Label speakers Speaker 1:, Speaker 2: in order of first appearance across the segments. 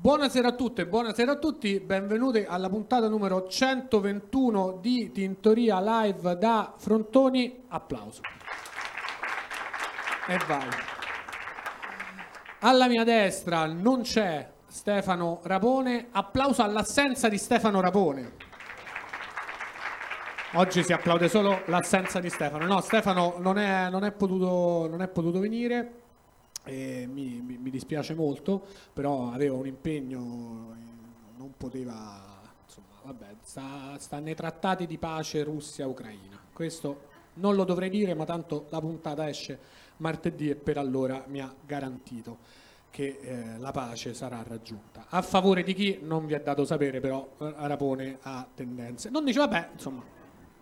Speaker 1: Buonasera a tutte, buonasera a tutti, benvenuti alla puntata numero 121 di Tintoria Live da Frontoni. Applauso. E vai. Alla mia destra non c'è Stefano Rapone, applauso all'assenza di Stefano Rapone. Oggi si applaude solo l'assenza di Stefano. No, Stefano non è, non è, potuto, non è potuto venire. E mi, mi- mi dispiace molto, però aveva un impegno, eh, non poteva, insomma, vabbè, sta, sta nei trattati di pace Russia-Ucraina. Questo non lo dovrei dire, ma tanto la puntata esce martedì e per allora mi ha garantito che eh, la pace sarà raggiunta. A favore di chi non vi è dato sapere, però eh, Rapone ha tendenze. Non dice, vabbè, insomma,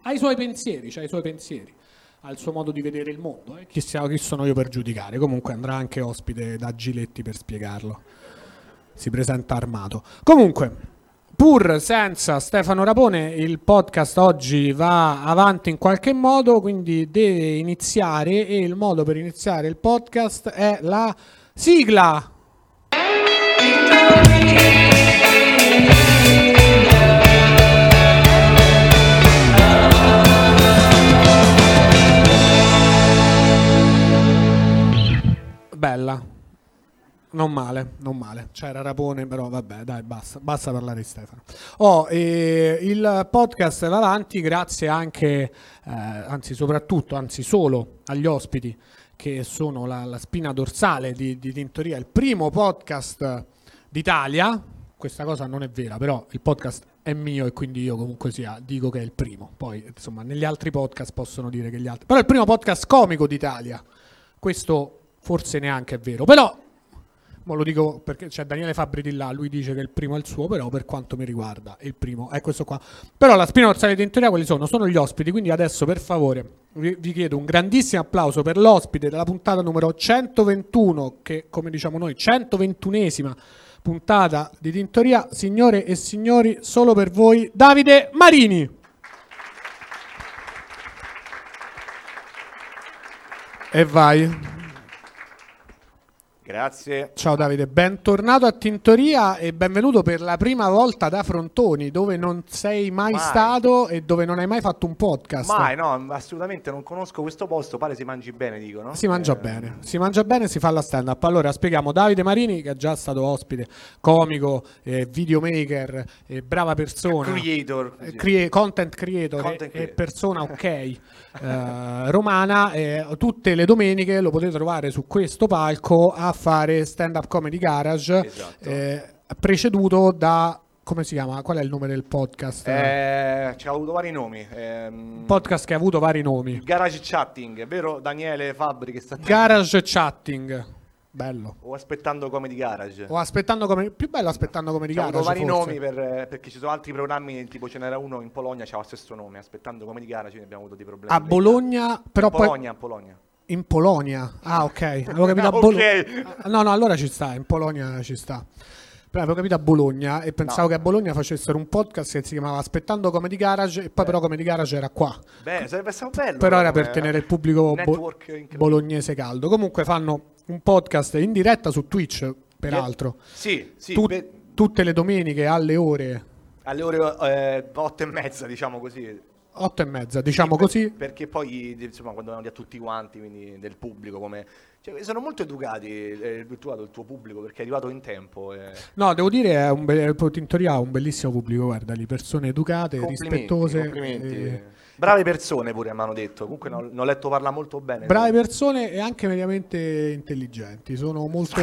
Speaker 1: ha i suoi pensieri, c'ha i suoi pensieri al suo modo di vedere il mondo. eh. Chi, sia- chi sono io per giudicare? Comunque andrà anche ospite da Giletti per spiegarlo. Si presenta armato. Comunque, pur senza Stefano Rapone, il podcast oggi va avanti in qualche modo, quindi deve iniziare e il modo per iniziare il podcast è la sigla. Bella. Non male, non male. C'era Rapone, però vabbè, dai, basta, basta parlare di Stefano. Oh, e il podcast va avanti grazie anche, eh, anzi soprattutto, anzi solo agli ospiti che sono la, la spina dorsale di, di Tintoria, il primo podcast d'Italia. Questa cosa non è vera, però il podcast è mio e quindi io comunque sia dico che è il primo. Poi, insomma, negli altri podcast possono dire che gli altri... Però è il primo podcast comico d'Italia. Questo forse neanche è vero, però mo lo dico perché c'è Daniele Fabri di là, lui dice che il primo è il suo, però per quanto mi riguarda il primo è questo qua. Però la spina dorsale di Tintoria quali sono? Sono gli ospiti, quindi adesso per favore vi, vi chiedo un grandissimo applauso per l'ospite della puntata numero 121, che come diciamo noi 121esima puntata di Tintoria, signore e signori, solo per voi Davide Marini. E vai.
Speaker 2: Grazie.
Speaker 1: Ciao Davide, bentornato a Tintoria e benvenuto per la prima volta da Frontoni, dove non sei mai,
Speaker 2: Mai.
Speaker 1: stato e dove non hai mai fatto un podcast.
Speaker 2: Mai, no, assolutamente non conosco questo posto, pare si mangi bene, dicono.
Speaker 1: Si mangia
Speaker 2: Eh,
Speaker 1: bene, si mangia bene e si fa la stand up. Allora spieghiamo Davide Marini, che è già stato ospite, comico, eh, videomaker, eh, brava persona.
Speaker 2: Creator.
Speaker 1: eh, crea- content creator
Speaker 2: Content
Speaker 1: e- e
Speaker 2: creator.
Speaker 1: persona ok eh, romana eh, tutte le domeniche lo potete trovare su questo palco a fare stand up comedy garage
Speaker 2: Esatto.
Speaker 1: eh, preceduto da come si chiama? Qual è il nome del podcast?
Speaker 2: Eh, ci ha avuto vari nomi. ehm,
Speaker 1: podcast che ha avuto vari nomi.
Speaker 2: Garage Chatting, è vero Daniele Fabri che sta
Speaker 1: Garage Chatting. Bello.
Speaker 2: o aspettando Comedy Garage.
Speaker 1: O aspettando come più bello aspettando come di
Speaker 2: Ci ha avuto
Speaker 1: garage.
Speaker 2: Diciamo, vari
Speaker 1: forse.
Speaker 2: nomi per- perché ci sono altri programmi, tipo ce n'era uno in Polonia, c'aveva lo stesso nome, aspettando Comedy Garage ne abbiamo avuto dei problemi.
Speaker 1: a Bologna, però poi
Speaker 2: Polonia, Polonia.
Speaker 1: in Polonia. Ah, ok. Avevo capito a
Speaker 2: Ok.
Speaker 1: Bologna. No, no, allora ci sta, in Polonia ci sta. Però avevo capito a Bologna e pensavo
Speaker 2: No.
Speaker 1: che a Bologna facessero un podcast che si chiamava Aspettando Comedy Garage e poi però Comedy Garage era qua.
Speaker 2: Beh, sarebbe stato bello.
Speaker 1: Però era
Speaker 2: Eh. come-
Speaker 1: per tenere il pubblico bo-
Speaker 2: Network incredibile.
Speaker 1: bolognese caldo. Comunque fanno un podcast in diretta su Twitch, peraltro.
Speaker 2: Sì, sì,
Speaker 1: Tut-
Speaker 2: beh,
Speaker 1: tutte le domeniche alle ore
Speaker 2: alle ore eh, otto e mezza, diciamo così.
Speaker 1: 8 e mezza, diciamo
Speaker 2: Sì, per-
Speaker 1: così.
Speaker 2: Perché poi, insomma, quando vanno a tutti quanti, quindi del pubblico, come... cioè, sono molto educati, eh, educato il tuo pubblico, perché è arrivato in tempo. eh.
Speaker 1: No, devo dire, è un be- Tintoria ha un bellissimo pubblico, guarda, lì persone educate,
Speaker 2: Complimenti,
Speaker 1: rispettose.
Speaker 2: complimenti.
Speaker 1: eh,
Speaker 2: Brave persone pure, mi hanno detto. Comunque, no- ne ho letto parlare molto bene.
Speaker 1: brave persone e anche mediamente intelligenti, sono molto...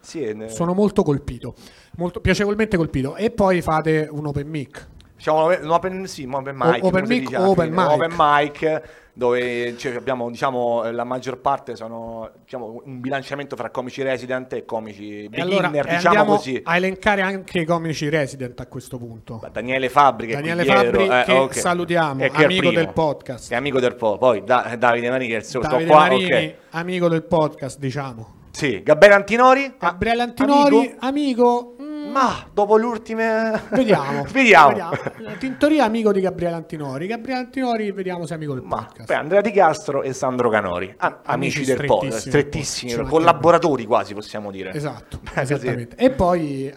Speaker 2: Sì, eh,
Speaker 1: Sono molto colpito, molto piacevolmente colpito. E poi fate un open mic.
Speaker 2: diciamo, un open, sì, un open mic,
Speaker 1: O- open
Speaker 2: come si
Speaker 1: mic,
Speaker 2: dice alla
Speaker 1: open
Speaker 2: fine, un
Speaker 1: mic.
Speaker 2: open mic, dove cioè, abbiamo diciamo, la maggior parte sono diciamo, un bilanciamento fra comici resident e comici
Speaker 1: E
Speaker 2: beginner,
Speaker 1: allora e
Speaker 2: diciamo
Speaker 1: andiamo
Speaker 2: così.
Speaker 1: a elencare anche i comici resident a questo punto.
Speaker 2: Ma Daniele Fabri che è qui
Speaker 1: Daniele
Speaker 2: dietro,
Speaker 1: Fabbri,
Speaker 2: eh,
Speaker 1: che
Speaker 2: ok.
Speaker 1: salutiamo,
Speaker 2: E che è il
Speaker 1: amico
Speaker 2: primo.
Speaker 1: del podcast.
Speaker 2: È amico del po', poi Da- Davide Marini che è il suo sto
Speaker 1: Davide
Speaker 2: qua,
Speaker 1: Marini,
Speaker 2: ok.
Speaker 1: amico del podcast, diciamo.
Speaker 2: Sì, Gabriele Antinori.
Speaker 1: Gabriele
Speaker 2: Ah,
Speaker 1: Antinori,
Speaker 2: amico?
Speaker 1: amico, mm,
Speaker 2: Ma dopo l'ultime...
Speaker 1: Vediamo.
Speaker 2: Vediamo.
Speaker 1: Tintoria è amico di Gabriele Antinori. Gabriele Antinori, vediamo se è amico del
Speaker 2: Ma
Speaker 1: podcast.
Speaker 2: poi Andrea Di Castro e Sandro Canori, ah, amici,
Speaker 1: Amici
Speaker 2: del podcast,
Speaker 1: strettissimi.
Speaker 2: strettissimi,
Speaker 1: Ci mancherebbe.
Speaker 2: collaboratori quasi possiamo dire.
Speaker 1: Esatto,
Speaker 2: Beh,
Speaker 1: esattamente. E poi eh,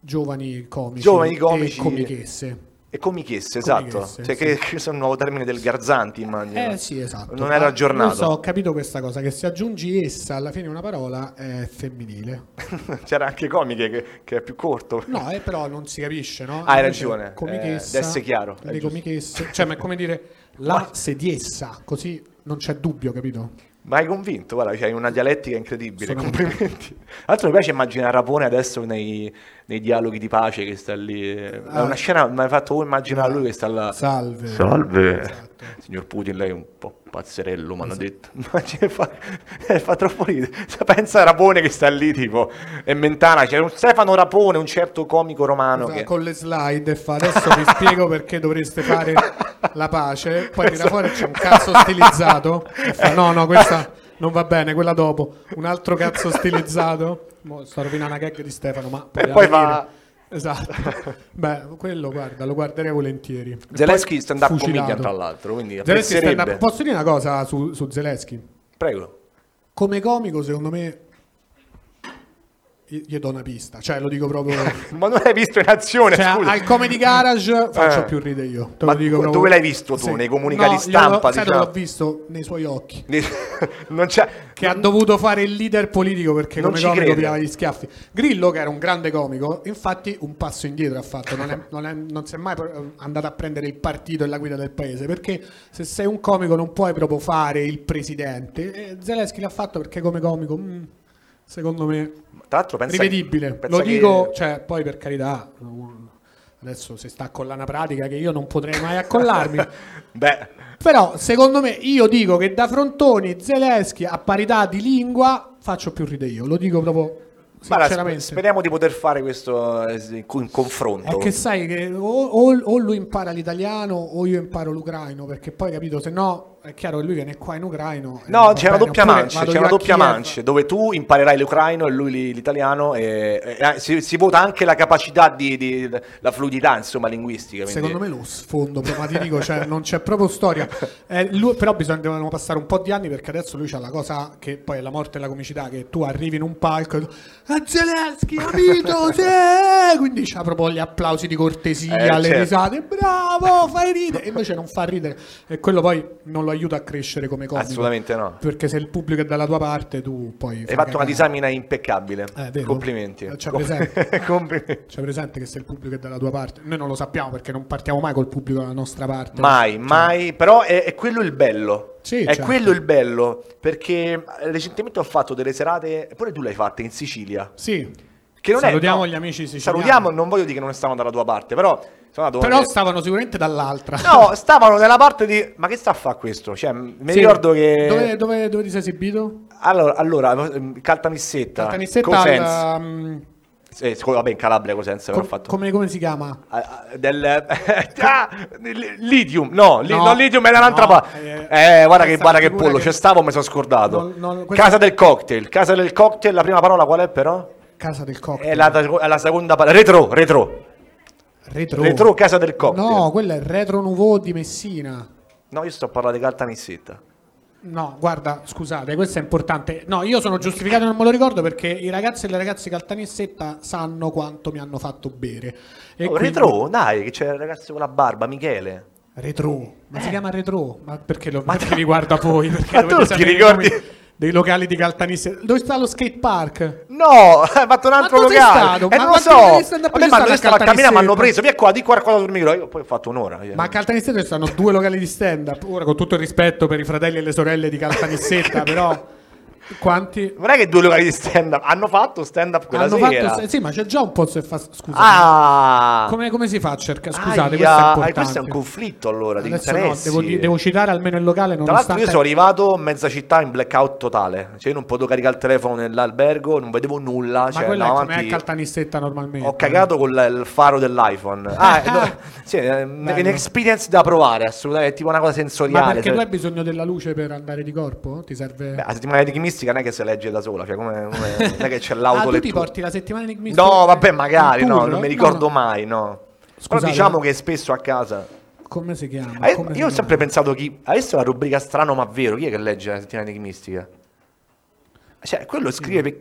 Speaker 1: giovani comici.
Speaker 2: Giovani comici.
Speaker 1: E comichesse.
Speaker 2: E comichesse, esatto.
Speaker 1: Comichesse,
Speaker 2: cioè,
Speaker 1: sì.
Speaker 2: che, che sono un nuovo termine del Garzanti, immagino.
Speaker 1: Eh sì, esatto.
Speaker 2: Non era
Speaker 1: Ah,
Speaker 2: aggiornato.
Speaker 1: Non so, ho capito questa cosa, che se aggiungi essa alla fine una parola è femminile.
Speaker 2: C'era anche comiche che, che è più corto.
Speaker 1: No, eh, però non si capisce, no?
Speaker 2: Ah, Hai
Speaker 1: Invece
Speaker 2: ragione,
Speaker 1: Comichessa.
Speaker 2: eh, adesso è chiaro, è
Speaker 1: Le
Speaker 2: giusto.
Speaker 1: comichesse. Cioè, ma è come dire la sediessa, così non c'è dubbio, capito?
Speaker 2: Ma hai convinto, guarda, c'hai una dialettica incredibile,
Speaker 1: Sono-
Speaker 2: complimenti. Tra l'altro mi piace immaginare Rapone adesso nei, nei dialoghi di pace che sta lì. È
Speaker 1: Ah.
Speaker 2: una scena, mi hai fatto voi immaginare lui che sta là.
Speaker 1: Salve.
Speaker 2: Salve.
Speaker 1: Esatto.
Speaker 2: Signor Putin, lei è un po' pazzerello, mi hanno detto. Ma ce fa, eh, fa troppo ridere. Se Pensa a Rapone che sta lì, tipo, e Mentana. C'è un Stefano Rapone, un certo comico romano.
Speaker 1: Esatto,
Speaker 2: Che...
Speaker 1: Con le slide e fa adesso vi spiego perché dovreste fare la pace. Poi tira fuori c'è un cazzo stilizzato. E fa, no, no, questa non va bene, quella dopo. Un altro cazzo stilizzato. Mo sto rovinando una gag di Stefano, ma
Speaker 2: E
Speaker 1: poteva
Speaker 2: poi
Speaker 1: venire.
Speaker 2: fa-
Speaker 1: Esatto. Beh, quello guarda, lo guarderei volentieri. E
Speaker 2: Zelensky
Speaker 1: poi
Speaker 2: stand up
Speaker 1: fucilato.
Speaker 2: comedian, tra l'altro. Quindi
Speaker 1: Zelensky stand-up-
Speaker 2: apprezzerebbe.
Speaker 1: Posso dire una cosa su, su Zelensky?
Speaker 2: Prego.
Speaker 1: Come comico, secondo me, gli gli do una pista. Cioè, lo dico proprio...
Speaker 2: Ma non l'hai visto in azione,
Speaker 1: Cioè,
Speaker 2: scusa.
Speaker 1: al Comedy Garage faccio
Speaker 2: Eh.
Speaker 1: più ride io. te
Speaker 2: Ma
Speaker 1: lo dico
Speaker 2: dove
Speaker 1: proprio.
Speaker 2: l'hai visto tu? Nei comunicati
Speaker 1: glielo-
Speaker 2: stampa,
Speaker 1: sai
Speaker 2: diciamo?
Speaker 1: dove l'ho visto nei suoi occhi.
Speaker 2: non c'è...
Speaker 1: Che ha dovuto fare il leader politico perché
Speaker 2: Non
Speaker 1: come
Speaker 2: ci
Speaker 1: comico
Speaker 2: credo.
Speaker 1: pigliava gli schiaffi. Grillo, che era un grande comico, infatti un passo indietro ha fatto. Non, è- non è- non si è mai pro- andato a prendere il partito e la guida del paese. Perché se sei un comico non puoi proprio fare il presidente. E Zelensky l'ha fatto perché come comico, mm, secondo me,
Speaker 2: Tra l'altro pensa
Speaker 1: rivedibile.
Speaker 2: pensa
Speaker 1: Lo
Speaker 2: che-
Speaker 1: dico, cioè, poi per carità, adesso si sta accollando una pratica che io non potrei mai accollarmi.
Speaker 2: Beh,
Speaker 1: però, secondo me, io dico che da Frontoni, Zelensky, a parità di lingua, faccio più ride io. Lo dico proprio
Speaker 2: guarda,
Speaker 1: sinceramente.
Speaker 2: sper- speriamo di poter fare questo eh, sì, co- in confronto.
Speaker 1: è che sai che o, o- o lui impara l'italiano o io imparo l'ucraino, perché poi capito, se no è chiaro che lui viene qua in ucraino. e
Speaker 2: No,
Speaker 1: va
Speaker 2: c'è una
Speaker 1: bene,
Speaker 2: doppia
Speaker 1: oppure
Speaker 2: mancia,
Speaker 1: vado
Speaker 2: c'è
Speaker 1: io
Speaker 2: una
Speaker 1: a
Speaker 2: doppia
Speaker 1: Kiev.
Speaker 2: mancia dove tu imparerai l'ucraino e lui li- l'italiano e, e- eh, si, si vota anche la capacità di, di- la fluidità insomma linguistica. quindi-
Speaker 1: Secondo me lo sfondo, ma ti dico, cioè, non c'è proprio storia. Eh, lui- però bisogna devono passare un po' di anni perché adesso lui c'ha la cosa che poi è la morte e la comicità, che tu arrivi in un palco e tu, "Ah, Zelensky, ha vinto, sì!" Quindi c'ha proprio gli applausi di cortesia,
Speaker 2: Eh,
Speaker 1: le
Speaker 2: certo.
Speaker 1: risate, bravo, fai ridere, e invece non fa ridere. E quello poi non lo aiuta a crescere come comico.
Speaker 2: Assolutamente no.
Speaker 1: Perché se il pubblico è dalla tua parte, tu poi...
Speaker 2: Hai
Speaker 1: fai
Speaker 2: fatto una
Speaker 1: cagare.
Speaker 2: disamina impeccabile.
Speaker 1: Eh, vero?
Speaker 2: Complimenti.
Speaker 1: Eh, c'è
Speaker 2: Com-
Speaker 1: presente.
Speaker 2: Complimenti.
Speaker 1: C'è presente che se il pubblico è dalla tua parte, noi non lo sappiamo perché non partiamo mai col pubblico dalla nostra parte.
Speaker 2: Mai,
Speaker 1: Cioè,
Speaker 2: mai, però è, è quello il bello.
Speaker 1: Sì,
Speaker 2: è
Speaker 1: certo.
Speaker 2: quello il bello, perché eh, recentemente ho fatto delle serate, pure tu l'hai fatta in Sicilia.
Speaker 1: Sì.
Speaker 2: Che non è-
Speaker 1: Salutiamo
Speaker 2: no,
Speaker 1: gli amici siciliani.
Speaker 2: Salutiamo, non voglio dire che non stavano dalla tua parte, però sono andato-
Speaker 1: Però stavano sicuramente dall'altra.
Speaker 2: No, stavano nella parte di... Ma che sta a fare questo? Cioè, m- mi
Speaker 1: Sì.
Speaker 2: ricordo che...
Speaker 1: Dove, dove- dove ti sei esibito?
Speaker 2: Allora, allora, ehm, Caltanissetta.
Speaker 1: Caltanissetta
Speaker 2: Cosenza.
Speaker 1: al, um,
Speaker 2: Eh, scu- vabbè, in Calabria Cosenza
Speaker 1: com-
Speaker 2: però ho fatto.
Speaker 1: come, come si chiama?
Speaker 2: Ah, ah, del ah, li- litium no, li-
Speaker 1: No,
Speaker 2: non litium è dall'altra
Speaker 1: no,
Speaker 2: parte
Speaker 1: eh,
Speaker 2: eh, guarda che,
Speaker 1: questa
Speaker 2: guarda che
Speaker 1: figura
Speaker 2: pollo
Speaker 1: che-
Speaker 2: c'è stavo mi sono scordato
Speaker 1: Non- non- questa-
Speaker 2: casa del cocktail casa del cocktail la prima parola qual è però?
Speaker 1: Casa del cocktail.
Speaker 2: è la, è la seconda parola retro retro
Speaker 1: retro.
Speaker 2: retro casa del cocktail
Speaker 1: No,
Speaker 2: no,
Speaker 1: quella è Retro Nouveau di Messina.
Speaker 2: io sto parlando di Caltanissetta
Speaker 1: No, guarda, scusate, questo è importante. No, io sono giustificato, non me lo ricordo perché i ragazzi e le ragazze Caltanissetta sanno quanto mi hanno fatto bere. E
Speaker 2: Oh,
Speaker 1: quindi-
Speaker 2: retro dai che c'è il ragazzo con la barba Michele
Speaker 1: Retro, ma si chiama retro? Ma perché lo
Speaker 2: Ma
Speaker 1: perché
Speaker 2: tu-
Speaker 1: riguarda voi? Perché
Speaker 2: Ma tu
Speaker 1: dovete
Speaker 2: non ti
Speaker 1: sapere i
Speaker 2: ricordi?
Speaker 1: nomi dei locali di Caltanissetta? Dove sta lo skate park?
Speaker 2: No, hai fatto un altro
Speaker 1: dove sei
Speaker 2: locale.
Speaker 1: stato? Ma
Speaker 2: Eh, non lo
Speaker 1: quanti
Speaker 2: so.
Speaker 1: anni stand up
Speaker 2: Vabbè,
Speaker 1: ci
Speaker 2: ma
Speaker 1: stanno
Speaker 2: noi
Speaker 1: a
Speaker 2: stavo a camminare, mi hanno
Speaker 1: Caltanissetta?
Speaker 2: preso. Via qua, di qua, di qua sul micro. Io poi ho fatto un'ora. eh.
Speaker 1: Ma a Caltanissetta ci stanno due locali di stand up. Ora, con tutto il rispetto per i fratelli e le sorelle di Caltanissetta, però quanti
Speaker 2: Non è che due locali di stand up hanno fatto stand up quella
Speaker 1: hanno
Speaker 2: sera.
Speaker 1: fatto? Sì, ma c'è già un pozzo che fa. Scusa,
Speaker 2: Ah,
Speaker 1: come, come si fa a cercare? Scusate,
Speaker 2: Aia,
Speaker 1: questo è
Speaker 2: eh,
Speaker 1: importante.
Speaker 2: questo è un conflitto allora di
Speaker 1: Adesso no,
Speaker 2: interessi.
Speaker 1: devo, di- devo citare almeno il locale.
Speaker 2: Tra l'altro,
Speaker 1: Nonostante...
Speaker 2: io sono arrivato mezza città in blackout totale. Cioè, io non potevo caricare il telefono nell'albergo, non vedevo nulla.
Speaker 1: ma
Speaker 2: cioè,
Speaker 1: quella è
Speaker 2: andavo
Speaker 1: come è
Speaker 2: avanti.
Speaker 1: Caltanissetta normalmente.
Speaker 2: Ho cagato con il faro dell'iPhone. Ah, eh, no, sì, è un-
Speaker 1: Bello.
Speaker 2: un experience da provare, assolutamente. È tipo una cosa
Speaker 1: Ma
Speaker 2: sensoriale.
Speaker 1: perché
Speaker 2: cioè-
Speaker 1: tu hai bisogno della luce per andare di corpo? Ti serve.
Speaker 2: Beh, la settimana di enigmistica non è che si legge da sola, cioè come, come- non è che c'è l'autolettura.
Speaker 1: Ah, tu ti porti la settimana enigmistica?
Speaker 2: No, vabbè, magari,
Speaker 1: in
Speaker 2: no,
Speaker 1: tour?
Speaker 2: non mi
Speaker 1: No,
Speaker 2: ricordo
Speaker 1: no.
Speaker 2: mai, no. Però
Speaker 1: Scusate,
Speaker 2: diciamo
Speaker 1: eh.
Speaker 2: che spesso a casa...
Speaker 1: Come si chiama?
Speaker 2: Ah, io-
Speaker 1: Come si
Speaker 2: io ho
Speaker 1: chiama?
Speaker 2: sempre pensato chi... Adesso è una rubrica strano ma vero, chi è che legge la settimana enigmistica? Cioè, quello scrive per,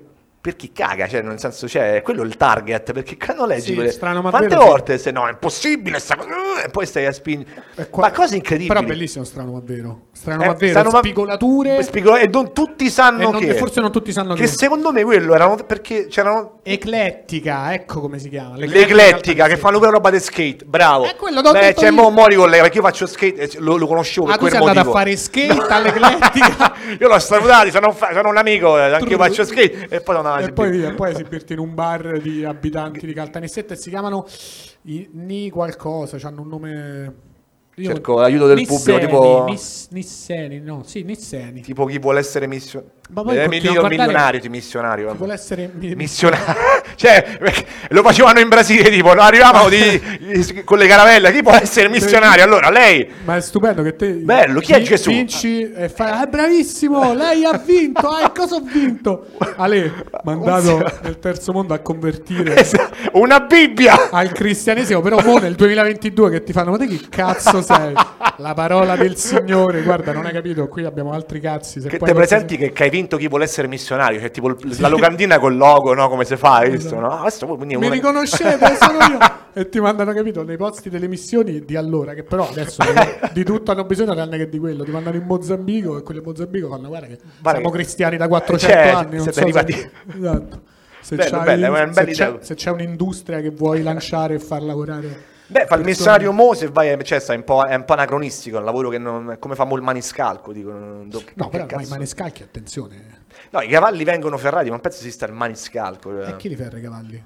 Speaker 2: per chi caga, cioè, nel senso, cioè, quello è il target, perché quando leggi
Speaker 1: Sì,
Speaker 2: quelle-
Speaker 1: strano ma
Speaker 2: Quante
Speaker 1: vero, sì.
Speaker 2: volte se no è impossibile, sta cosa- uh, e poi stai a spingere...
Speaker 1: È Eh, qua-
Speaker 2: Ma cose incredibili.
Speaker 1: Però bellissimo strano ma vero. Strano
Speaker 2: Eh,
Speaker 1: ma vero,
Speaker 2: stanno ma-
Speaker 1: spigolature.
Speaker 2: spigola- e non tutti sanno
Speaker 1: E non-
Speaker 2: che...
Speaker 1: e forse non tutti sanno
Speaker 2: che...
Speaker 1: che-
Speaker 2: secondo me quello erano... perché c'erano...
Speaker 1: Eclettica, ecco come si chiama.
Speaker 2: L'eclettica che fanno pure roba di skate, bravo.
Speaker 1: Eh, quello t'ho
Speaker 2: Beh,
Speaker 1: detto
Speaker 2: c'è
Speaker 1: io.
Speaker 2: Mo Mori collega perché io faccio skate, eh, lo, lo conoscevo
Speaker 1: Ah,
Speaker 2: per
Speaker 1: tu
Speaker 2: quel
Speaker 1: sei
Speaker 2: motivo.
Speaker 1: andato a fare skate all'eclettica.
Speaker 2: Io l'ho salutato, sono, un fa- sono un amico, eh, anche io faccio skate e poi sono andato a
Speaker 1: E poi,
Speaker 2: esibire.
Speaker 1: via, poi esibirti in un bar di abitanti di Caltanissetta e si chiamano i Ni qualcosa, hanno un nome... Io-
Speaker 2: Cerco l'aiuto del
Speaker 1: Nisseni,
Speaker 2: pubblico, tipo-
Speaker 1: Nis- Nisseni, no, sì, Nisseni. Chi
Speaker 2: Tipo chi vuole essere missionario.
Speaker 1: Ma poi
Speaker 2: Eh,
Speaker 1: continuo a
Speaker 2: milio-
Speaker 1: guardare-
Speaker 2: milionario, sì, missionario. vabbè.
Speaker 1: vuole essere... mi-
Speaker 2: Missionario. cioè, lo facevano in Brasile, tipo, no, arrivavano di- con le caravelle, chi può essere missionario? Allora, lei...
Speaker 1: Ma è stupendo che te...
Speaker 2: Bello, chi è Gesù?
Speaker 1: Vinci e fai... Ah, bravissimo, lei ha vinto, ah, e cosa ho vinto? Ale, mandato
Speaker 2: Un-
Speaker 1: nel terzo mondo a convertire...
Speaker 2: Esatto. Una Bibbia!
Speaker 1: al cristianesimo, però mo nel 2022 che ti fanno, ma te chi cazzo sei? La parola del Signore, guarda, non hai capito, qui abbiamo altri cazzi. Se
Speaker 2: Che
Speaker 1: poi
Speaker 2: te presenti
Speaker 1: qualsiasi-
Speaker 2: che, che hai vinto chi vuole essere missionario, cioè tipo il- la locandina col logo, no? Come si fa, hai visto? No? Questo, quindi è
Speaker 1: Esatto. Mi
Speaker 2: uno-
Speaker 1: riconoscete, sono io. E ti mandano, capito, nei posti delle missioni di allora, che però adesso di tutto hanno bisogno tranne che di quello. Ti mandano in Mozambico e quelli in Mozambico fanno, guarda che
Speaker 2: Guarda
Speaker 1: siamo
Speaker 2: che-
Speaker 1: cristiani da 400
Speaker 2: Cioè,
Speaker 1: anni. Non
Speaker 2: siete
Speaker 1: so
Speaker 2: arrivati-
Speaker 1: Se... Esatto. Se,
Speaker 2: Bello,
Speaker 1: c'hai-
Speaker 2: bello, è una
Speaker 1: se
Speaker 2: bella idea.
Speaker 1: c'è, se c'è un'industria che vuoi lanciare e far lavorare...
Speaker 2: Beh, fa il
Speaker 1: persone-
Speaker 2: missionario Mo, se vai, cioè, sai, è, un po', è un po' anacronistico, è un lavoro che non... è come fa Mo il maniscalco, dico, non- do-
Speaker 1: No, però
Speaker 2: che
Speaker 1: ormai
Speaker 2: cazzo.
Speaker 1: i manescalchi, attenzione. eh.
Speaker 2: No, i cavalli vengono ferrati, ma non penso esista il maniscalco. cioè.
Speaker 1: E chi li ferra i cavalli?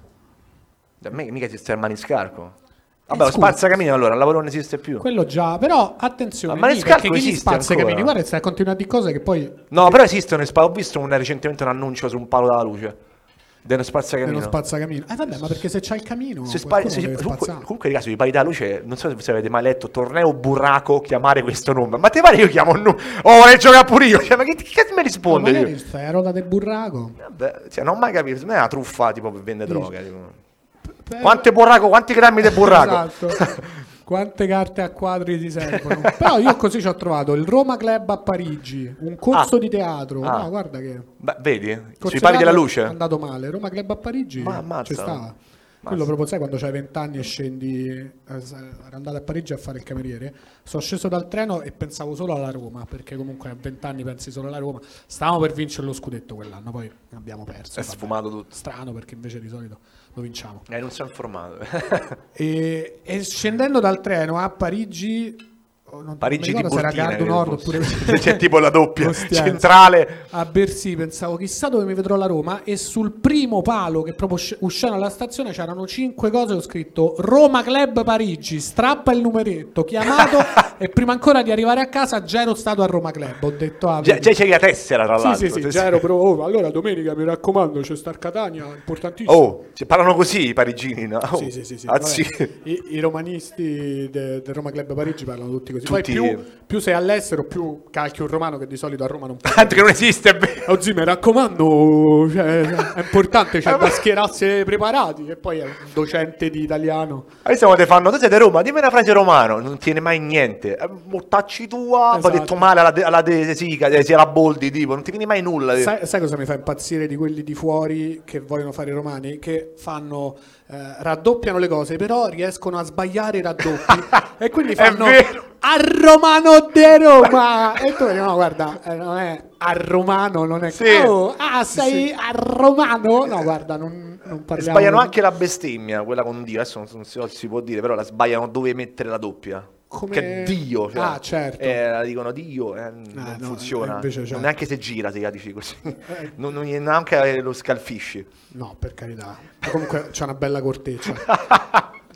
Speaker 2: Da me mica esiste il maniscalco. Vabbè,
Speaker 1: Eh,
Speaker 2: lo
Speaker 1: scusa.
Speaker 2: spazzacamino allora, il lavoro non esiste più.
Speaker 1: Quello già, però attenzione,
Speaker 2: Ma il
Speaker 1: lì,
Speaker 2: maniscalco
Speaker 1: perché chi li
Speaker 2: esiste
Speaker 1: spazza i
Speaker 2: ancora?
Speaker 1: capelli? Guarda, stai continuando di cose che poi
Speaker 2: No, però esistono, spa- ho visto un- recentemente un annuncio su un palo dalla luce. Dello spazzacamino.
Speaker 1: nello spazzacamino. Eh vabbè, ma perché se c'è il camino,
Speaker 2: Se
Speaker 1: qualcuno
Speaker 2: spari- se-
Speaker 1: deve
Speaker 2: comunque,
Speaker 1: spazzare.
Speaker 2: comunque, ragazzi, di parità luce, non so se avete mai letto Torneo Burraco chiamare questo nome. Ma te pare che io chiamo un numero? Oh, vorrei giocare pure io. Cioè, ma che, che cazzo mi
Speaker 1: Ma
Speaker 2: risponde?
Speaker 1: magari
Speaker 2: io?
Speaker 1: stai a roda del burraco.
Speaker 2: Vabbè, cioè, non ho mai capito. Non è una truffa tipo per vendere
Speaker 1: Dici.
Speaker 2: droga. tipo.
Speaker 1: Beh,
Speaker 2: Quante burraco, quanti grammi di burraco?
Speaker 1: Eh, Esatto. Quante carte a quadri ti servono? Però io così ci ho trovato il Roma Club a Parigi, un corso
Speaker 2: Ah.
Speaker 1: di teatro.
Speaker 2: Ah.
Speaker 1: No, guarda che
Speaker 2: Beh, vedi?
Speaker 1: corso
Speaker 2: Sui pali
Speaker 1: di teatro
Speaker 2: della
Speaker 1: È
Speaker 2: luce?
Speaker 1: andato male. Roma Club a Parigi
Speaker 2: Ma ammazza.
Speaker 1: ci stava. Quello proprio sai quando c'hai vent'anni e scendi, eh, sa- ero andato a Parigi a fare il cameriere, sono sceso dal treno e pensavo solo alla Roma, perché comunque a vent'anni pensi solo alla Roma, stavamo per vincere lo scudetto quell'anno, poi abbiamo perso.
Speaker 2: È
Speaker 1: vabbè.
Speaker 2: sfumato tutto.
Speaker 1: Strano perché invece di solito lo vinciamo.
Speaker 2: Eh, non sono informato.
Speaker 1: E, e scendendo dal treno a Parigi, oh, non-
Speaker 2: Parigi
Speaker 1: non
Speaker 2: di
Speaker 1: mi ricordo se
Speaker 2: Burtina.
Speaker 1: era Gardo
Speaker 2: credo
Speaker 1: Nord
Speaker 2: fosse. Cioè,
Speaker 1: oppure...
Speaker 2: C'è tipo la doppia
Speaker 1: Ostiense.
Speaker 2: centrale.
Speaker 1: a Bercy pensavo chissà dove mi vedrò la Roma e sul primo palo che proprio usci- usciamo dalla stazione c'erano cinque cose ho scritto Roma Club Parigi strappa il numeretto chiamato e prima ancora di arrivare a casa già ero stato a Roma Club ho detto ah,
Speaker 2: Già,
Speaker 1: vedi.
Speaker 2: già c'è la tessera, tra l'altro.
Speaker 1: sì sì sì
Speaker 2: Cioè,
Speaker 1: già ero pro- oh, allora domenica mi raccomando c'è Star Catania importantissimo
Speaker 2: Oh, cioè, parlano così i parigini, no? Oh,
Speaker 1: Sì, sì, sì, sì,
Speaker 2: anzi-
Speaker 1: vabbè. I, i romanisti de- del Roma Club Parigi parlano tutti così. Poi
Speaker 2: Tutti-
Speaker 1: più, più sei all'estero, più calchi un romano che di solito a Roma non parla.
Speaker 2: Tanto che non esiste, è vero.
Speaker 1: Oh zio, mi raccomando, cioè, è importante,
Speaker 2: Eh,
Speaker 1: cioè, da schierarsi preparati. E poi è un docente di italiano.
Speaker 2: Adesso stiamo te fanno, tu sei di Roma, dimmi una frase romano, non tiene mai niente. Eh, Mortacci tua,
Speaker 1: Esatto.
Speaker 2: poi detto male alla, de, alla de Sica, de- sia la Boldi, tipo, non ti viene mai nulla.
Speaker 1: Sai, sai cosa mi fa impazzire di quelli di fuori che vogliono fare i romani? Che fanno, eh, raddoppiano le cose, però riescono a sbagliare i raddoppi. e quindi
Speaker 2: È
Speaker 1: fanno
Speaker 2: vero.
Speaker 1: a romano de Roma. e tu dici, no, guarda, eh, non è a romano, non è...
Speaker 2: Sì.
Speaker 1: Oh, ah, sei a romano? No, guarda, non, non parliamo...
Speaker 2: sbagliano anche la bestemmia, quella con Dio, adesso non, so se si può dire, però la sbagliano dove mettere la doppia.
Speaker 1: Come-
Speaker 2: Che è Dio, cioè.
Speaker 1: Ah, certo.
Speaker 2: Eh, la dicono Dio, eh, non
Speaker 1: no, eh,
Speaker 2: funziona.
Speaker 1: invece, cioè- Eh.
Speaker 2: Neanche se gira, se la dici così. Non, non- neanche eh, lo scalfisci.
Speaker 1: No, per carità. Comunque c'è una bella corteccia.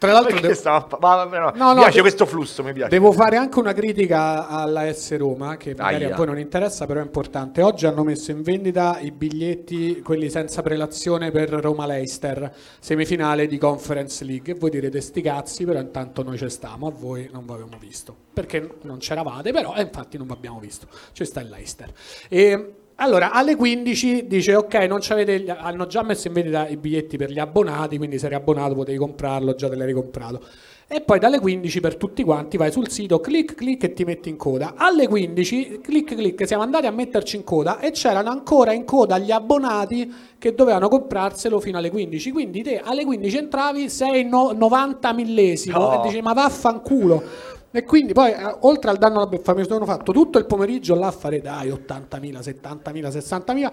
Speaker 1: Tra l'altro
Speaker 2: Perché
Speaker 1: devo-
Speaker 2: stavo- ma- ma- no,
Speaker 1: No, no,
Speaker 2: mi piace
Speaker 1: de-
Speaker 2: questo flusso, mi piace.
Speaker 1: Devo fare anche una critica alla S Roma, che magari
Speaker 2: Aia.
Speaker 1: a voi non interessa, però è importante. Oggi hanno messo in vendita i biglietti, quelli senza prelazione per Roma Leicester, semifinale di Conference League. E voi direte sti cazzi, però intanto noi ci stiamo, a voi non vi avevamo eh, visto. Perché non c'eravate, però e infatti non vi abbiamo visto. Ci sta il Leicester. E Allora, alle 15 dice ok, non c'avete gli- hanno già messo in vendita i biglietti per gli abbonati, quindi se eri abbonato potevi comprarlo, già te l'hai comprato. E poi dalle 15 per tutti quanti vai sul sito, clic clic e ti metti in coda. Alle 15 clic clic siamo andati a metterci in coda e c'erano ancora in coda gli abbonati che dovevano comprarselo fino alle 15. Quindi te alle 15 entravi, sei no- 90 millesimo
Speaker 2: No.
Speaker 1: e dici ma vaffanculo. E quindi poi, eh, oltre al danno alla beffa, mi sono fatto tutto il pomeriggio là a fare dai 80.000, 70.000, 60.000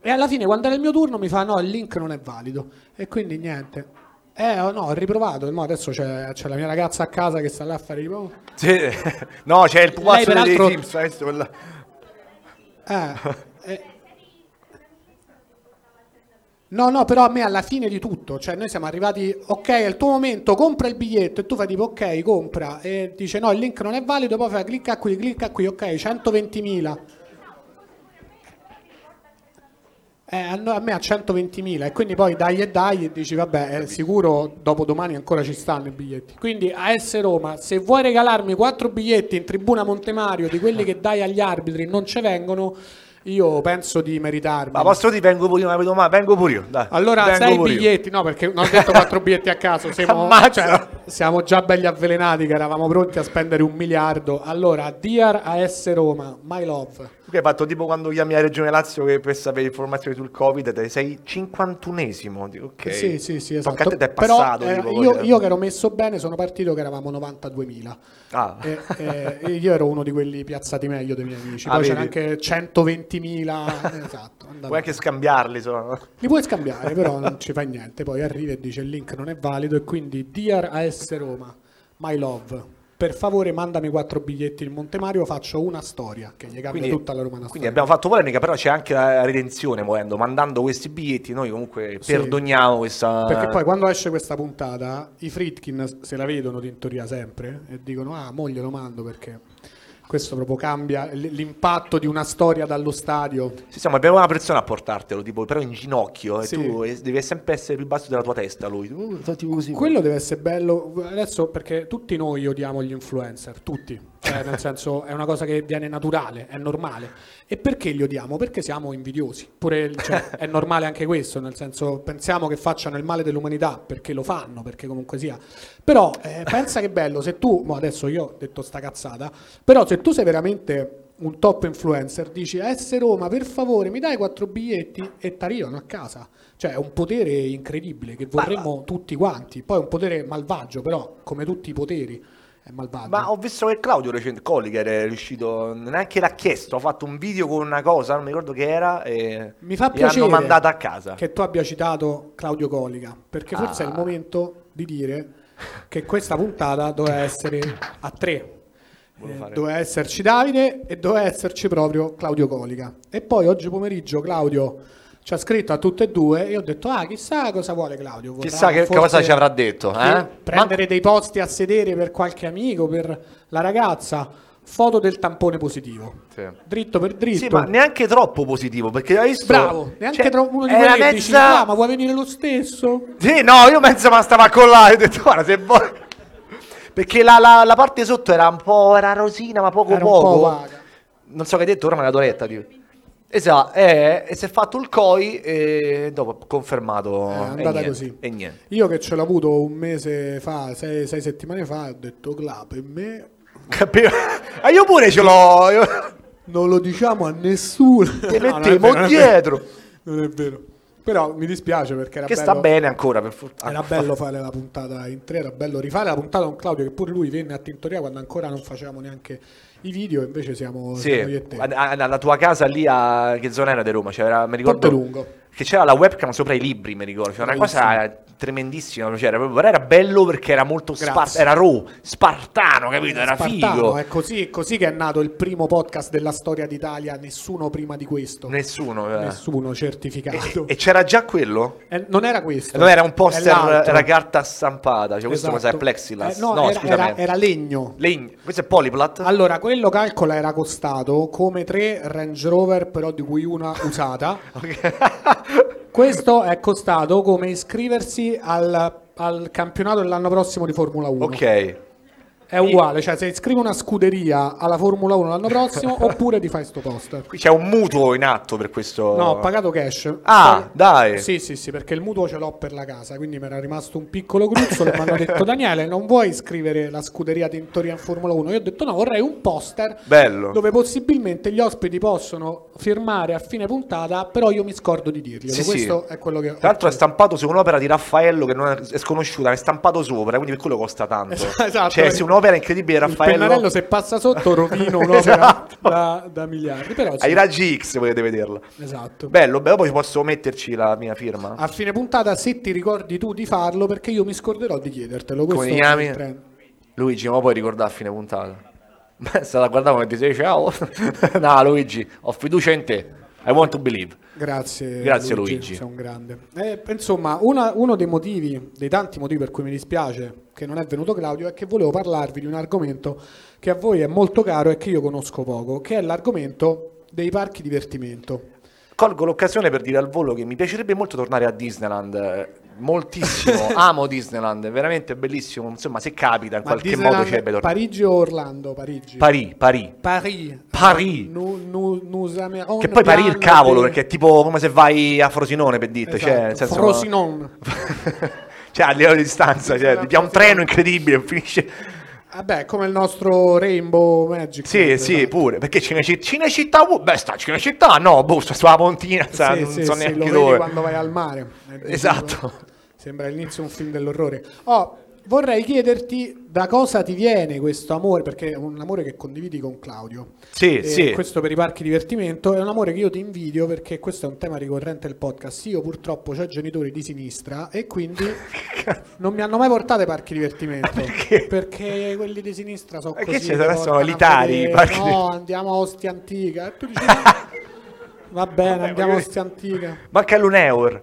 Speaker 1: e alla fine quando era il mio turno mi fa no, il link non è valido. E quindi niente. Eh oh, no, ho riprovato, e mo adesso c'è, c'è la mia ragazza a casa che sta là a fare i riprovi.
Speaker 2: Sì. No, c'è il pupazzo
Speaker 1: Lei, peraltro-
Speaker 2: dei Sims. questo, quella-
Speaker 1: Eh, eh. No, no, però a me alla fine di tutto, cioè noi siamo arrivati, ok, è il tuo momento, compra il biglietto e tu fai tipo ok, compra e dice no, il link non è valido, poi fai clicca qui, clicca qui, ok, 120.000. Eh, a, noi- a me a 120.000 e quindi poi dai e dai e dici vabbè eh, sicuro dopo domani ancora ci stanno i biglietti quindi AS Roma se vuoi regalarmi 4 biglietti in tribuna Montemario di quelli che dai agli arbitri e non ci vengono io penso di meritarmi
Speaker 2: Ma posso dire, vengo pure io, non vedo mai, vengo pure io. Dai.
Speaker 1: allora
Speaker 2: vengo
Speaker 1: sei
Speaker 2: pure io.
Speaker 1: biglietti no perché non ho detto 4 biglietti a caso siamo,
Speaker 2: Ammazza!
Speaker 1: cioè, siamo già belli avvelenati che eravamo pronti a spendere un miliardo allora dear AS Roma my love
Speaker 2: Tu hai fatto tipo quando chiami la Regione Lazio che per sapere informazioni sul Covid, te sei 51esimo. Dico, ok.
Speaker 1: Sì, sì, sì, esatto.
Speaker 2: Tocca a te, te è
Speaker 1: Però,
Speaker 2: passato.
Speaker 1: eh,
Speaker 2: tipo,
Speaker 1: io,
Speaker 2: voglio-
Speaker 1: io che ero messo bene sono partito che eravamo 92.000
Speaker 2: Ah.
Speaker 1: e, e- e io ero uno di quelli piazzati meglio dei miei amici.
Speaker 2: Ah,
Speaker 1: Poi c'era
Speaker 2: vedi.
Speaker 1: anche 120.000, eh, esatto. andava
Speaker 2: Puoi anche
Speaker 1: bene.
Speaker 2: scambiarli, insomma.
Speaker 1: Li puoi scambiare, però non ci fai niente. Poi arrivi e dice il link non è valido e quindi Dear AS Roma, my love. Per favore mandami quattro biglietti in Montemario, faccio una storia che gli cambia tutta la Roma. una
Speaker 2: quindi
Speaker 1: storia.
Speaker 2: abbiamo fatto polemica, però c'è anche la redenzione muovendo, mandando questi biglietti, noi comunque
Speaker 1: Sì.
Speaker 2: perdoniamo questa...
Speaker 1: Perché poi quando esce questa puntata, i Fritkin se la vedono in teoria sempre e dicono: Ah, moglie lo mando perché questo proprio cambia l- l'impatto di una storia dallo stadio.
Speaker 2: Sì, insomma, abbiamo una persona a portartelo, tipo, però in ginocchio,
Speaker 1: Sì.
Speaker 2: e tu eh, devi sempre essere più basso della tua testa, lui. Uh, sono tipo così.
Speaker 1: Quello deve essere bello adesso perché tutti noi odiamo gli influencer, tutti, Cioè, nel senso è una cosa che viene naturale, è normale. E perché li odiamo? Perché siamo invidiosi. Pure il- cioè, è normale anche questo, nel senso pensiamo che facciano il male dell'umanità perché lo fanno, perché comunque sia. Però eh, pensa che bello se tu, mo adesso io ho detto sta cazzata, però se tu sei veramente un top influencer dici S Roma per favore mi dai quattro biglietti e ti arrivano a casa cioè è un potere incredibile che vorremmo tutti quanti poi è un potere malvagio però come tutti i poteri è malvagio
Speaker 2: Ma ho visto che Claudio recente Colli che era riuscito, neanche l'ha chiesto, ha fatto un video con una cosa, non mi ricordo che era, e
Speaker 1: mi fa
Speaker 2: gli hanno
Speaker 1: piacere
Speaker 2: mandato a casa.
Speaker 1: che tu abbia citato Claudio Colica perché forse
Speaker 2: Ah.
Speaker 1: è il momento di dire che questa puntata doveva essere a tre
Speaker 2: Volevo
Speaker 1: Eh,
Speaker 2: fare-
Speaker 1: doveva esserci Davide e doveva esserci proprio Claudio Colica e poi oggi pomeriggio Claudio ci ha scritto a tutte e due e io ho detto ah chissà cosa vuole Claudio vorrà
Speaker 2: Chissà che
Speaker 1: forse-
Speaker 2: cosa ci avrà detto,
Speaker 1: sì,
Speaker 2: eh?
Speaker 1: prendere dei posti a sedere per qualche amico per la ragazza foto del tampone positivo
Speaker 2: Sì.
Speaker 1: dritto per dritto
Speaker 2: Sì, ma neanche troppo positivo, perché hai visto...
Speaker 1: Bravo, neanche
Speaker 2: cioè,
Speaker 1: tro- uno di
Speaker 2: era
Speaker 1: quelli che dici,
Speaker 2: mezza-
Speaker 1: "Ah, ma vuoi venire lo stesso?
Speaker 2: Sì, no, io penso ma stava con là, ho detto guarda se vuoi... Perché la, la- la parte sotto era un po'... era rosina, ma poco
Speaker 1: Era un
Speaker 2: poco.
Speaker 1: po' vaga.
Speaker 2: Non so che hai detto, ora me la doretta, tipo. Esatto, eh, e si è fatto il COI e dopo confermato...
Speaker 1: Eh, È
Speaker 2: e
Speaker 1: andata
Speaker 2: niente,
Speaker 1: così.
Speaker 2: E niente.
Speaker 1: Io che ce l'ho avuto un mese fa, sei, sei settimane fa, ho detto Cla, per me
Speaker 2: Capito? Ah, io pure ce l'ho. Io...
Speaker 1: non lo diciamo a nessuno.
Speaker 2: Ti
Speaker 1: No, non è
Speaker 2: mettiamo
Speaker 1: vero, non è vero.
Speaker 2: dietro.
Speaker 1: Non è vero. Però mi dispiace perché era
Speaker 2: Che
Speaker 1: bello,
Speaker 2: sta bene ancora, per fortuna.
Speaker 1: era bello fare la puntata in tre, era bello rifare la puntata con Claudio che pure lui venne a Tintoria quando ancora non facevamo neanche i video e invece siamo,
Speaker 2: Sì,
Speaker 1: siamo io e te.
Speaker 2: a- a- alla tua casa lì a che zona era di Roma? Cioè, era- mi ricordo
Speaker 1: Pontelungo.
Speaker 2: che c'era la webcam sopra i libri, mi ricordo. Cioè, una cosa tremendissima, cioè, era, proprio- però era bello perché era molto
Speaker 1: Grazie.
Speaker 2: spar- era raw, spartano, capito? Era
Speaker 1: Spartano, ecco.
Speaker 2: figo.
Speaker 1: È così, è così che è nato il primo podcast della storia d'Italia, nessuno prima di questo.
Speaker 2: Nessuno, eh.
Speaker 1: Nessuno
Speaker 2: E,
Speaker 1: certificato.
Speaker 2: e c'era già quello?
Speaker 1: Eh, non era questo.
Speaker 2: Non era un poster,
Speaker 1: È l'altro.
Speaker 2: era carta stampata. Cioè, questo
Speaker 1: Esatto.
Speaker 2: cos'è? Plexilas?
Speaker 1: Eh, no, era,
Speaker 2: scusami.
Speaker 1: era- era legno.
Speaker 2: Legno. Questo è Polyplat?
Speaker 1: Allora, quello calcola era costato come tre Range Rover, però di cui una usata. Questo è costato come iscriversi al, al campionato dell'anno prossimo di Formula 1.
Speaker 2: ok.
Speaker 1: È uguale, cioè se scrivi una scuderia alla Formula 1 l'anno prossimo oppure ti fai sto poster.
Speaker 2: Qui c'è un mutuo in atto per questo.
Speaker 1: No, ho pagato cash.
Speaker 2: Oh. Ah, dai.
Speaker 1: Sì, sì, sì, perché il mutuo ce l'ho per la casa, quindi mi era rimasto un piccolo gruzzolo e mi hanno detto Daniele, non vuoi scrivere la scuderia Tintoria in Formula 1? Io ho detto no, vorrei un poster
Speaker 2: Bello.
Speaker 1: dove possibilmente gli ospiti possono firmare a fine puntata, però io mi scordo di dirglielo.
Speaker 2: Sì, sì.
Speaker 1: Questo è quello che ho
Speaker 2: Tra l'altro è
Speaker 1: fatto.
Speaker 2: stampato su un'opera di Raffaello che non è sconosciuta, è stampato sopra, quindi per quello costa tanto.
Speaker 1: Esatto.
Speaker 2: Cioè, su un'opera incredibile di
Speaker 1: Il pennarello
Speaker 2: Raffaello
Speaker 1: se passa sotto rovino un'opera
Speaker 2: Esatto.
Speaker 1: da, da miliardi, però sì,
Speaker 2: ai raggi X, se volete vederla.
Speaker 1: esatto.
Speaker 2: Bello, bello, poi posso metterci la mia firma.
Speaker 1: A fine puntata, se ti ricordi tu di farlo, perché io mi scorderò di chiedertelo.
Speaker 2: Come
Speaker 1: Questo
Speaker 2: ti
Speaker 1: è
Speaker 2: chiami?
Speaker 1: il trend.
Speaker 2: Luigi, ma puoi ricordare a fine puntata? Beh, stata a guardare come ti sei ciao. no, Luigi, ho fiducia in te. I want to believe.
Speaker 1: Grazie,
Speaker 2: Grazie,
Speaker 1: Luigi,
Speaker 2: Luigi.
Speaker 1: sei un grande. Eh, insomma, una- uno dei motivi, dei tanti motivi per cui mi dispiace che non è venuto Claudio, è che volevo parlarvi di un argomento che a voi è molto caro e che io conosco poco, che è l'argomento dei parchi divertimento.
Speaker 2: Colgo l'occasione per dire al volo che mi piacerebbe molto tornare a Disneyland. eh, Moltissimo, amo Disneyland, è veramente bellissimo. Insomma, se capita in
Speaker 1: Ma
Speaker 2: qualche
Speaker 1: Disneyland,
Speaker 2: modo c'è bello.
Speaker 1: Parigi o Orlando? Parigi.
Speaker 2: Parì, Parì.
Speaker 1: Parigi.
Speaker 2: Parì.
Speaker 1: Nu- nu- Nusameron
Speaker 2: Che poi Parì il
Speaker 1: Grande.
Speaker 2: cavolo, perché è tipo come se vai a Frosinone per dite.
Speaker 1: Esatto,
Speaker 2: Cioè, nel senso,
Speaker 1: Frosinone.
Speaker 2: cioè, a livello di distanza, cioè, ti pia un treno incredibile, finisce.
Speaker 1: Vabbè, Ah come il nostro Rainbow Magic.
Speaker 2: Sì, sì,
Speaker 1: esatto.
Speaker 2: pure. Perché Cinecittà, Cinecittà, uh, beh, sta Cinecittà, no, boh, sta sulla pontina, sa,
Speaker 1: Sì,
Speaker 2: non
Speaker 1: sì,
Speaker 2: so
Speaker 1: sì,
Speaker 2: neanche
Speaker 1: lo vedi
Speaker 2: dove.
Speaker 1: quando vai al mare. È
Speaker 2: Esatto.
Speaker 1: tipo- Sembra l'inizio un film dell'orrore. Oh, vorrei chiederti da cosa ti viene questo amore, perché è un amore che condividi con Claudio.
Speaker 2: Sì,
Speaker 1: Eh,
Speaker 2: sì.
Speaker 1: Questo per i parchi divertimento è un amore che io ti invidio perché questo è un tema ricorrente del podcast. Io purtroppo ho genitori di sinistra e quindi non mi hanno mai portato ai parchi divertimento.
Speaker 2: perché?
Speaker 1: quelli di sinistra sono
Speaker 2: Perché
Speaker 1: così.
Speaker 2: ci
Speaker 1: ti
Speaker 2: adesso
Speaker 1: portano a
Speaker 2: l'Itali,
Speaker 1: vedere,
Speaker 2: i parchi
Speaker 1: No, andiamo a Ostia Antica. E tu dici, "Ma- va bene,
Speaker 2: Vabbè,
Speaker 1: andiamo a
Speaker 2: voglio
Speaker 1: Ostia Antica.
Speaker 2: Manca l'Uneur.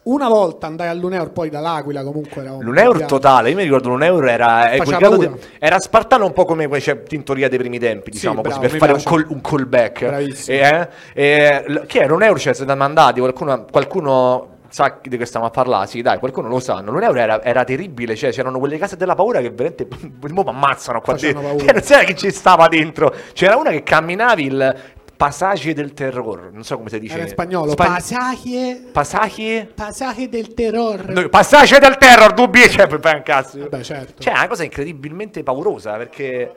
Speaker 1: Una volta andai all'Uneur, poi dall'Aquila comunque eravamo
Speaker 2: L'Uneur
Speaker 1: abbiamo-
Speaker 2: totale, io mi ricordo l'Uneur era, eh, quel
Speaker 1: Faceva
Speaker 2: grado
Speaker 1: paura.
Speaker 2: de- era spartano un po' come c'è Tintoria dei primi tempi, diciamo
Speaker 1: bravo,
Speaker 2: così, per
Speaker 1: mi
Speaker 2: fare un,
Speaker 1: piace.
Speaker 2: call, un callback.
Speaker 1: Bravissimo.
Speaker 2: Eh, eh, l- chi era? L'Uneur cioè, se ne mandati, qualcuno, qualcuno sa di che stiamo a parlare, sì dai, qualcuno lo sanno. L'Uneur era, era terribile, cioè c'erano quelle case della paura che veramente mo mi ammazzano qua
Speaker 1: Facevano
Speaker 2: dentro.
Speaker 1: paura.
Speaker 2: Eh, non c'era che ci stava dentro, c'era una che camminavi il passaggio del terror, non so come si dice.
Speaker 1: Era in spagnolo.
Speaker 2: Spag-
Speaker 1: Pasaje,
Speaker 2: passaggi?
Speaker 1: pasaje del terror.
Speaker 2: No, passaggio del terror, dubbi, cioè, poi fai un cazzo.
Speaker 1: Vabbè, certo.
Speaker 2: Cioè, è una cosa incredibilmente paurosa perché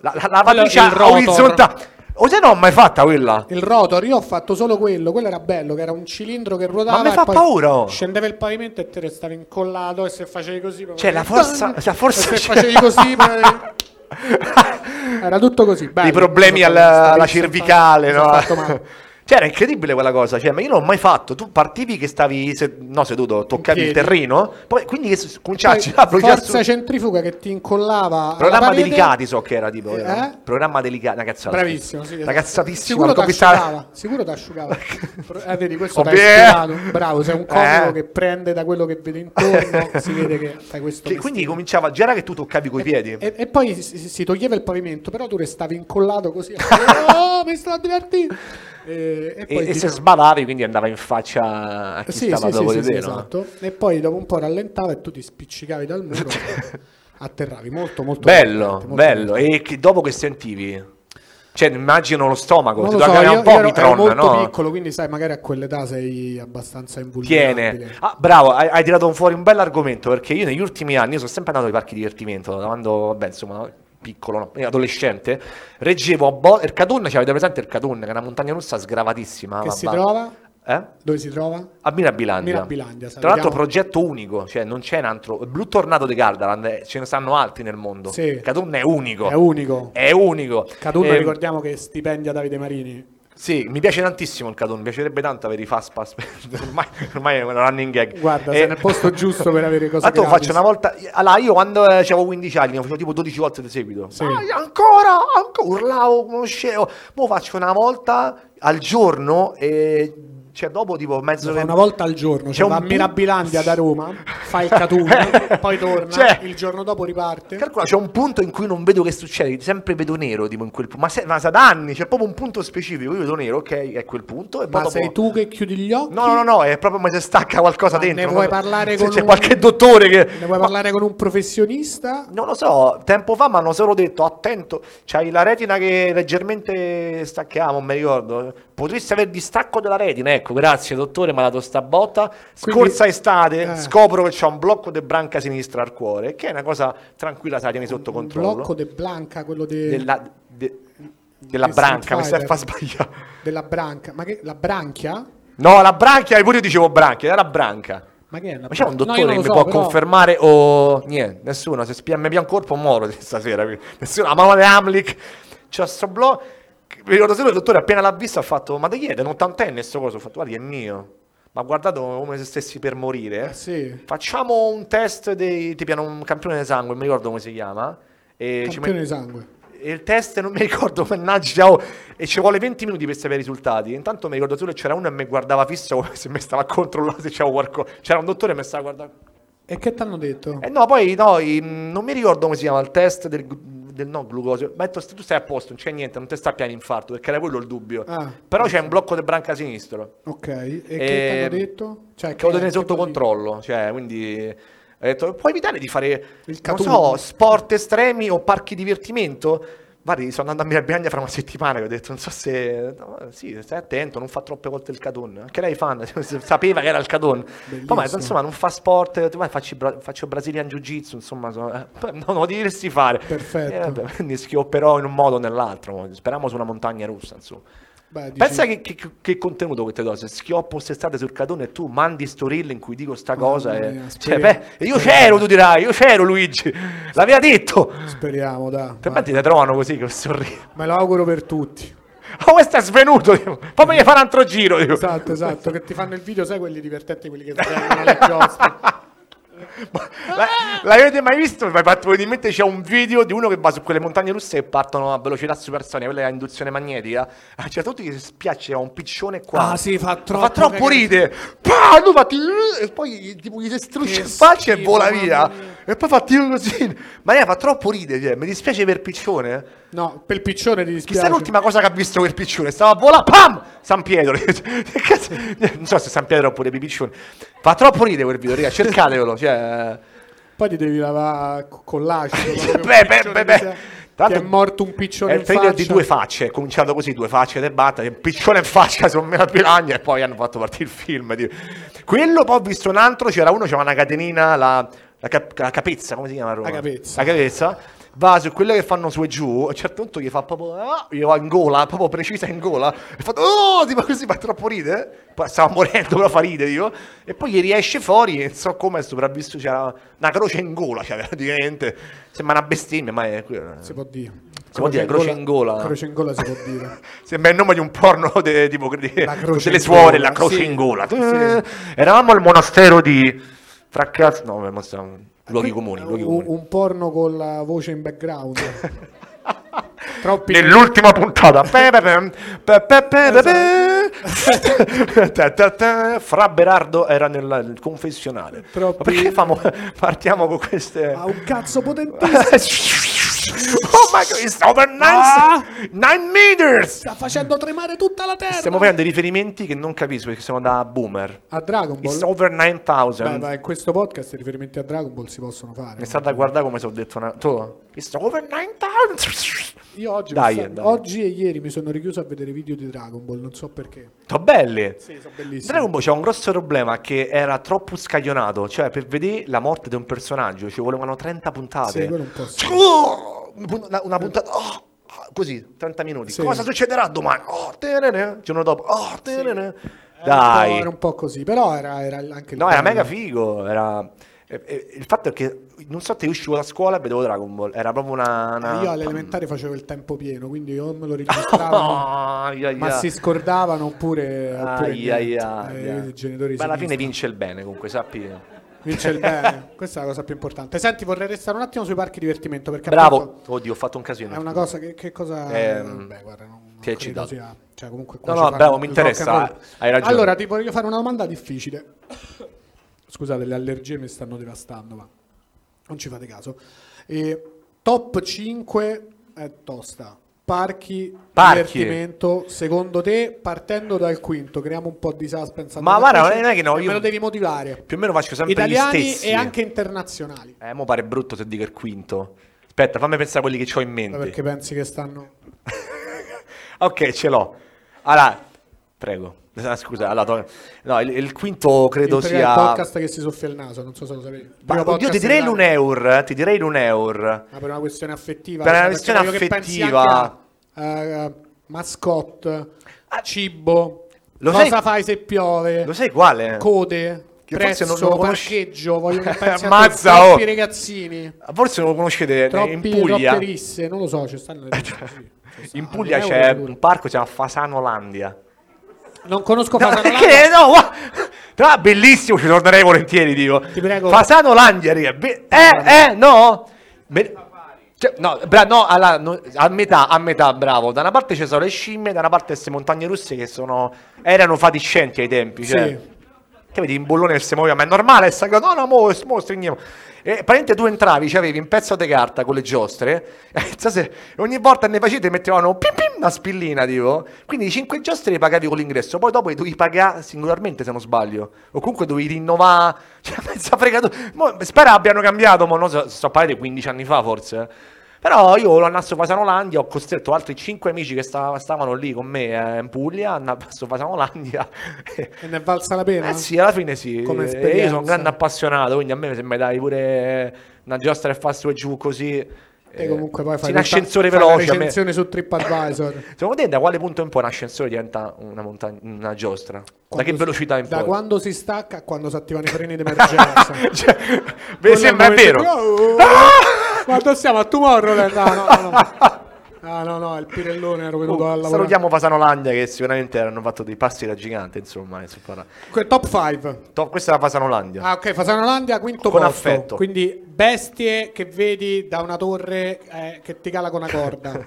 Speaker 2: la, la, la
Speaker 1: Quello è
Speaker 2: valigia
Speaker 1: il rotor.
Speaker 2: orizzontale. O se no, ho mai fatta quella?
Speaker 1: Il rotor, io ho fatto solo quello, quello era bello, che era un cilindro che ruotava.
Speaker 2: Ma mi
Speaker 1: e
Speaker 2: fa
Speaker 1: poi
Speaker 2: paura, oh.
Speaker 1: Scendeva il pavimento e te restavi incollato e se facevi così... proprio-
Speaker 2: Cioè, la forza. La forza
Speaker 1: E se
Speaker 2: ce
Speaker 1: facevi
Speaker 2: l'ha.
Speaker 1: così... proprio- Era tutto così. bello.
Speaker 2: I problemi
Speaker 1: Mi sono
Speaker 2: alla,
Speaker 1: fatto-
Speaker 2: alla
Speaker 1: mi sono
Speaker 2: cervicale,
Speaker 1: fatto- mi sono fatto
Speaker 2: no?
Speaker 1: male.
Speaker 2: Cioè, era incredibile quella cosa. Cioè, ma io non l'ho mai fatto. Tu partivi che stavi, se- no, seduto, toccavi il
Speaker 1: piedi.
Speaker 2: terreno, poi quindi che s- cominciavi a
Speaker 1: Poi
Speaker 2: girare, appoggiare su-
Speaker 1: forza centrifuga che ti incollava... alla
Speaker 2: Programma
Speaker 1: parete.
Speaker 2: delicati so che era tipo.
Speaker 1: Eh?
Speaker 2: era. Programma delicato, una cazzata.
Speaker 1: Bravissimo, sì,
Speaker 2: Una
Speaker 1: esatto.
Speaker 2: cazzatissima.
Speaker 1: Sicuro
Speaker 2: l'ho
Speaker 1: ti
Speaker 2: conquistata-
Speaker 1: asciugava. Sicuro ti asciugava. Pro- eh, vedi, questo
Speaker 2: Oh,
Speaker 1: t'hai
Speaker 2: beh.
Speaker 1: ispirato. Bravo, sei un comico
Speaker 2: Eh.
Speaker 1: che prende da quello che vede intorno, si vede che fai questo
Speaker 2: Che
Speaker 1: mestiere. Eh,
Speaker 2: quindi cominciava già era che tu toccavi coi piedi.
Speaker 1: E, e poi si, si- si toglieva il pavimento, però tu restavi incollato così. oh, mi sto divertendo. E, e
Speaker 2: E,
Speaker 1: poi
Speaker 2: e
Speaker 1: ti-
Speaker 2: se sbadavi, quindi andava in faccia a chi
Speaker 1: sì,
Speaker 2: stava
Speaker 1: sì,
Speaker 2: dopo
Speaker 1: sì,
Speaker 2: di
Speaker 1: sì,
Speaker 2: te, no?
Speaker 1: esatto. E poi dopo un po' rallentava e tu ti spiccicavi dal muro. e atterravi molto, molto
Speaker 2: Bello,
Speaker 1: divertente, molto
Speaker 2: bello.
Speaker 1: divertente.
Speaker 2: E che- dopo che sentivi? Cioè, immagino lo stomaco,
Speaker 1: Non
Speaker 2: ti
Speaker 1: lo
Speaker 2: doveva
Speaker 1: so, io,
Speaker 2: cagare
Speaker 1: io
Speaker 2: un po'
Speaker 1: ero, ero
Speaker 2: Mitron,
Speaker 1: molto
Speaker 2: no?
Speaker 1: piccolo, quindi sai, magari a quell'età sei abbastanza invulnerabile.
Speaker 2: Tiene. Ah, bravo, hai, hai tirato fuori un bell'argomento perché io negli ultimi anni, io sono sempre andato ai parchi divertimento, da quando, vabbè, insomma, piccolo, no, adolescente, reggevo a Bo- Ercatun, cioè avete presente Ercatun, che è una montagna russa sgravatissima,
Speaker 1: Che si
Speaker 2: Ah, vabbè.
Speaker 1: trova?
Speaker 2: Eh?
Speaker 1: Dove si trova?
Speaker 2: A Mirabilandia.
Speaker 1: Mirabilandia,
Speaker 2: Tra
Speaker 1: salutiamo.
Speaker 2: l'altro progetto unico, cioè non c'è un altro. Blue Tornado di Gardaland, eh, ce ne stanno altri nel mondo.
Speaker 1: Sì.
Speaker 2: Cadun è unico.
Speaker 1: È unico.
Speaker 2: È unico.
Speaker 1: Cadunno
Speaker 2: Eh,
Speaker 1: ricordiamo che stipendia Davide Marini.
Speaker 2: Sì, mi piace tantissimo il Cadun, mi piacerebbe tanto avere i fast pass. ormai, ormai è una running gag.
Speaker 1: Guarda,
Speaker 2: Eh,
Speaker 1: sei nel posto giusto per avere cose
Speaker 2: Tanto lo
Speaker 1: gratis.
Speaker 2: faccio una volta. Allora, io quando eh, avevo 15 anni, lo facevo tipo 12 volte di seguito.
Speaker 1: Sì.
Speaker 2: Dai, ancora, ancora, urlavo, conoscevo. Mo faccio una volta al giorno e cioè dopo tipo mezzo
Speaker 1: Lo fa una volta al giorno,
Speaker 2: C'è
Speaker 1: cioè
Speaker 2: un
Speaker 1: va a
Speaker 2: bu-
Speaker 1: Mirabilandia da Roma fa il catun, poi torna,
Speaker 2: Cioè-
Speaker 1: il giorno dopo riparte.
Speaker 2: Calcola, c'è un punto in cui non vedo che succede, sempre vedo nero, tipo in quel punto. Ma, se- ma sa da anni, c'è proprio un punto specifico, io vedo nero, ok, è quel punto. E
Speaker 1: Ma
Speaker 2: poi dopo-
Speaker 1: sei tu che chiudi gli occhi?
Speaker 2: No, no, no, no, è proprio come se stacca qualcosa
Speaker 1: Ma ne
Speaker 2: dentro.
Speaker 1: vuoi
Speaker 2: no?
Speaker 1: parlare
Speaker 2: Se
Speaker 1: con
Speaker 2: c'è
Speaker 1: un-
Speaker 2: qualche dottore che...
Speaker 1: Ne vuoi
Speaker 2: Ma-
Speaker 1: parlare con un professionista?
Speaker 2: Non lo so, tempo fa mi hanno solo detto attento, c'hai la retina che leggermente stacchiamo, non mi ricordo. Potresti aver distacco della retina, ecco, grazie dottore, mi ha dato sta botta.
Speaker 1: Quindi-
Speaker 2: Scorsa estate
Speaker 1: eh.
Speaker 2: scopro che c'ho un blocco di branca sinistra al cuore, che è una cosa tranquilla, sai, tieni sotto
Speaker 1: Un
Speaker 2: controllo.
Speaker 1: blocco de Blanca, quello de-
Speaker 2: della, de- della
Speaker 1: Street
Speaker 2: branca, mi serve
Speaker 1: Fighter.
Speaker 2: fa sbagliare.
Speaker 1: della branca. Ma che la branchia?
Speaker 2: No, la branchia, e pure io dicevo branchia, era la branca.
Speaker 1: Ma che è una
Speaker 2: Ma c'è un
Speaker 1: branca? No,
Speaker 2: dottore
Speaker 1: io non
Speaker 2: che
Speaker 1: lo
Speaker 2: mi
Speaker 1: so,
Speaker 2: può
Speaker 1: però-
Speaker 2: confermare o niente, nessuno, se spia- mi pia un corpo muoro stasera, quindi nessuno, la mamma di Amlic, c'è sto blog, mi ricordo solo che il dottore appena l'ha visto ha fatto, ma di chi è, un ottantenne sto coso, ho fatto, guardi è mio, ma guardato come se stessi per morire,
Speaker 1: Eh sì.
Speaker 2: facciamo un test, dei, ti piano un campione di sangue, non mi ricordo come si chiama, e ci
Speaker 1: Campione
Speaker 2: met-
Speaker 1: di sangue.
Speaker 2: e il test non mi ricordo, mannaggia, oh, e ci vuole 20 minuti per sapere i risultati. Intanto mi ricordo solo che c'era uno e mi guardava fisso come se mi stava a controllare se c'era qualcosa. C'era un dottore e mi stava guardando.
Speaker 1: E che t'hanno detto?
Speaker 2: E no, poi no, i- non mi ricordo come si chiama il test del, glu- del no glucosio. Ma ho detto, "St- tu stai a posto, non c'è niente, non ti sta piano infarto, perché era quello il dubbio.
Speaker 1: Ah.
Speaker 2: Però c'è un blocco del branca sinistro,
Speaker 1: Ok, e che
Speaker 2: Ehm,
Speaker 1: t'hanno detto? Cioè,
Speaker 2: che lo tenere
Speaker 1: che
Speaker 2: sotto
Speaker 1: vuol dire?
Speaker 2: controllo, cioè, quindi... Ho detto, puoi evitare di fare,
Speaker 1: Il
Speaker 2: non
Speaker 1: catun.
Speaker 2: so, sport estremi o parchi divertimento? Guardi, sono andato a Mirabiagna fra una settimana e ho detto, non so se... no, sì, stai attento, non fa troppe volte il cadon. Anche lei fan, sapeva che era il cadon. Poi mi ha detto,
Speaker 1: Bellissimo.
Speaker 2: insomma, non fa sport, ho detto, "Vai, facci bra- faccio Brazilian Jiu-Jitsu, insomma, so- eh, non lo diresti fare.
Speaker 1: Perfetto.
Speaker 2: Eh, vabbè, quindi schiopperò in un modo o nell'altro, speriamo su una montagna russa, insomma.
Speaker 1: Beh, dici-
Speaker 2: Pensa che, che- che contenuto che ti do, se schioppo quest'estate sul cadone e tu mandi sto reel in cui dico sta cosa
Speaker 1: Mamma
Speaker 2: e...
Speaker 1: mia,
Speaker 2: cioè,
Speaker 1: speriamo.
Speaker 2: beh, io c'ero, tu dirai, io c'ero Luigi, l'aveva detto.
Speaker 1: Speriamo, da.
Speaker 2: Per me ti trovano così che sorriso.
Speaker 1: Me lo auguro per tutti.
Speaker 2: Oh, questo è svenuto, dico. poi me ne farà un altro giro. dico.
Speaker 1: Esatto, esatto, che ti fanno il video, sai quelli divertenti, quelli che prendono le giostre.
Speaker 2: Ma- la-
Speaker 1: Ah!
Speaker 2: L'avete mai visto? Mi hai fatto venire in mente c'è un video di uno che va su quelle montagne russe e partono a velocità supersonica, quella è a induzione magnetica. Ah, C'è tutti che si spiaccia un piccione qua.
Speaker 1: Ah, sì, fa troppo
Speaker 2: Ma
Speaker 1: cagare.
Speaker 2: ride. Pa, lui fa tir- e poi gli- tipo, gli
Speaker 1: Che
Speaker 2: destruisce il faccia e
Speaker 1: schifo,
Speaker 2: vola
Speaker 1: mamma
Speaker 2: via.
Speaker 1: mia.
Speaker 2: E poi fa tir così. Ma lei fa troppo ride, cioè, mi dispiace per piccione.
Speaker 1: No, per il piccione ti dispiace.
Speaker 2: Chissà l'ultima cosa che ha visto quel piccione. Stava a volare, pam! San Pietro. Che cazzo- non so se San Pietro oppure Pipiccione. Fa troppo ridere quel video, raga, cercatevelo. Cioè...
Speaker 1: Poi ti devi lavare ah, co- con l'acido. proprio un
Speaker 2: beh, beh,
Speaker 1: piccione
Speaker 2: beh,
Speaker 1: che
Speaker 2: beh.
Speaker 1: si è-
Speaker 2: Tanto
Speaker 1: che è morto un piccione
Speaker 2: È
Speaker 1: in
Speaker 2: il trailer di
Speaker 1: faccia.
Speaker 2: due facce, è cominciato così, due facce e batta, un piccione in faccia su me la piragna e poi hanno fatto partire il film. tipo. Quello poi ho visto un altro, c'era uno, c'era una catenina, la, la, cap- la capezza, come si chiama a Roma?
Speaker 1: La capezza.
Speaker 2: La capezza. Va su quelle che fanno su e giù, a un certo punto gli fa proprio, ah, gli va in gola, proprio precisa in gola, e fa, oh, tipo così, fa troppo ride, eh? poi stava morendo, però fa ridere, io, e poi gli riesce fuori, e non so come è sopravvissuto, c'era una croce in gola, cioè praticamente, sembra una bestemmia, ma è
Speaker 1: Si può dire.
Speaker 2: può dire, croce in gola.
Speaker 1: Croce in gola si può dire.
Speaker 2: Sembra il nome di un porno de- tipo cre-
Speaker 1: La croce
Speaker 2: delle
Speaker 1: in
Speaker 2: suore,
Speaker 1: gola,
Speaker 2: la croce
Speaker 1: sì.
Speaker 2: in gola.
Speaker 1: Sì.
Speaker 2: Eh, Eravamo al monastero di Fracazzo. No, ma stiamo- luoghi comuni. Luoghi
Speaker 1: un,
Speaker 2: comuni.
Speaker 1: un porno con la voce in background. Troppi
Speaker 2: Nell'ultima puntata. Pe- pe- pe- pe- pe- pe- pe- pe-
Speaker 1: Esatto.
Speaker 2: ta- ta- ta. Fra Berardo era nel nel confessionale. Ma
Speaker 1: Troppi-
Speaker 2: perché famo- partiamo con queste.
Speaker 1: Ha un cazzo potentissimo.
Speaker 2: Oh my god, it's over
Speaker 1: Ah!
Speaker 2: 9 meters!
Speaker 1: Sta facendo tremare tutta la terra.
Speaker 2: Stiamo facendo dei riferimenti che non capisco perché sono da boomer.
Speaker 1: a Dragon Ball.
Speaker 2: It's over 9000.
Speaker 1: Beh, ma in questo podcast i riferimenti a Dragon Ball si possono fare.
Speaker 2: Mi è stata a guardare come se ho detto una... Tu? It's over 9000!
Speaker 1: Io oggi, mi
Speaker 2: Dai,
Speaker 1: sta-
Speaker 2: dai.
Speaker 1: oggi e ieri mi sono richiuso a vedere video di Dragon Ball, non so perché.
Speaker 2: Sono belli!
Speaker 1: Sì, sono bellissimi.
Speaker 2: Dragon Ball c'è un grosso problema che era troppo scaglionato, cioè per vedere la morte di un personaggio ci volevano 30
Speaker 1: Sì, quello è
Speaker 2: puntate. Cioè,
Speaker 1: un po' sì.
Speaker 2: Oh, una, una puntata... oh, così, 30 minuti.
Speaker 1: Sì.
Speaker 2: Cosa succederà domani? Oh, tenene, il giorno dopo. Oh, tenene.
Speaker 1: Era un Eh, po',
Speaker 2: Eh, Dai.
Speaker 1: era un po' così, però era, era anche il
Speaker 2: No, era
Speaker 1: bello.
Speaker 2: mega figo. Era... e- e- Il fatto è che non so te, io uscivo da scuola e vedevo Dragon Ball. Era proprio una. una...
Speaker 1: Eh, Io all'elementare facevo il tempo pieno, quindi o me lo registravo,
Speaker 2: Ai, ai,
Speaker 1: ma
Speaker 2: ai.
Speaker 1: si scordavano oppure, oppure
Speaker 2: Ai, ai,
Speaker 1: niente.
Speaker 2: ai,
Speaker 1: Eh,
Speaker 2: ai.
Speaker 1: i genitori
Speaker 2: Ma
Speaker 1: si
Speaker 2: alla
Speaker 1: mischiano.
Speaker 2: fine vince il bene, comunque, sappi.
Speaker 1: Vince il bene, questa è la cosa più importante. Senti, vorrei restare un attimo sui parchi divertimento perché appunto,
Speaker 2: Bravo. Oddio, ho fatto un casino.
Speaker 1: è una cosa che, che cosa
Speaker 2: Ehm,
Speaker 1: beh, guarda, non, non
Speaker 2: ti hai
Speaker 1: credo
Speaker 2: eccitato.
Speaker 1: sia- cioè, comunque
Speaker 2: No,
Speaker 1: qua
Speaker 2: no,
Speaker 1: ci fanno
Speaker 2: bravo, mi
Speaker 1: il rock and
Speaker 2: interessa,
Speaker 1: roll.
Speaker 2: hai ragione.
Speaker 1: Allora, ti voglio fare una domanda difficile. Scusate, le allergie mi stanno devastando, ma non ci fate caso. E top 5 è tosta. Parchi,
Speaker 2: Parchi.
Speaker 1: divertimento, secondo te, partendo dal quinto, creiamo un po' di suspense.
Speaker 2: Ma
Speaker 1: andando
Speaker 2: guarda,
Speaker 1: così,
Speaker 2: non è che no,
Speaker 1: e
Speaker 2: io-
Speaker 1: Me lo devi motivare.
Speaker 2: Più o meno faccio sempre gli
Speaker 1: Italiani
Speaker 2: stessi.
Speaker 1: e anche internazionali.
Speaker 2: Eh, mo pare brutto se dico il quinto. Aspetta, fammi pensare a quelli che ho in mente.
Speaker 1: Perché pensi che stanno...
Speaker 2: ok, ce l'ho. Allora, prego. Ah, Scusa, allora, to- no, il, il quinto credo
Speaker 1: il
Speaker 2: sia...
Speaker 1: podcast che si soffia il naso, non so se lo sapevi. Il
Speaker 2: Ma,
Speaker 1: primo
Speaker 2: oddio,
Speaker 1: podcast
Speaker 2: ti direi
Speaker 1: in Italia.
Speaker 2: l'Uneur, eh, ti direi l'Uneur.
Speaker 1: Ma per una questione affettiva.
Speaker 2: Per una
Speaker 1: cioè,
Speaker 2: questione
Speaker 1: perché voglio che pensi
Speaker 2: affettiva. Ah.
Speaker 1: anche a, eh, mascotte, cibo,
Speaker 2: Lo
Speaker 1: cosa
Speaker 2: sai-
Speaker 1: fai se piove,
Speaker 2: Lo sai quale?
Speaker 1: code,
Speaker 2: Che
Speaker 1: prezzo,
Speaker 2: forse non- non lo conosci-
Speaker 1: parcheggio, voglio che pensi a
Speaker 2: Ammazza,
Speaker 1: troppi
Speaker 2: oh!
Speaker 1: ragazzini,
Speaker 2: Forse non lo conoscete, eh, in
Speaker 1: troppi,
Speaker 2: Puglia. Eh, cioè,
Speaker 1: troppe risse, non lo so, ci stanno le risse, sì, ci stanno.
Speaker 2: In Puglia
Speaker 1: Euro
Speaker 2: c'è
Speaker 1: pure.
Speaker 2: un parco che si chiama Fasanolandia.
Speaker 1: Non conosco
Speaker 2: No,
Speaker 1: Fasano
Speaker 2: perché no? gua- Tra bellissimo, ci tornerei volentieri, dico.
Speaker 1: Ti prego.
Speaker 2: Fasanolandia, raga, be- eh, eh, no. Me- cioè, no, bra- no, alla- no, a metà, a metà, bravo. Da una parte ci sono le scimmie, da una parte queste montagne russe che sono erano fatiscenti ai tempi, cioè.
Speaker 1: Sì.
Speaker 2: Che vedi un bollone che si muoveva, ma è normale, è sacrato. No, no, mo, mo stringiamo. E praticamente tu entravi, c'avevi un pezzo di carta con le giostre, e non so se- ogni volta ne facevi ti mettevano pim, pim, una spillina, tipo. Quindi i cinque giostre li pagavi con l'ingresso, poi dopo li dovevi pagare singolarmente, se non sbaglio. O comunque dovevi rinnovare, cioè, mezza fregatura. Mo, spera abbiano cambiato, ma non so, sto a parlare di 15 anni fa, forse. Però io l'annasso Fasanolandia ho costretto altri 5 amici che sta- stavano lì con me eh, in Puglia, annasso Fasanolandia,
Speaker 1: E ne è valsa la pena?
Speaker 2: eh sì, alla fine sì.
Speaker 1: Come
Speaker 2: Eh,
Speaker 1: esperienza.
Speaker 2: Io sono un grande appassionato, quindi a me se mi dai pure una giostra e fa su e giù così.
Speaker 1: Te
Speaker 2: eh,
Speaker 1: comunque poi fai
Speaker 2: sì, un
Speaker 1: tutta-
Speaker 2: ascensore
Speaker 1: fai
Speaker 2: veloce.
Speaker 1: la
Speaker 2: a me-
Speaker 1: recensione su TripAdvisor.
Speaker 2: Secondo te da quale punto in poi un ascensore diventa una, montagna, una giostra? da
Speaker 1: Quando
Speaker 2: che
Speaker 1: si-
Speaker 2: velocità in poi?
Speaker 1: Da quando si stacca a quando si attivano i freni di emergenza.
Speaker 2: Cioè,
Speaker 1: Quello "Oh,
Speaker 2: mi sembra
Speaker 1: è il
Speaker 2: vero. Ah!
Speaker 1: momento in cui- Quanto oh, siamo a Tomorrowland? No, no, no. Ah, no, no, il Pirellone ero venuto a
Speaker 2: Oh,
Speaker 1: lavorare.
Speaker 2: salutiamo Fasanolandia che sicuramente hanno fatto dei passi da gigante, insomma. eh, su Fara-
Speaker 1: Que- Top 5.
Speaker 2: To- questa è la Fasanolandia.
Speaker 1: Ah, ok, Fasanolandia, quinto
Speaker 2: Con
Speaker 1: posto.
Speaker 2: affetto.
Speaker 1: Quindi bestie che vedi da una torre eh, che ti cala con una corda.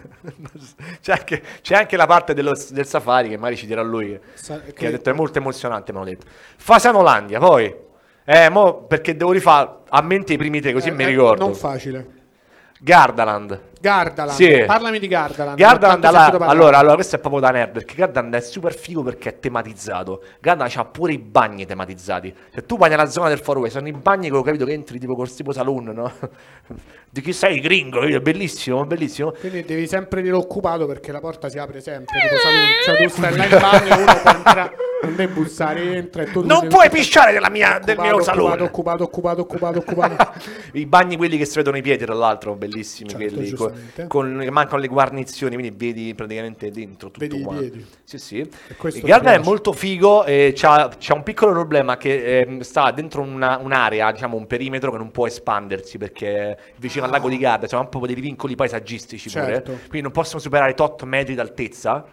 Speaker 2: c'è, anche, c'è anche la parte dello- del safari che magari ci dirà lui.
Speaker 1: Sa-
Speaker 2: che,
Speaker 1: che-
Speaker 2: ha detto è molto emozionante, mi hanno detto. Fasanolandia, poi. Eh, mo perché devo rifare a mente i primi tre, così
Speaker 1: eh,
Speaker 2: mi
Speaker 1: eh,
Speaker 2: ricordo.
Speaker 1: Non facile.
Speaker 2: Gardaland.
Speaker 1: Gardaland.
Speaker 2: Sì.
Speaker 1: Parlami di Gardaland.
Speaker 2: Gardaland,
Speaker 1: Tanto ho sentito
Speaker 2: allora,
Speaker 1: parlare.
Speaker 2: allora, allora, questo è proprio da nerd, perché Gardaland è super figo perché è tematizzato. Gardaland ha pure i bagni tematizzati. Se tu vai nella zona del Far West, sono i bagni che ho capito che entri tipo col tipo saloon, no? Di chi sei, gringo, capito? bellissimo, bellissimo.
Speaker 1: Quindi devi sempre dire occupato perché la porta si apre sempre. Tipo, saluto. Cioè,
Speaker 2: Eh.
Speaker 1: tu stai là in bagno, uno può entrare, non devi bussare, entra e tu
Speaker 2: Non
Speaker 1: dici-
Speaker 2: puoi pisciare della mia- del mio
Speaker 1: occupato,
Speaker 2: salone.
Speaker 1: occupato, occupato, occupato, occupato.
Speaker 2: I bagni quelli che si vedono i piedi, tra l'altro, bellissimi
Speaker 1: Certo,
Speaker 2: quelli co-
Speaker 1: giustamente.
Speaker 2: con, che mancano le guarnizioni, quindi vedi praticamente dentro tutto
Speaker 1: Vedi i
Speaker 2: quanto.
Speaker 1: piedi.
Speaker 2: Sì, sì.
Speaker 1: questo
Speaker 2: Il Garda
Speaker 1: ti
Speaker 2: è
Speaker 1: piace.
Speaker 2: molto figo e c'ha, c'ha un piccolo problema che ehm, sta dentro una- un'area, diciamo un perimetro che non può espandersi perché è vicino al lago di Garda, c'è un po' dei vincoli paesaggistici
Speaker 1: Ah. Certo.
Speaker 2: pure, quindi non possono superare tot metri d'altezza.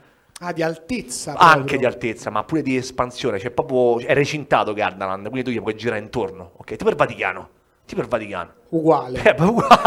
Speaker 1: Ah, di altezza.
Speaker 2: Anche
Speaker 1: proprio.
Speaker 2: di altezza, ma pure di espansione. Cioè, proprio è recintato Gardaland, quindi tu gli puoi girare intorno. Ok, tipo il Vaticano. Tipo il Vaticano.
Speaker 1: Uguale.
Speaker 2: Eh, ma uguale,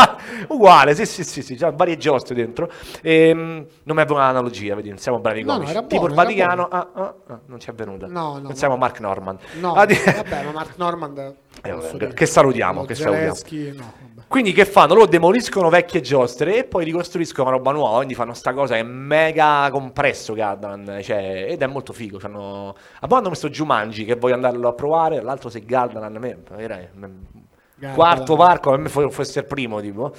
Speaker 2: uguale, sì, sì, sì, sì, c'ha varie giostre dentro. Ehm, non mi è venuta l'analogia, vedi, non siamo bravi
Speaker 1: No, no,
Speaker 2: comici.
Speaker 1: era
Speaker 2: tipo
Speaker 1: buono,
Speaker 2: il
Speaker 1: era
Speaker 2: Vaticano, ah, ah, ah, non ci è venuta.
Speaker 1: No, no,
Speaker 2: Non siamo Mark Norman.
Speaker 1: No,
Speaker 2: Ah, di-
Speaker 1: vabbè, ma Mark Normand.
Speaker 2: Eh, vabbè,
Speaker 1: posso dire.
Speaker 2: che salutiamo,
Speaker 1: Lo
Speaker 2: che salutiamo.
Speaker 1: Zelensky, no, vabbè.
Speaker 2: Quindi che fanno? Loro demoliscono vecchie giostre e poi ricostruiscono roba nuova, quindi fanno sta cosa che è mega compresso Gardaland, cioè, ed è molto figo. C'hanno... A poi hanno messo Jumanji che voglio andarlo a provare, l'altro se Gardaland, a me, era-
Speaker 1: Gardaland.
Speaker 2: quarto parco, a me fo- fosse il primo tipo.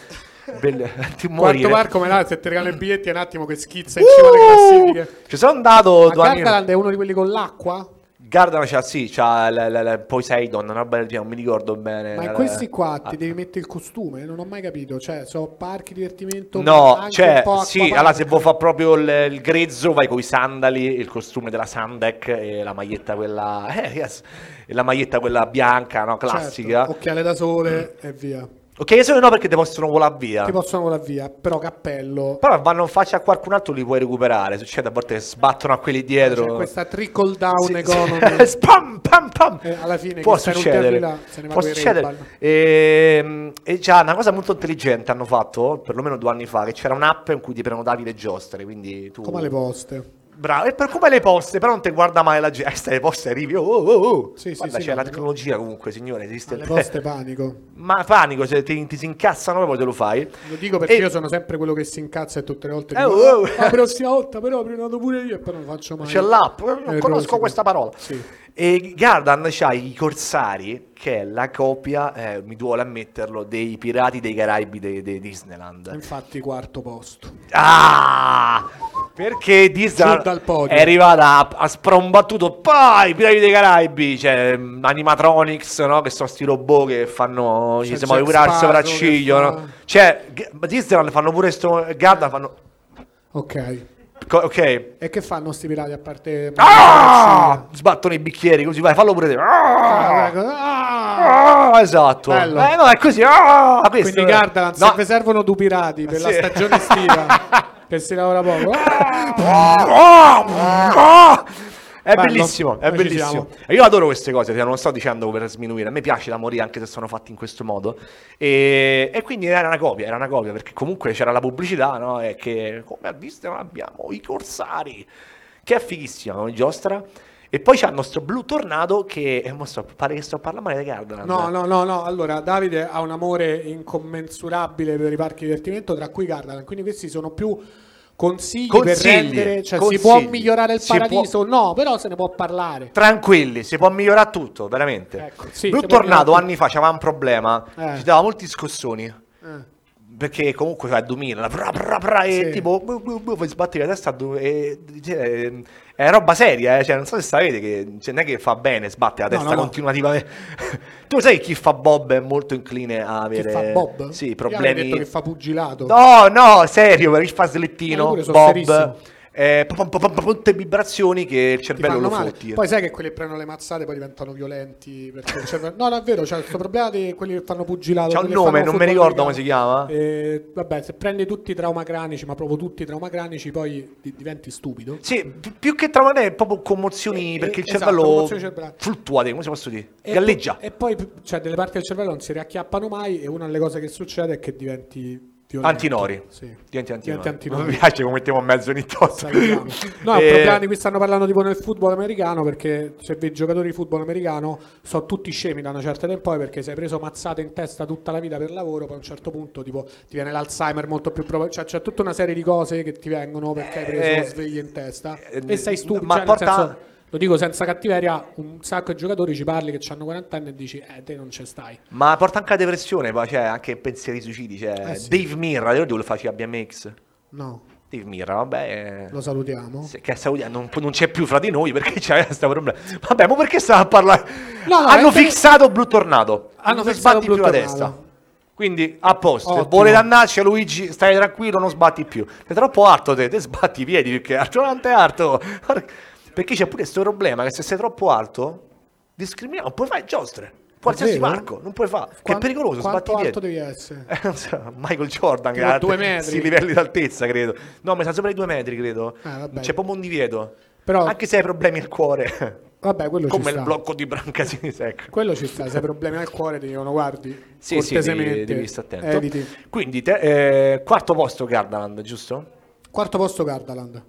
Speaker 2: Bel... ti muori.
Speaker 1: Quarto Marco Melà, se ti regala i biglietti è un attimo che schizza in cima
Speaker 2: Uh!
Speaker 1: alle classifiche.
Speaker 2: Ci sono andato
Speaker 1: Uh! Ma
Speaker 2: due anni
Speaker 1: Gardaland è uno di quelli con l'acqua?
Speaker 2: Gardaland c'ha sì, c'ha l- l- l- Poseidon, una roba del genere, non mi ricordo bene.
Speaker 1: Ma in
Speaker 2: La-
Speaker 1: questi qua ti
Speaker 2: Ah.
Speaker 1: devi mettere il costume? Non ho mai capito. Cioè, so parchi divertimento. ma
Speaker 2: No,
Speaker 1: anche
Speaker 2: cioè,
Speaker 1: un po'
Speaker 2: sì,
Speaker 1: acquapark.
Speaker 2: allora se vuoi fare proprio il, il grezzo vai con i sandali, il costume della Sandec e la maglietta quella, eh, yes, e la maglietta quella bianca, no,
Speaker 1: Certo,
Speaker 2: classica. Mm.
Speaker 1: occhiale da sole e via.
Speaker 2: Ok, se no perché ti possono volare via.
Speaker 1: Ti possono volare via, però cappello.
Speaker 2: Però vanno in faccia a qualcun altro li puoi recuperare, succede a volte che sbattono a quelli dietro.
Speaker 1: C'è questa trickle down
Speaker 2: Sì, sì.
Speaker 1: economy.
Speaker 2: Spam, pam, pam.
Speaker 1: Eh, alla fine
Speaker 2: può
Speaker 1: chi sta in un
Speaker 2: succedere.
Speaker 1: teatro di là se ne va
Speaker 2: può
Speaker 1: coi
Speaker 2: succedere.
Speaker 1: Ray-Ban.
Speaker 2: Ehm, E, già una cosa molto intelligente hanno fatto, perlomeno due anni fa, che c'era un'app in cui ti prenotavi le giostre, quindi tu
Speaker 1: Come le poste.
Speaker 2: Bravo, e per come le poste, però non ti guarda mai la gente. Eh, stai le poste arrivi. Oh, oh, oh.
Speaker 1: Sì, sì,
Speaker 2: Guarda,
Speaker 1: sì,
Speaker 2: c'è la
Speaker 1: guarda.
Speaker 2: tecnologia comunque, signore, esiste
Speaker 1: Alle poste panico.
Speaker 2: Ma panico, se ti, ti si incazzano proprio te lo fai.
Speaker 1: Lo dico perché
Speaker 2: E-
Speaker 1: io sono sempre quello che si incazza e tutte le volte
Speaker 2: Eh,
Speaker 1: dico,
Speaker 2: oh, oh.
Speaker 1: "Ah, la prossima volta però ho prenotato pure io e poi non faccio mai.
Speaker 2: C'è l'app, eh, non
Speaker 1: Eh,
Speaker 2: conosco
Speaker 1: prossimo.
Speaker 2: questa parola.
Speaker 1: Sì.
Speaker 2: E Gardan c'ha i Corsari, che è la copia, eh, mi duole ammetterlo, dei Pirati dei Caraibi dei, dei Disneyland.
Speaker 1: Infatti quarto posto.
Speaker 2: Ah! Perché
Speaker 1: Giù
Speaker 2: Disneyland
Speaker 1: dal podio.
Speaker 2: è arrivata a, a sprombattuto poi i Pirati dei Caraibi, cioè mm, animatronics, no? che sono sti robot che fanno
Speaker 1: C'è
Speaker 2: ci siamo i
Speaker 1: Jack
Speaker 2: pure al
Speaker 1: Sparrow che
Speaker 2: sopracciglio,
Speaker 1: fa-
Speaker 2: no? Cioè, G- Disneyland fanno pure sto Gardan fanno
Speaker 1: Ok.
Speaker 2: co- ok.
Speaker 1: E che fanno sti pirati a parte
Speaker 2: Ah! Sbattono i bicchieri così, vai, fallo pure te. Ah!
Speaker 1: Ah, ah!
Speaker 2: Ah, esatto.
Speaker 1: Bello.
Speaker 2: Eh no, è così. Ah, questo
Speaker 1: Quindi
Speaker 2: è-
Speaker 1: Gardaland,
Speaker 2: No.
Speaker 1: se vi servono due pirati per la
Speaker 2: Sì.
Speaker 1: stagione estiva che si lavora poco. ah!
Speaker 2: Ah, ah, ah. È
Speaker 1: Bello.
Speaker 2: bellissimo, è
Speaker 1: Noi ci
Speaker 2: bellissimo.
Speaker 1: siamo.
Speaker 2: E io adoro queste cose, cioè, non lo sto dicendo per sminuire, a me piace da morire anche se sono fatti in questo modo. E, e quindi era una copia, era una copia, perché comunque c'era la pubblicità, no? E che come ha visto noi abbiamo i corsari, che è fighissima come giostra. E poi c'è il nostro blu tornado che... E mo sto, pare che sto parlando male di Gardaland.
Speaker 1: No, no, no, no. Allora, Davide ha un amore incommensurabile per i parchi di divertimento, tra cui Gardaland. Quindi questi sono più consigli, per
Speaker 2: Consigli,
Speaker 1: rendere, cioè
Speaker 2: consigli.
Speaker 1: si può migliorare il
Speaker 2: Si
Speaker 1: paradiso? No, però se ne può parlare.
Speaker 2: Tranquilli, si può migliorare tutto, veramente.
Speaker 1: Ecco,
Speaker 2: Blu
Speaker 1: sì, si può
Speaker 2: Tornado
Speaker 1: migliorare
Speaker 2: anni fa c'aveva un problema,
Speaker 1: Eh.
Speaker 2: ci dava molti scossoni.
Speaker 1: Eh.
Speaker 2: Perché comunque fa 2000, la bra bra bra,
Speaker 1: Sì.
Speaker 2: e tipo, bu, bu, bu, poi sbatti la testa, a du- e, cioè, è roba seria, eh, cioè, non so se sapete che cioè, non è che fa bene, sbatte la
Speaker 1: No,
Speaker 2: testa
Speaker 1: no, no.
Speaker 2: continuativamente. tu sai che chi fa Bob è molto incline a
Speaker 1: Che
Speaker 2: avere...
Speaker 1: fa Bob?
Speaker 2: Sì,
Speaker 1: Io
Speaker 2: problemi...
Speaker 1: avevo detto che fa pugilato.
Speaker 2: No, no, serio, perché fa
Speaker 1: Ma
Speaker 2: slettino,
Speaker 1: io pure sono serissimo.
Speaker 2: Bob, eh, pom, pom, pom, pom, tutte vibrazioni che il
Speaker 1: Ti
Speaker 2: cervello
Speaker 1: fanno
Speaker 2: lo
Speaker 1: male.
Speaker 2: fotti.
Speaker 1: Poi sai che quelli che prendono le mazzate poi diventano violenti. Perché il cervello- No, no, è vero, c'è questo problema di quelli che fanno pugilato.
Speaker 2: C'ha un
Speaker 1: quelli che
Speaker 2: nome,
Speaker 1: fanno
Speaker 2: non mi
Speaker 1: football
Speaker 2: ricordo come si
Speaker 1: americano.
Speaker 2: chiama.
Speaker 1: Eh, vabbè, se prendi tutti i traumacranici, ma proprio tutti i traumacranici, poi di- diventi stupido.
Speaker 2: Sì, pi- più che trauma è proprio commozioni
Speaker 1: Eh,
Speaker 2: perché il
Speaker 1: eh, esatto,
Speaker 2: cervello
Speaker 1: commozioni cerebrali.
Speaker 2: fluttua, come si posso dire?
Speaker 1: E
Speaker 2: Galleggia.
Speaker 1: po- E poi, p- cioè, delle parti del cervello non si riacchiappano mai. E una delle cose che succede è che diventi violento.
Speaker 2: Antinori.
Speaker 1: Sì.
Speaker 2: Diventi antinori.
Speaker 1: Diventi antinori.
Speaker 2: Non mi piace come mettiamo in mezzo ogni tanto.
Speaker 1: Salutiamo. No, è un
Speaker 2: Eh,
Speaker 1: problema di cui stanno parlando tipo nel football americano perché se vedi giocatori di football americano sono tutti scemi da una certa età in poi perché sei preso mazzate in testa tutta la vita per lavoro, poi a un certo punto tipo ti viene l'Alzheimer molto più probabile, cioè c'è tutta una serie di cose che ti vengono perché hai preso
Speaker 2: Eh,
Speaker 1: sveglie in testa
Speaker 2: eh,
Speaker 1: e sei stupido,
Speaker 2: ma
Speaker 1: cioè, nel
Speaker 2: porta-
Speaker 1: senso, lo dico senza cattiveria, un sacco di giocatori ci parli che hanno 40 anni e dici "Eh, te non ci stai".
Speaker 2: Ma porta anche a depressione, poi cioè, anche pensieri suicidi. Cioè,
Speaker 1: Eh, sì.
Speaker 2: Dave Mirra, io lo faceva a BMX.
Speaker 1: No,
Speaker 2: Dave Mirra, vabbè. eh.
Speaker 1: lo salutiamo.
Speaker 2: se- Che a Saudi non, non c'è più fra di noi perché c'è questo problema. Vabbè, ma perché stava a parlare?
Speaker 1: No, no,
Speaker 2: hanno
Speaker 1: è per-
Speaker 2: fissato Blu Tornado.
Speaker 1: Hanno
Speaker 2: Hanno
Speaker 1: fissato
Speaker 2: fissato più
Speaker 1: Blu
Speaker 2: la
Speaker 1: Tornado.
Speaker 2: testa. Quindi a posto.
Speaker 1: Ottimo.
Speaker 2: Se vuole dannarci Luigi, stai tranquillo, non sbatti più. È troppo alto te, te sbatti i piedi più che altro, non è alto. Perché c'è pure questo problema che se sei troppo alto discriminiamo, puoi fare giostre. Qualsiasi
Speaker 1: vero?
Speaker 2: parco, non puoi fare. Che è
Speaker 1: Quan-
Speaker 2: pericoloso,
Speaker 1: Quanto
Speaker 2: sbatti i
Speaker 1: alto
Speaker 2: piedi.
Speaker 1: devi essere?
Speaker 2: Eh, non so, Michael Jordan
Speaker 1: Tipo
Speaker 2: che ha
Speaker 1: due metri.
Speaker 2: questi livelli d'altezza credo no ma sta sopra i due metri credo
Speaker 1: Ah, vabbè.
Speaker 2: c'è proprio un divieto
Speaker 1: Però-
Speaker 2: anche se hai problemi al cuore
Speaker 1: Vabbè, quello ci
Speaker 2: come il
Speaker 1: sta.
Speaker 2: blocco di Brancasini secco
Speaker 1: Quello ci sta, se hai problemi al cuore ti dicono guardi,
Speaker 2: sì sì
Speaker 1: cortesemente
Speaker 2: devi, devi stare attento
Speaker 1: eviti.
Speaker 2: quindi te- eh, quarto posto Gardaland giusto?
Speaker 1: Quarto posto Gardaland.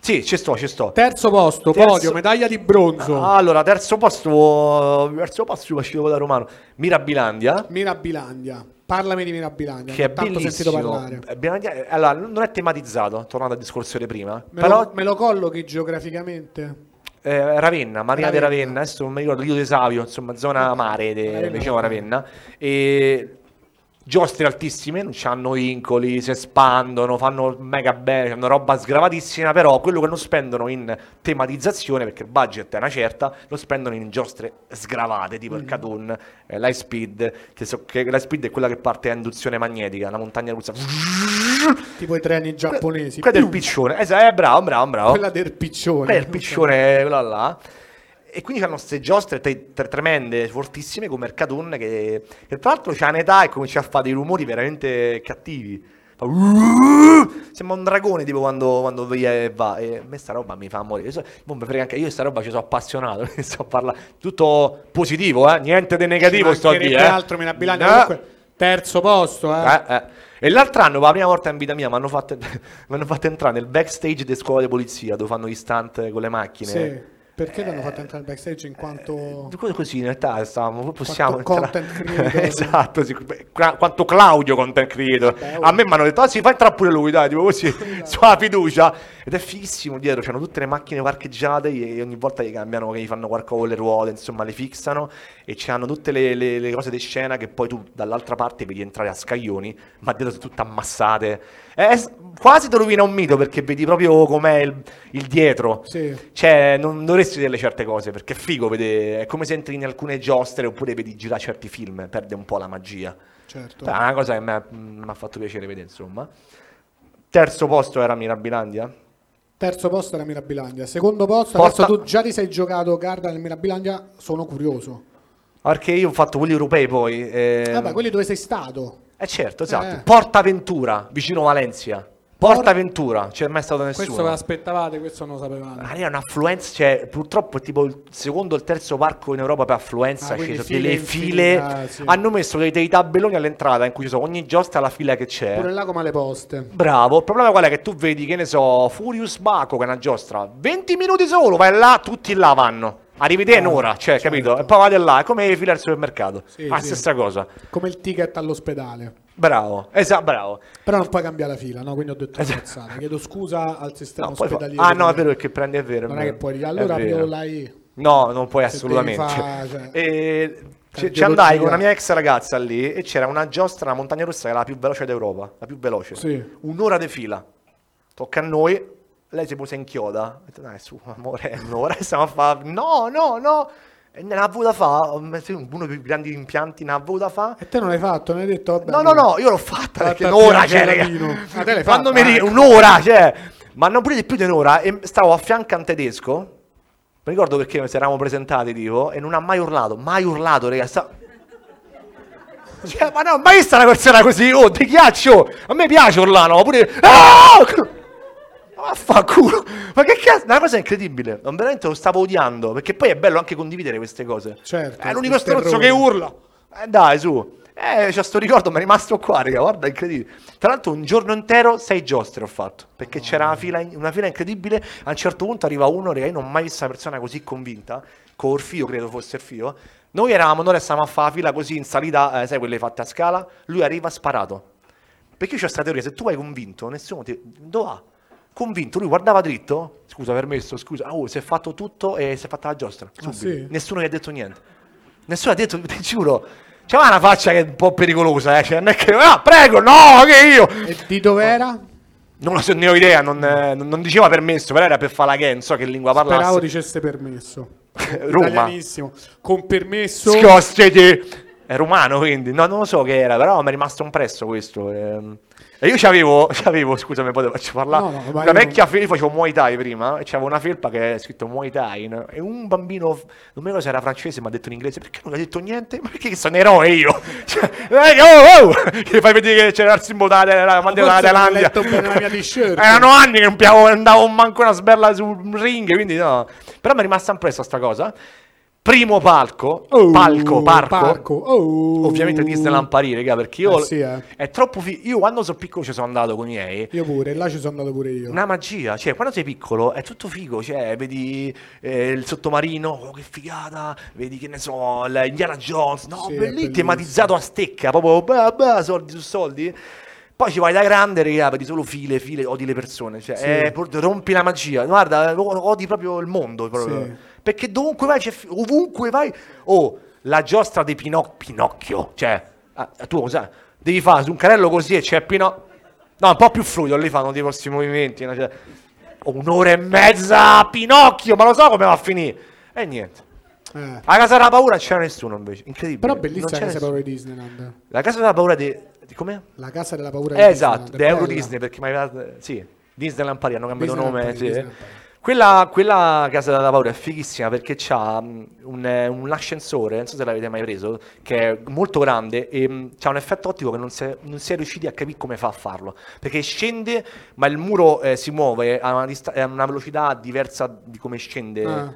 Speaker 2: sì ci sto ci sto
Speaker 1: Terzo posto,
Speaker 2: Terzo- Ah.
Speaker 1: podio, medaglia di bronzo.
Speaker 2: allora terzo posto terzo posto uscito da Romano Mirabilandia
Speaker 1: Mirabilandia. Parlami di Mirabilandia,
Speaker 2: che è
Speaker 1: ho tanto sentito
Speaker 2: bellissimo
Speaker 1: parlare.
Speaker 2: Eh, Bilandia- allora non è tematizzato tornando al discorso di prima
Speaker 1: Me,
Speaker 2: però
Speaker 1: lo, me lo collochi geograficamente?
Speaker 2: Eh, Ravenna, Maria di
Speaker 1: Ravenna.
Speaker 2: Ravenna, adesso non mi ricordo, Lido di Savio, insomma, zona mare de-
Speaker 1: Ravenna,
Speaker 2: vicino a Ravenna. E giostre altissime, non hanno vincoli, si espandono, fanno mega bene, hanno roba sgravatissima, però quello che non spendono in tematizzazione, perché il budget è una certa, lo spendono in giostre sgravate, tipo
Speaker 1: Mm.
Speaker 2: il Catun, eh, l'High Speed, che, so, che l'High Speed è quella che parte a induzione magnetica, la montagna russa.
Speaker 1: Tipo i treni giapponesi.
Speaker 2: Quella del
Speaker 1: Più,
Speaker 2: piccione, esatto, eh, bravo, bravo, bravo.
Speaker 1: quella del piccione.
Speaker 2: Beh, il piccione, quella là. E quindi hanno queste giostre te- tre- tremende, fortissime, come il Catun, che, che tra l'altro c'ha un'età e comincia a fare dei rumori veramente cattivi. Fa Sembra un dragone tipo quando, quando via e va. E a me sta roba mi fa morire. So- boh, mi frega anche io, sta roba ci sono appassionato. quindi sto a parlare tutto positivo, eh? niente di negativo. Sto a dire.
Speaker 1: Tra
Speaker 2: eh.
Speaker 1: l'altro Mirabilandia
Speaker 2: No.
Speaker 1: comunque terzo posto, eh.
Speaker 2: Eh, eh. E l'altro anno, per la prima volta in vita mia, mi hanno fatto, mi hanno fatto entrare nel backstage delle scuole di polizia dove fanno gli stunt con le macchine.
Speaker 1: Sì. Perché ti hanno fatto entrare in backstage in quanto...
Speaker 2: Eh, Così in realtà stavamo, possiamo
Speaker 1: Quanto content creator.
Speaker 2: esatto, sì, beh, qua- quanto Claudio content creator.
Speaker 1: Beh, oh.
Speaker 2: A me mi hanno detto, ah sì, fa entrare pure lui, dai, tipo così,
Speaker 1: Esatto.
Speaker 2: sulla fiducia. Ed è fighissimo dietro, c'hanno tutte le macchine parcheggiate e ogni volta gli cambiano, che gli fanno qualcosa con le ruote, insomma, le fissano e c'hanno tutte le, le- le cose di scena che poi tu dall'altra parte vedi entrare a scaglioni, ma dietro sono tutte ammassate. È s- quasi ti rovina un mito perché vedi proprio com'è il, il dietro.
Speaker 1: Sì.
Speaker 2: Cioè, non dovresti vedere certe cose perché è figo vedere. È come se entri in alcune giostre oppure vedi girare certi film, perde un po' la magia.
Speaker 1: Certo.
Speaker 2: È una cosa che mi ha- mi ha fatto piacere vedere, insomma. Terzo posto era Mirabilandia.
Speaker 1: Terzo posto era Mirabilandia. Secondo posto,
Speaker 2: Porta-
Speaker 1: adesso tu già ti sei giocato Garda nel Mirabilandia, sono curioso.
Speaker 2: Perché io ho fatto quelli europei poi. E
Speaker 1: Vabbè, Ah, quelli dove sei stato?
Speaker 2: certo, esatto.
Speaker 1: Eh.
Speaker 2: Portaventura, vicino Valencia. Portaventura, c'è mai stato nessuno.
Speaker 1: Questo ve l'aspettavate, questo non lo sapevate.
Speaker 2: Ma lì è un'affluenza, cioè, purtroppo è tipo il secondo o il terzo parco in Europa per affluenza,
Speaker 1: Ah,
Speaker 2: ci
Speaker 1: quindi
Speaker 2: sono
Speaker 1: file
Speaker 2: delle
Speaker 1: in
Speaker 2: file,
Speaker 1: fila, ah, sì.
Speaker 2: hanno messo dei, dei tabelloni all'entrata in cui ci sono ogni giostra la fila che c'è.
Speaker 1: Pure là come alle poste.
Speaker 2: Bravo, il problema qual è che tu vedi, che ne so, Furious Baco che è una giostra, 20 minuti solo, vai là, tutti là vanno. Arrivi te in
Speaker 1: Ah,
Speaker 2: ora, cioè,
Speaker 1: certo.
Speaker 2: capito? E poi vai là, è come fila al supermercato.
Speaker 1: Sì,
Speaker 2: la
Speaker 1: sì.
Speaker 2: stessa cosa.
Speaker 1: Come il ticket all'ospedale.
Speaker 2: Bravo, esatto, bravo.
Speaker 1: Però non puoi cambiare la fila, no? Quindi ho detto una
Speaker 2: Esatto.
Speaker 1: cazzata. Chiedo scusa al sistema
Speaker 2: No, poi fa-
Speaker 1: ospedaliero.
Speaker 2: Ah no, è vero perché prendi, è vero. è
Speaker 1: Non è
Speaker 2: vero,
Speaker 1: che puoi dire
Speaker 2: è
Speaker 1: allora
Speaker 2: vero.
Speaker 1: io l'hai.
Speaker 2: No, non puoi
Speaker 1: Se
Speaker 2: assolutamente.
Speaker 1: devi fa- cioè-
Speaker 2: E ci- ci
Speaker 1: Cardiologia.
Speaker 2: andai con una mia ex ragazza lì e c'era una giostra, una montagna russa che era la più veloce d'Europa, la più veloce.
Speaker 1: Sì.
Speaker 2: Un'ora di fila. Tocca a noi, lei si pose in chioda. Ho detto, dai, su, amore, è un'ora, e stiamo a fare... No, no, no! E ne ha voluta fa, ho messo uno dei più grandi rimpianti, ne ha voluta fa.
Speaker 1: E te non l'hai fatto, non hai detto vabbè.
Speaker 2: No, no, no, io l'ho fatta
Speaker 1: Fatta
Speaker 2: perché
Speaker 1: a
Speaker 2: un'ora,
Speaker 1: Piano
Speaker 2: cioè,
Speaker 1: Gerardino.
Speaker 2: raga.
Speaker 1: Ah, te l'hai
Speaker 2: Quando
Speaker 1: fatta,
Speaker 2: mi ri-
Speaker 1: eh.
Speaker 2: un'ora, cioè, ma non pure di più di un'ora. E stavo a fianco a un tedesco. Mi ricordo perché ci eravamo presentati, tipo, e non ha mai urlato, mai urlato, raga. sta- Cioè, ma no, mai vista una persona così, oh, ti ghiaccio! A me piace urlare, no, pure... Ah! Ma Vaffanculo, ma che cazzo, una cosa incredibile, non veramente lo stavo odiando, perché poi è bello anche condividere queste cose.
Speaker 1: Certo,
Speaker 2: È l'unico
Speaker 1: il
Speaker 2: stronzo
Speaker 1: terrore.
Speaker 2: che urla. Eh dai, su. Eh, c'ho sto ricordo, mi è rimasto qua, raga, guarda, incredibile. Tra l'altro un giorno intero sei giostre ho fatto, perché c'era
Speaker 1: Ah.
Speaker 2: una fila, una fila incredibile, a un certo punto arriva uno, raga, io non ho mai visto una persona così convinta, con Orfio, credo fosse Orfio. Noi eravamo, noi stavamo a fare la fila così in salita, eh, sai, quelle fatte a scala, lui arriva sparato. Perché io c'ho questa teoria, se tu hai convinto, nessuno ti... Dove va? Convinto, lui guardava dritto, scusa, permesso, scusa, ah, oh, si è fatto tutto e si è fatta la giostra.
Speaker 1: Ah,
Speaker 2: subito.
Speaker 1: sì?
Speaker 2: Nessuno gli ha detto niente. Nessuno ha detto, ti giuro, c'aveva una faccia che è un po' pericolosa, eh, cioè, non è che, ah, prego, no, che io...
Speaker 1: E di dov'era?
Speaker 2: Non lo so, ne ho idea, non, eh, non- non diceva permesso, però era per fare la che, non so che lingua parlasse.
Speaker 1: Speravo dicesse permesso.
Speaker 2: Roma.
Speaker 1: Italianissimo. Con permesso.
Speaker 2: Scostiti! È romano quindi, no, non lo so che era, però mi è rimasto impresso questo. ehm. E io c'avevo, c'avevo, scusami, poi te faccio parlare,
Speaker 1: No, no, ma
Speaker 2: una
Speaker 1: io-
Speaker 2: vecchia felpa, facevo Muay Thai prima, e c'avevo una felpa che è scritto Muay Thai, no? e un bambino, non mi ricordo se era francese, mi ha detto in inglese, perché non ha detto niente? Ma perché sono eroe io? Cioè, eh, oh, oh! Che fai vedere che c'era il simbolo della, della bandiera
Speaker 1: forse
Speaker 2: della
Speaker 1: non ho
Speaker 2: Thailandia.
Speaker 1: letto bene la mia t-shirt.
Speaker 2: Erano anni che non piavo- andavo manco una sberla sul ring, quindi no. Però mi è rimasta impressa sta cosa. Primo palco,
Speaker 1: Oh,
Speaker 2: palco, parco.
Speaker 1: parco, oh.
Speaker 2: Ovviamente Disneyland Parì, raga, perché io...
Speaker 1: Eh sì, eh.
Speaker 2: È troppo... fi- io quando sono piccolo ci sono andato con i miei.
Speaker 1: Io pure, là ci sono andato pure io.
Speaker 2: Una magia, cioè quando sei piccolo è tutto figo, cioè vedi eh, il sottomarino, oh, che figata, vedi che ne so, l- Indiana Jones, no,
Speaker 1: Sì, è
Speaker 2: belli-
Speaker 1: bellissimo.
Speaker 2: tematizzato a stecca, proprio bah, bah, soldi su soldi. Poi ci vai da grande, raga, vedi solo file, file, odi le persone, cioè
Speaker 1: Sì.
Speaker 2: eh, proprio rompi la magia, guarda, o- odi proprio il mondo, proprio.
Speaker 1: Sì.
Speaker 2: perché dovunque vai, c'è fi- ovunque vai, oh, la giostra di Pinoc- Pinocchio, cioè, ah, tu lo sai, devi fare su un carrello così e c'è Pinocchio, no, un po' più fluido, lì fanno dei vostri movimenti, no? Cioè, un'ora e mezza a Pinocchio, ma lo so come va a finire, e niente.
Speaker 1: Eh.
Speaker 2: A casa della paura non c'era nessuno invece, incredibile.
Speaker 1: Però
Speaker 2: Non
Speaker 1: bellissima
Speaker 2: c'era
Speaker 1: la casa
Speaker 2: nessuno.
Speaker 1: paura di Disneyland.
Speaker 2: La casa della paura di... di com'è?
Speaker 1: La casa della paura di
Speaker 2: Eh, esatto,
Speaker 1: Disneyland,
Speaker 2: di Euro
Speaker 1: bella.
Speaker 2: Disney, perché mi aveva... Sì, Disneyland Parì, hanno cambiato
Speaker 1: Disneyland
Speaker 2: nome.
Speaker 1: Parì,
Speaker 2: sì.
Speaker 1: Disneyland Parì.
Speaker 2: Quella, quella casa della paura è fighissima perché c'ha mh, un, eh, un ascensore, non so se l'avete mai preso, che è molto grande e mh, c'ha un effetto ottico che non si, è, non si è riusciti a capire come fa a farlo. Perché scende, ma il muro eh, si muove a una, dista- a una velocità diversa di come scende.
Speaker 1: Ah.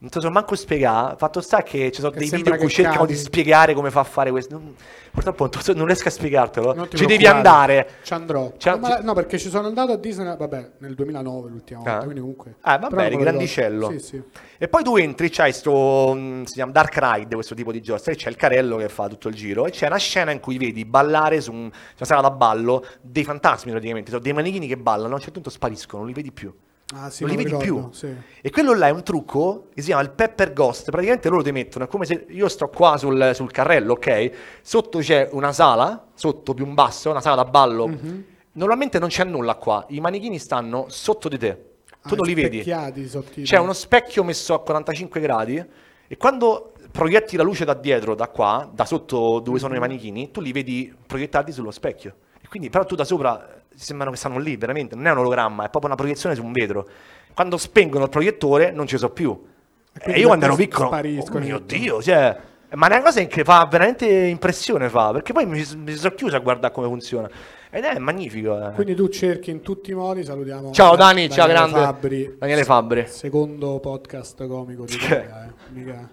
Speaker 2: Non te lo so manco spiegare. Fatto sta che ci sono
Speaker 1: Che
Speaker 2: dei
Speaker 1: sembra
Speaker 2: video in cui
Speaker 1: che
Speaker 2: cercano
Speaker 1: cadi.
Speaker 2: di spiegare come fa a fare questo. Non- purtroppo non, te lo so- non riesco a spiegartelo.
Speaker 1: Non ti
Speaker 2: Ci devi
Speaker 1: preoccupare, Cioè
Speaker 2: andare.
Speaker 1: Ci andrò.
Speaker 2: Ci-
Speaker 1: No, ma-
Speaker 2: ci-
Speaker 1: no, perché ci sono andato a Disney, vabbè, nel 2009 l'ultima volta,
Speaker 2: Ah.
Speaker 1: quindi comunque.
Speaker 2: Ah, vabbè,
Speaker 1: Però
Speaker 2: eri
Speaker 1: me lo ricordo.
Speaker 2: grandicello.
Speaker 1: Sì, sì.
Speaker 2: E poi tu entri, c'hai sto, mh, si chiama Dark Ride, questo tipo di giostra, e c'è il carello che fa tutto il giro, e c'è una scena in cui vedi ballare su un- su una sala da ballo dei fantasmi praticamente, sono dei manichini che ballano, a un certo punto spariscono, non li vedi più.
Speaker 1: Ah, sì,
Speaker 2: Non
Speaker 1: me
Speaker 2: li
Speaker 1: lo
Speaker 2: vedi
Speaker 1: ricordo,
Speaker 2: più.
Speaker 1: sì.
Speaker 2: E quello là è un trucco che si chiama il Pepper Ghost. Praticamente loro ti mettono, è come se io sto qua sul, sul carrello, ok? Sotto c'è una sala, sotto più in basso, una sala da ballo.
Speaker 1: Mhm.
Speaker 2: Normalmente non c'è nulla qua, i manichini stanno sotto di te, tu
Speaker 1: Ah,
Speaker 2: non li vedi.
Speaker 1: specchiati, sottili.
Speaker 2: C'è uno specchio messo a 45 gradi e quando proietti la luce da dietro, da qua, da sotto dove
Speaker 1: Mhm.
Speaker 2: sono i manichini, tu li vedi proiettati sullo specchio. E quindi, però tu da sopra eh, sembrano che stanno lì, veramente, non è un ologramma, è proprio una proiezione su un vetro. Quando spengono il proiettore non ci sono più.
Speaker 1: E
Speaker 2: E,
Speaker 1: quindi
Speaker 2: io quando
Speaker 1: da
Speaker 2: ero
Speaker 1: questo
Speaker 2: piccolo, oh
Speaker 1: spariscono
Speaker 2: mio
Speaker 1: tutto.
Speaker 2: Dio, cioè, ma è una cosa che fa veramente impressione, fa, perché poi mi, mi sono chiuso a guardare come funziona. Ed è magnifico. eh.
Speaker 1: Quindi tu cerchi in tutti i modi, salutiamo.
Speaker 2: Ciao, Dani, ciao, grande.
Speaker 1: Fabbri,
Speaker 2: Daniele Fabbri.
Speaker 1: Secondo podcast comico di
Speaker 2: Cioè.
Speaker 1: Lega, eh. mica,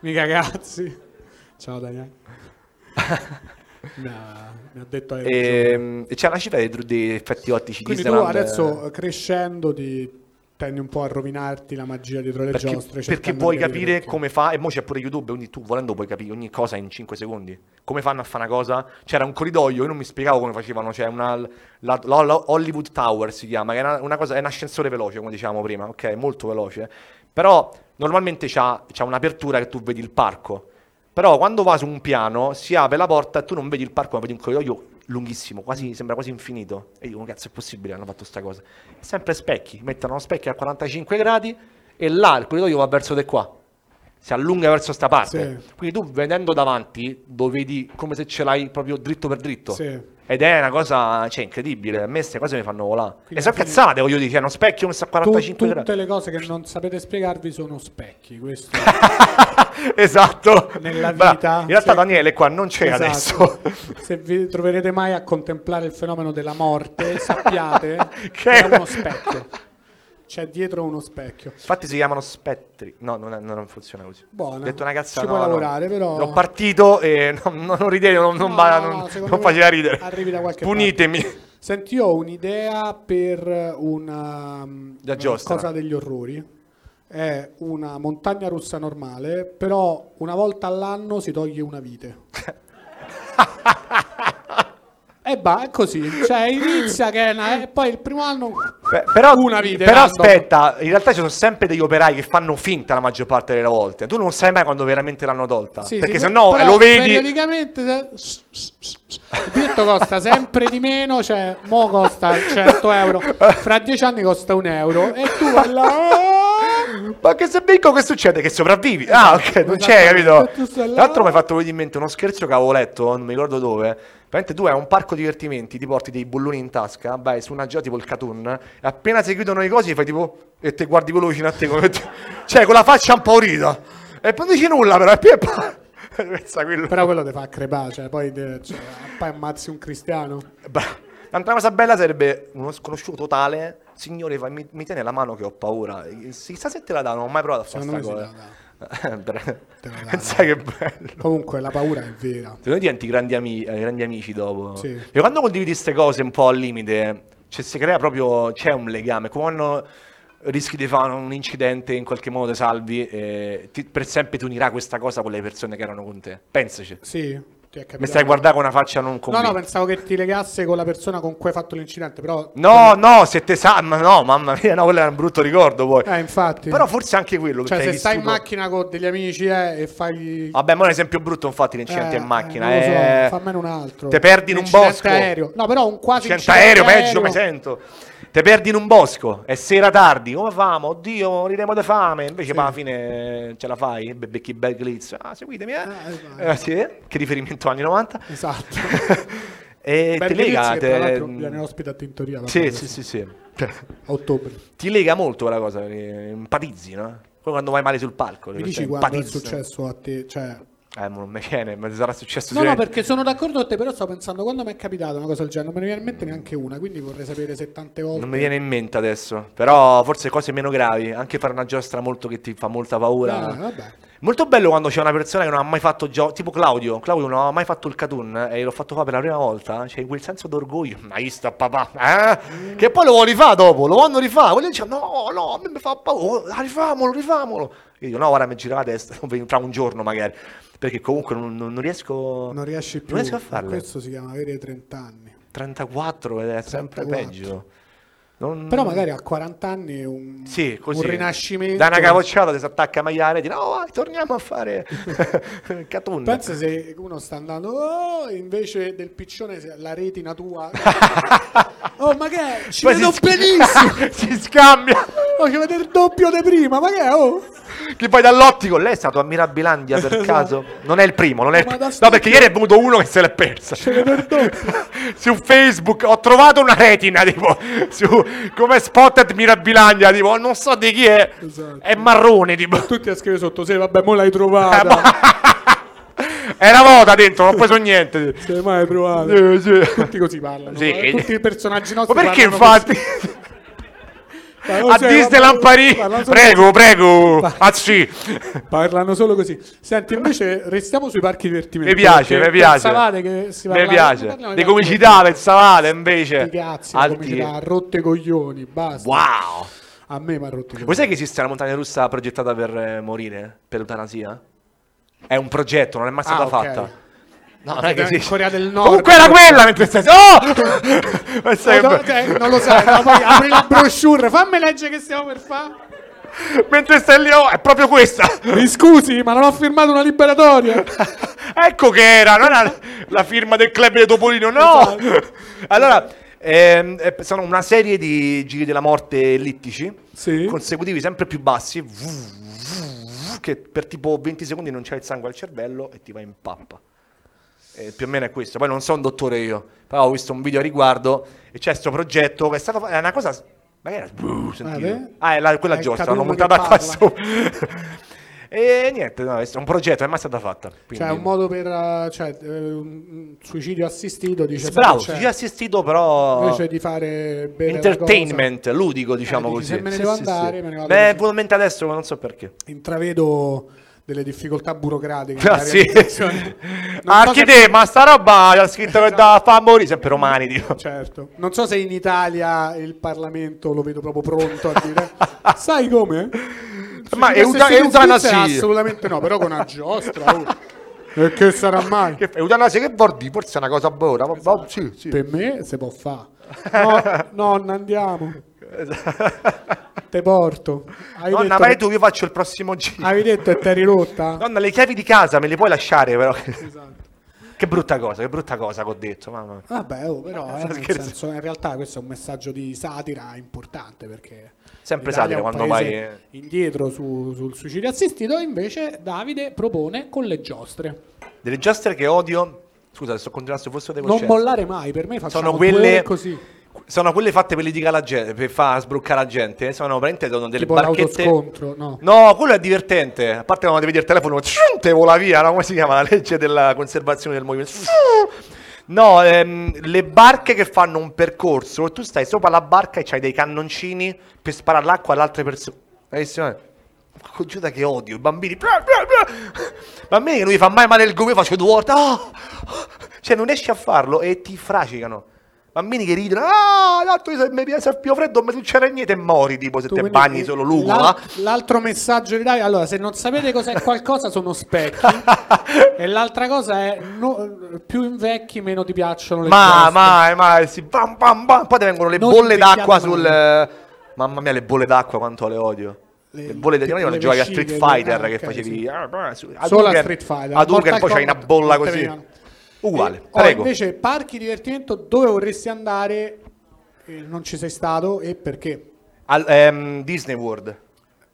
Speaker 1: mica cazzi. Ciao Daniele. mi, ha, mi ha detto hai ragione.
Speaker 2: E, e Ehm, c'è una cifra dei, dei effetti ottici
Speaker 1: Quindi tu
Speaker 2: Disneyland,
Speaker 1: adesso
Speaker 2: eh,
Speaker 1: eh, crescendo ti tendi un po' a rovinarti la magia dietro le
Speaker 2: perché,
Speaker 1: giostre.
Speaker 2: perché
Speaker 1: cercando
Speaker 2: puoi
Speaker 1: di
Speaker 2: capire
Speaker 1: perché.
Speaker 2: come fa e mo c'è pure YouTube quindi tu volendo puoi capire ogni cosa in 5 secondi come fanno a fare una cosa c'era un corridoio io non mi spiegavo come facevano c'è una la- la- la Hollywood Tower si chiama che è una, una cosa è un ascensore veloce come dicevamo prima ok molto veloce però normalmente c'ha, c'ha un'apertura che tu vedi il parco però quando va su un piano si apre la porta e tu non vedi il parco ma vedi un corridoio lunghissimo quasi, sembra quasi infinito e io dico cazzo è possibile che hanno fatto sta cosa sempre specchi mettono uno specchio a 45 gradi e là il corridoio va verso di qua si allunga verso sta parte
Speaker 1: Sì.
Speaker 2: quindi tu vedendo davanti lo vedi come se ce l'hai proprio dritto per dritto
Speaker 1: Sì.
Speaker 2: ed è una cosa cioè, incredibile a me queste cose mi fanno volare
Speaker 1: Quindi
Speaker 2: e sono
Speaker 1: alla fine-
Speaker 2: cazzate voglio dire c'è uno specchio messo a
Speaker 1: Tu-
Speaker 2: 45 gradi
Speaker 1: tutte le cose che non sapete spiegarvi sono specchi. Questo
Speaker 2: esatto
Speaker 1: nella
Speaker 2: Bra-
Speaker 1: vita.
Speaker 2: in realtà
Speaker 1: cioè-
Speaker 2: Daniele qua non c'è
Speaker 1: Esatto.
Speaker 2: adesso
Speaker 1: Se vi troverete mai a contemplare il fenomeno della morte, sappiate
Speaker 2: Che-
Speaker 1: che è uno specchio. C'è dietro uno specchio.
Speaker 2: Infatti si chiamano spettri. No, non, è- non funziona così.
Speaker 1: Buona.
Speaker 2: Ho detto una cazzata.
Speaker 1: Ci puoi
Speaker 2: no, no.
Speaker 1: lavorare, però-
Speaker 2: L'ho partito e non, non- non ridevo, non, non,
Speaker 1: No,
Speaker 2: va-
Speaker 1: no, no,
Speaker 2: non-
Speaker 1: secondo
Speaker 2: non
Speaker 1: me
Speaker 2: faceva ridere.
Speaker 1: arrivi da qualche
Speaker 2: Punitemi.
Speaker 1: Senti, io ho un'idea per una um,
Speaker 2: La giostra.
Speaker 1: cosa degli orrori. È una montagna russa normale, però una volta all'anno si toglie una vite. e va, è così. Cioè, inizia che è una- e poi il primo anno...
Speaker 2: Beh, però
Speaker 1: Una vite,
Speaker 2: però
Speaker 1: random.
Speaker 2: aspetta, in realtà ci sono sempre degli operai che fanno finta la maggior parte delle volte. Tu non sai mai quando veramente l'hanno tolta.
Speaker 1: Sì,
Speaker 2: perché
Speaker 1: sì,
Speaker 2: se no eh,
Speaker 1: però
Speaker 2: lo vedi.
Speaker 1: Periodicamente se- il biglietto costa sempre di meno, cioè mo costa 100 euro, fra 10 anni costa un euro e tu vai là...
Speaker 2: Ma che se becco che succede? Che sopravvivi. Ah, ok, non c'è,
Speaker 1: Esattamente.
Speaker 2: capito?
Speaker 1: Esatto. Tu
Speaker 2: Tra
Speaker 1: stai là.
Speaker 2: l'altro mi hai fatto venire in mente uno scherzo che avevo letto, non mi ricordo dove. Praticamente tu hai un parco divertimenti, ti porti dei bulloni in tasca, vai su una gioia tipo il Catun, e appena si chiudono le cose fai tipo... E te guardi quello vicino a te come... te- cioè, con la faccia impaurita. E poi non dici nulla, però... E poi... Pensa quello...
Speaker 1: Però quello ti fa crepare, cioè, poi, te- cioè, poi ammazzi un cristiano.
Speaker 2: Bra- L'altra cosa bella sarebbe uno sconosciuto totale. Signore, fa- mi, mi tiene la mano che ho paura. Chissà se te la danno, non ho mai provato a fare
Speaker 1: Secondo me
Speaker 2: questa
Speaker 1: si
Speaker 2: cosa.
Speaker 1: dà, dà.
Speaker 2: Per-
Speaker 1: Te la danno.
Speaker 2: Pensa Eh, che bello.
Speaker 1: Comunque la paura è vera.
Speaker 2: Secondo me diventi grandi, ami- eh, grandi amici dopo.
Speaker 1: Sì.
Speaker 2: E quando condividi queste cose un po' al limite, cioè, si crea proprio. c'è un legame. Come quando rischi di fare un incidente in qualche modo ti salvi, eh, ti- per sempre ti unirà questa cosa con le persone che erano con te. Pensaci.
Speaker 1: Sì, ti è capitato.
Speaker 2: Mi stai guardando con una faccia non
Speaker 1: No,
Speaker 2: convinta.
Speaker 1: no, pensavo che ti legasse con la persona con cui hai fatto l'incidente, però...
Speaker 2: No, no, se te sa, ma no, mamma mia, no, quello era un brutto ricordo poi.
Speaker 1: Eh, infatti.
Speaker 2: Però forse anche quello,
Speaker 1: cioè,
Speaker 2: perché
Speaker 1: se
Speaker 2: hai
Speaker 1: stai in
Speaker 2: vissuto-
Speaker 1: macchina con degli amici eh, e fai...
Speaker 2: Vabbè, ma è un esempio brutto, infatti, l'incidente
Speaker 1: eh,
Speaker 2: in macchina.
Speaker 1: non lo so,
Speaker 2: eh.
Speaker 1: fammene un altro.
Speaker 2: Te perdi in un
Speaker 1: Incidente
Speaker 2: bosco.
Speaker 1: aereo. No, però un quasi
Speaker 2: Incidente aereo, peggio, mi
Speaker 1: aereo.
Speaker 2: sento. Te perdi in un bosco, è sera tardi, come famo? Oddio, moriremo di fame. Invece,
Speaker 1: Sì.
Speaker 2: ma alla fine eh, ce la fai, be- becchi bel glitz. Ah, seguitemi, eh.
Speaker 1: Ah, esatto.
Speaker 2: Eh, sì, eh. Che riferimento anni 90.
Speaker 1: Esatto.
Speaker 2: e
Speaker 1: Beh,
Speaker 2: ti lega.
Speaker 1: Bellizzi, che tra
Speaker 2: te-
Speaker 1: l'altro viene ospite a Tintoria. vabbè,
Speaker 2: Sì,
Speaker 1: questo,
Speaker 2: sì, sì, sì.
Speaker 1: A ottobre.
Speaker 2: ti lega molto quella cosa, perché empatizzi, no? Poi quando vai male sul palco,
Speaker 1: Mi
Speaker 2: perché
Speaker 1: dici quando è
Speaker 2: empatizzi.
Speaker 1: successo a te, cioè
Speaker 2: Eh, ma non mi viene, ma sarà successo
Speaker 1: No, no,
Speaker 2: sicuramente.
Speaker 1: perché sono d'accordo con te, però sto pensando quando mi è capitata una cosa del genere, non me ne viene in mente neanche una, quindi vorrei sapere se tante volte...
Speaker 2: Non mi viene in mente adesso, però forse cose meno gravi, anche fare una giostra molto che ti fa molta paura.
Speaker 1: Ah, vabbè.
Speaker 2: Molto bello quando c'è una persona che non ha mai fatto gioco, tipo Claudio, Claudio non ha mai fatto il catun e l'ho fatto fare per la prima volta, c'è quel senso d'orgoglio, ma io sta papà, eh? che poi lo vuoi rifare dopo, lo vanno rifare, quello dice no, no, a me mi fa paura, oh, rifamolo, rifamolo. Io dico no, ora mi gira la testa, tra un giorno magari, perché comunque non, non- non riesco,
Speaker 1: Non riesci più.
Speaker 2: non riesco a farlo.
Speaker 1: Questo si chiama avere 30 anni.
Speaker 2: 34 ed è sempre
Speaker 1: 34.
Speaker 2: peggio. Non-
Speaker 1: Però magari a 40 anni un,
Speaker 2: Mm. Sì, così.
Speaker 1: un rinascimento.
Speaker 2: Da una cavocciata ti si attacca a maiale e dici no, vai, torniamo a fare Catun.
Speaker 1: Pensa se uno sta andando, "Oh", invece del piccione se- la retina tua. oh, ma che è? Ci
Speaker 2: Poi
Speaker 1: vedo
Speaker 2: si-
Speaker 1: benissimo.
Speaker 2: si scambia.
Speaker 1: Oh, ci vedo il doppio di prima, ma che è? Oh?
Speaker 2: Che poi dall'ottico, lei è stato a Mirabilandia per caso? Non è il primo, non è il
Speaker 1: Esatto. Ma da
Speaker 2: primo. No,
Speaker 1: stupido.
Speaker 2: perché ieri è venuto uno che se l'è persa.
Speaker 1: Ce vedo il doppio.
Speaker 2: su Facebook ho trovato una retina, tipo, su, come spotted Mirabilandia, tipo, non so di chi è.
Speaker 1: Esatto.
Speaker 2: È marrone, tipo.
Speaker 1: Tutti a scrivere sotto, sì, vabbè, mo l'hai
Speaker 2: Ah,
Speaker 1: trovata.
Speaker 2: Era vuota dentro, non ho preso niente.
Speaker 1: Se Cioè, mai trovata.
Speaker 2: Sì, sì.
Speaker 1: Tutti così parlano.
Speaker 2: Eh. Sì.
Speaker 1: eh. Tutti i personaggi
Speaker 2: Ma
Speaker 1: nostri
Speaker 2: perché
Speaker 1: parlano così.
Speaker 2: infatti?
Speaker 1: Parlano
Speaker 2: A
Speaker 1: solo-
Speaker 2: Disneyland Paris,
Speaker 1: parlano solo-
Speaker 2: prego, prego, Ah, azzi.
Speaker 1: Parlano solo così. Senti, invece restiamo sui parchi divertimenti.
Speaker 2: Mi piace,
Speaker 1: perché
Speaker 2: mi piace.
Speaker 1: Pensavate che si
Speaker 2: Mi
Speaker 1: parlava-
Speaker 2: piace.
Speaker 1: parliamo di altro.
Speaker 2: Le comicità pensavate invece.
Speaker 1: Sti cazzi,
Speaker 2: Alti-
Speaker 1: comicità, rotte i coglioni, basta.
Speaker 2: Wow.
Speaker 1: A me mi ha rotto i
Speaker 2: Vuoi
Speaker 1: coglioni.
Speaker 2: sai che esiste una montagna russa progettata per eh, morire? Per l'eutanasia? È un progetto, non è mai stata
Speaker 1: Ah, ok.
Speaker 2: fatta. No, non è che
Speaker 1: In
Speaker 2: esiste.
Speaker 1: Corea del Nord.
Speaker 2: Comunque era quella mentre stai. Oh! Pensa che-
Speaker 1: Oh, no, eh, non lo sai, no, poi apri la brochure, fammi leggere che stiamo per fare.
Speaker 2: Mentre stai lì, oh, è proprio questa.
Speaker 1: Mi scusi, ma non ho firmato una liberatoria.
Speaker 2: ecco che era, non era la firma del club di Topolino, no!
Speaker 1: Esatto.
Speaker 2: Allora, ehm, eh, sono una serie di giri della morte ellittici,
Speaker 1: Sì.
Speaker 2: consecutivi sempre più bassi, vu, vu, vu, che per tipo 20 secondi non c'è il sangue al cervello e ti va in pappa. Eh, più o meno è questo. Poi non sono un dottore io, però ho visto un video a riguardo e c'è questo progetto che è stato... fa- È una cosa... Ma che era? Buh, sentito.
Speaker 1: beh.
Speaker 2: Ah, è la- quella
Speaker 1: È
Speaker 2: giostra,
Speaker 1: Caduno
Speaker 2: l'ho
Speaker 1: che
Speaker 2: montata qua
Speaker 1: parla.
Speaker 2: sopra. e niente, no, è un progetto, non è mai stata fatta.
Speaker 1: Cioè, è
Speaker 2: quindi-
Speaker 1: un modo per... eh, Cioè, eh, un un suicidio assistito, dice...
Speaker 2: Bravo,
Speaker 1: cioè,
Speaker 2: ci ha assistito però
Speaker 1: Invece di fare... bere la
Speaker 2: entertainment, ludico diciamo
Speaker 1: Eh, dici,
Speaker 2: così.
Speaker 1: se me ne devo andare, me ne vado
Speaker 2: Beh,
Speaker 1: così.
Speaker 2: probabilmente adesso ma non so perché.
Speaker 1: cosa, Intravedo delle difficoltà burocratiche.
Speaker 2: Ah,
Speaker 1: nella
Speaker 2: sì.
Speaker 1: realizzazione. Non so se- Esatto.
Speaker 2: Archite, ma sta roba l'ha scritto che da fa morire, sempre romani, dico.
Speaker 1: Certo, non so se in Italia il Parlamento lo vedo proprio pronto a dire sai come?
Speaker 2: Ma
Speaker 1: Se
Speaker 2: euta-
Speaker 1: fosse in
Speaker 2: eutanasia.
Speaker 1: Svizzera, Assolutamente no, però con una giostra. oh. E che sarà mai?
Speaker 2: Che fa- eutanasia che vuol dire? Forse è una cosa buona, ma-
Speaker 1: Esatto.
Speaker 2: ma- sì, sì.
Speaker 1: Per me si può fare. No, nonna, andiamo. Te porto. Hai
Speaker 2: Esatto. Nonna,
Speaker 1: detto,
Speaker 2: vai tu, io faccio il prossimo giro.
Speaker 1: hai detto e t'eri rotta?
Speaker 2: Nonna, le chiavi di casa me le puoi lasciare, però.
Speaker 1: Esatto.
Speaker 2: che brutta cosa, che brutta cosa che ho detto, mamma mia.
Speaker 1: Vabbè, oh, però eh,
Speaker 2: Sto
Speaker 1: nel
Speaker 2: scherzando.
Speaker 1: senso, in realtà questo è un messaggio di satira importante perché
Speaker 2: Sempre
Speaker 1: l'Italia è
Speaker 2: satira
Speaker 1: un
Speaker 2: quando
Speaker 1: paese
Speaker 2: vai-
Speaker 1: indietro su- sul suicidio assistito, invece Davide propone con le giostre.
Speaker 2: Delle giostre che odio. Scusa, sto continuando se fosse dei
Speaker 1: Non mollare mai, per me facciamo
Speaker 2: sono quelle
Speaker 1: due così,
Speaker 2: sono quelle fatte per litigare la gente per far sbruccare la gente eh, sono veramente sono delle
Speaker 1: tipo
Speaker 2: barchette
Speaker 1: l'autoscontro, no.
Speaker 2: no quello è divertente a parte quando devi dire il telefono "Shum", te vola via no? come si chiama la legge della conservazione del movimento Shum. no ehm, le barche che fanno un percorso tu stai sopra la barca e c'hai dei cannoncini per sparare l'acqua alle altre persone Bravissimo, eh. Ma Coggiuta che odio, i bambini. bla, bla, bla. Bambini che non gli fa mai male il gomito, io faccio due volte. "Ah!" Cioè, non riesci a farlo e ti fracicano. Bambini che ridono, ah, l'altro se mi piace il più freddo, non mi succede niente e mori, tipo se
Speaker 1: Tu
Speaker 2: te
Speaker 1: quindi-
Speaker 2: bagni solo l'uva.
Speaker 1: l'al- L'altro messaggio di Davide, allora se non sapete cos'è qualcosa sono specchi e l'altra cosa è no- più invecchi meno ti piacciono le
Speaker 2: Ma,
Speaker 1: giostre.
Speaker 2: ma, ma, si bam, bam, bam. Poi ti vengono le
Speaker 1: Non
Speaker 2: bolle d'acqua
Speaker 1: invecchiate
Speaker 2: sul... eh, Mamma mia, le bolle d'acqua, quanto le odio.
Speaker 1: Le-
Speaker 2: Le, bolle
Speaker 1: tipo
Speaker 2: d'acqua, io
Speaker 1: le
Speaker 2: non giocavi a
Speaker 1: vesciche,
Speaker 2: Street
Speaker 1: le-
Speaker 2: Fighter
Speaker 1: ah,
Speaker 2: che
Speaker 1: ok,
Speaker 2: facevi...
Speaker 1: sì.
Speaker 2: ah, bah, su- ad
Speaker 1: Solo a
Speaker 2: Ulger-
Speaker 1: Street Fighter.
Speaker 2: Ad Ulger
Speaker 1: Mortal
Speaker 2: poi c'hai una
Speaker 1: Kombat,
Speaker 2: bolla
Speaker 1: Mortal
Speaker 2: così.
Speaker 1: Kombat.
Speaker 2: Uguale,
Speaker 1: E- oh,
Speaker 2: prego.
Speaker 1: invece parchi divertimento dove vorresti andare e non ci sei stato e perché?
Speaker 2: Al- ehm, Disney World.